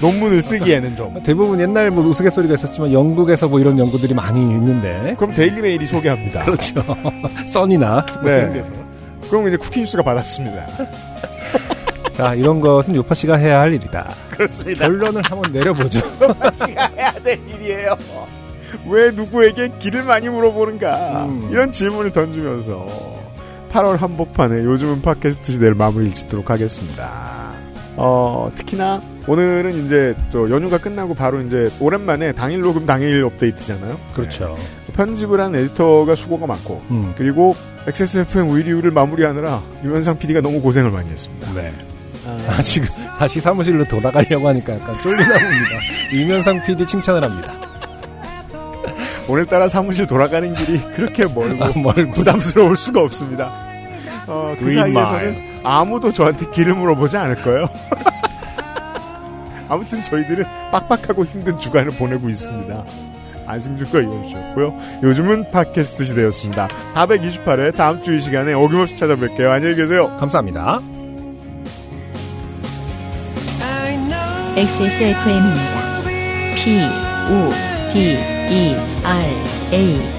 [SPEAKER 3] 논문을 쓰기에는 좀.
[SPEAKER 2] 대부분 옛날 뭐 우스갯소리가 있었지만 영국에서 뭐 이런 연구들이 많이 있는데
[SPEAKER 3] 그럼 데일리메일이 소개합니다.
[SPEAKER 2] 그렇죠. 써니나
[SPEAKER 3] 네. 그럼 이제 쿠키뉴스가 받았습니다.
[SPEAKER 2] 자 이런 것은 요파 씨가 해야 할 일이다.
[SPEAKER 3] 그렇습니다.
[SPEAKER 2] 결론을 한번 내려보죠.
[SPEAKER 3] 해야 될 일이에요. 왜 누구에게 길을 많이 물어보는가
[SPEAKER 2] 음.
[SPEAKER 3] 이런 질문을 던지면서 8월 한복판에 요즘은 팟캐스트 시대를 마무리 짓도록 하겠습니다. 어, 특히나 오늘은 이제 저 연휴가 끝나고 바로 이제 오랜만에 당일 녹음 당일 업데이트잖아요.
[SPEAKER 2] 그렇죠.
[SPEAKER 3] 네. 편집을 한 에디터가 수고가 많고
[SPEAKER 2] 음.
[SPEAKER 3] 그리고 XSFM 위리우를 마무리하느라 유현상 PD가 너무 고생을 많이 했습니다.
[SPEAKER 2] 네. 아, 지금 다시 사무실로 돌아가려고 하니까 약간 쫄리나 봅니다. 이면상 PD 칭찬을 합니다.
[SPEAKER 3] 오늘따라 사무실 돌아가는 길이 그렇게 멀고
[SPEAKER 2] 아, 뭘
[SPEAKER 3] 부담스러울 수가 없습니다. 어, 그
[SPEAKER 2] Green
[SPEAKER 3] 사이에서는 아무도 저한테 길을 물어보지 않을 거예요. 아무튼 저희들은 빡빡하고 힘든 주간을 보내고 있습니다. 안승준과 이현수였고요. 요즘은 팟캐스트 시대였습니다. 428회 다음 주 이 시간에 어김없이 찾아뵐게요. 안녕히 계세요.
[SPEAKER 2] 감사합니다.
[SPEAKER 1] XSFM입니다. P, O, D, E, R, A.